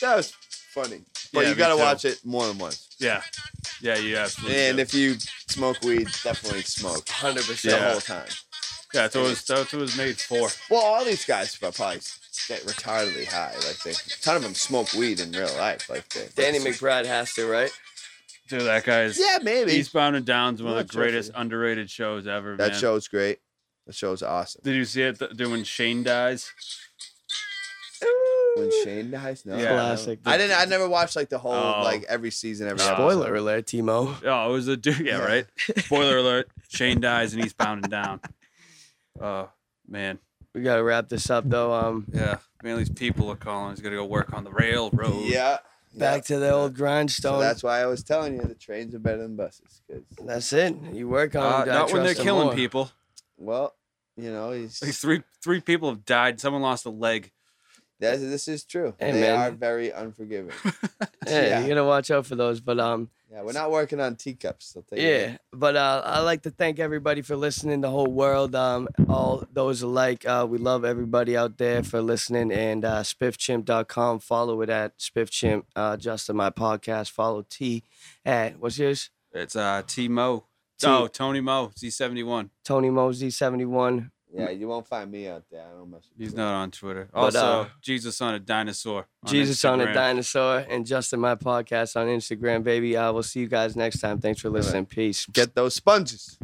Speaker 3: that was funny. But
Speaker 1: Yeah,
Speaker 3: you
Speaker 1: me
Speaker 3: gotta
Speaker 1: too.
Speaker 3: watch it more than once.
Speaker 1: yeah, yeah, you absolutely.
Speaker 3: And
Speaker 1: do.
Speaker 3: if you smoke weed, definitely smoke.
Speaker 2: 100%.
Speaker 3: The
Speaker 1: Yeah.
Speaker 3: whole time.
Speaker 1: Yeah, that's what it was, that's what it was made for.
Speaker 3: Well, all these guys are probably get retardedly high. Like they, a ton of them smoke weed in real life. Like they,
Speaker 2: Danny McBride has to, right?
Speaker 1: Dude, that guy's
Speaker 3: Yeah, maybe
Speaker 1: Eastbound and Down's one of
Speaker 3: Not
Speaker 1: the
Speaker 3: sure if
Speaker 1: greatest
Speaker 3: it-
Speaker 1: underrated shows ever.
Speaker 3: that
Speaker 1: man.
Speaker 3: show's great. That show's awesome.
Speaker 1: Did you see it th- doing Shane dies?
Speaker 3: When Shane dies, no.
Speaker 1: Yeah.
Speaker 2: Classic.
Speaker 3: I didn't. I never watched like the whole
Speaker 1: Oh.
Speaker 3: like every season. Every
Speaker 1: Uh,
Speaker 3: episode.
Speaker 2: Spoiler alert, Timo.
Speaker 1: Oh, it was a dude. Yeah,
Speaker 3: Yeah.
Speaker 1: right. Spoiler alert: Shane dies in Eastbound and Down. Oh man,
Speaker 2: We gotta wrap this up though. Um,
Speaker 1: yeah. Man, these people are calling. He's gonna go work on the railroad.
Speaker 3: Yeah.
Speaker 2: back to the old
Speaker 3: So
Speaker 2: grindstone.
Speaker 3: that's why I was telling you the trains are better than buses. 'cause-
Speaker 2: That's it. You work on
Speaker 1: Uh,
Speaker 2: it, I
Speaker 1: not when they're
Speaker 2: trust them
Speaker 1: killing
Speaker 2: more.
Speaker 1: people.
Speaker 3: well, you know, he's,
Speaker 1: Like three three people have died. Someone lost a leg.
Speaker 3: that's, this is true.
Speaker 2: Hey,
Speaker 3: they
Speaker 2: man.
Speaker 3: are very unforgiving.
Speaker 2: Yeah,
Speaker 3: Yeah.
Speaker 2: you gotta watch out for those. But um,
Speaker 3: yeah, we're not working on teacups. I'll tell you that.
Speaker 2: yeah. But uh, I like to thank everybody for listening. The whole world, um, all those alike. Uh, we love everybody out there for listening. And uh, spiffchimp.com. Follow it at spiffchimp. Uh, Justin, my podcast. Follow T at what's yours?
Speaker 1: It's uh T Mo.
Speaker 2: T-
Speaker 1: Oh, Tony Mo. Z seventy one.
Speaker 2: Tony Mosey seventy one.
Speaker 3: Yeah, you won't find me out there. I don't mess with
Speaker 1: He's
Speaker 3: you.
Speaker 1: not on Twitter.
Speaker 2: But,
Speaker 1: Also,
Speaker 2: uh,
Speaker 1: Jesus on a dinosaur. on
Speaker 2: Jesus on a
Speaker 1: Instagram.
Speaker 2: dinosaur and Justin my podcast on Instagram, baby. I will see you guys next time. Thanks for listening. Peace.
Speaker 3: Get those sponges.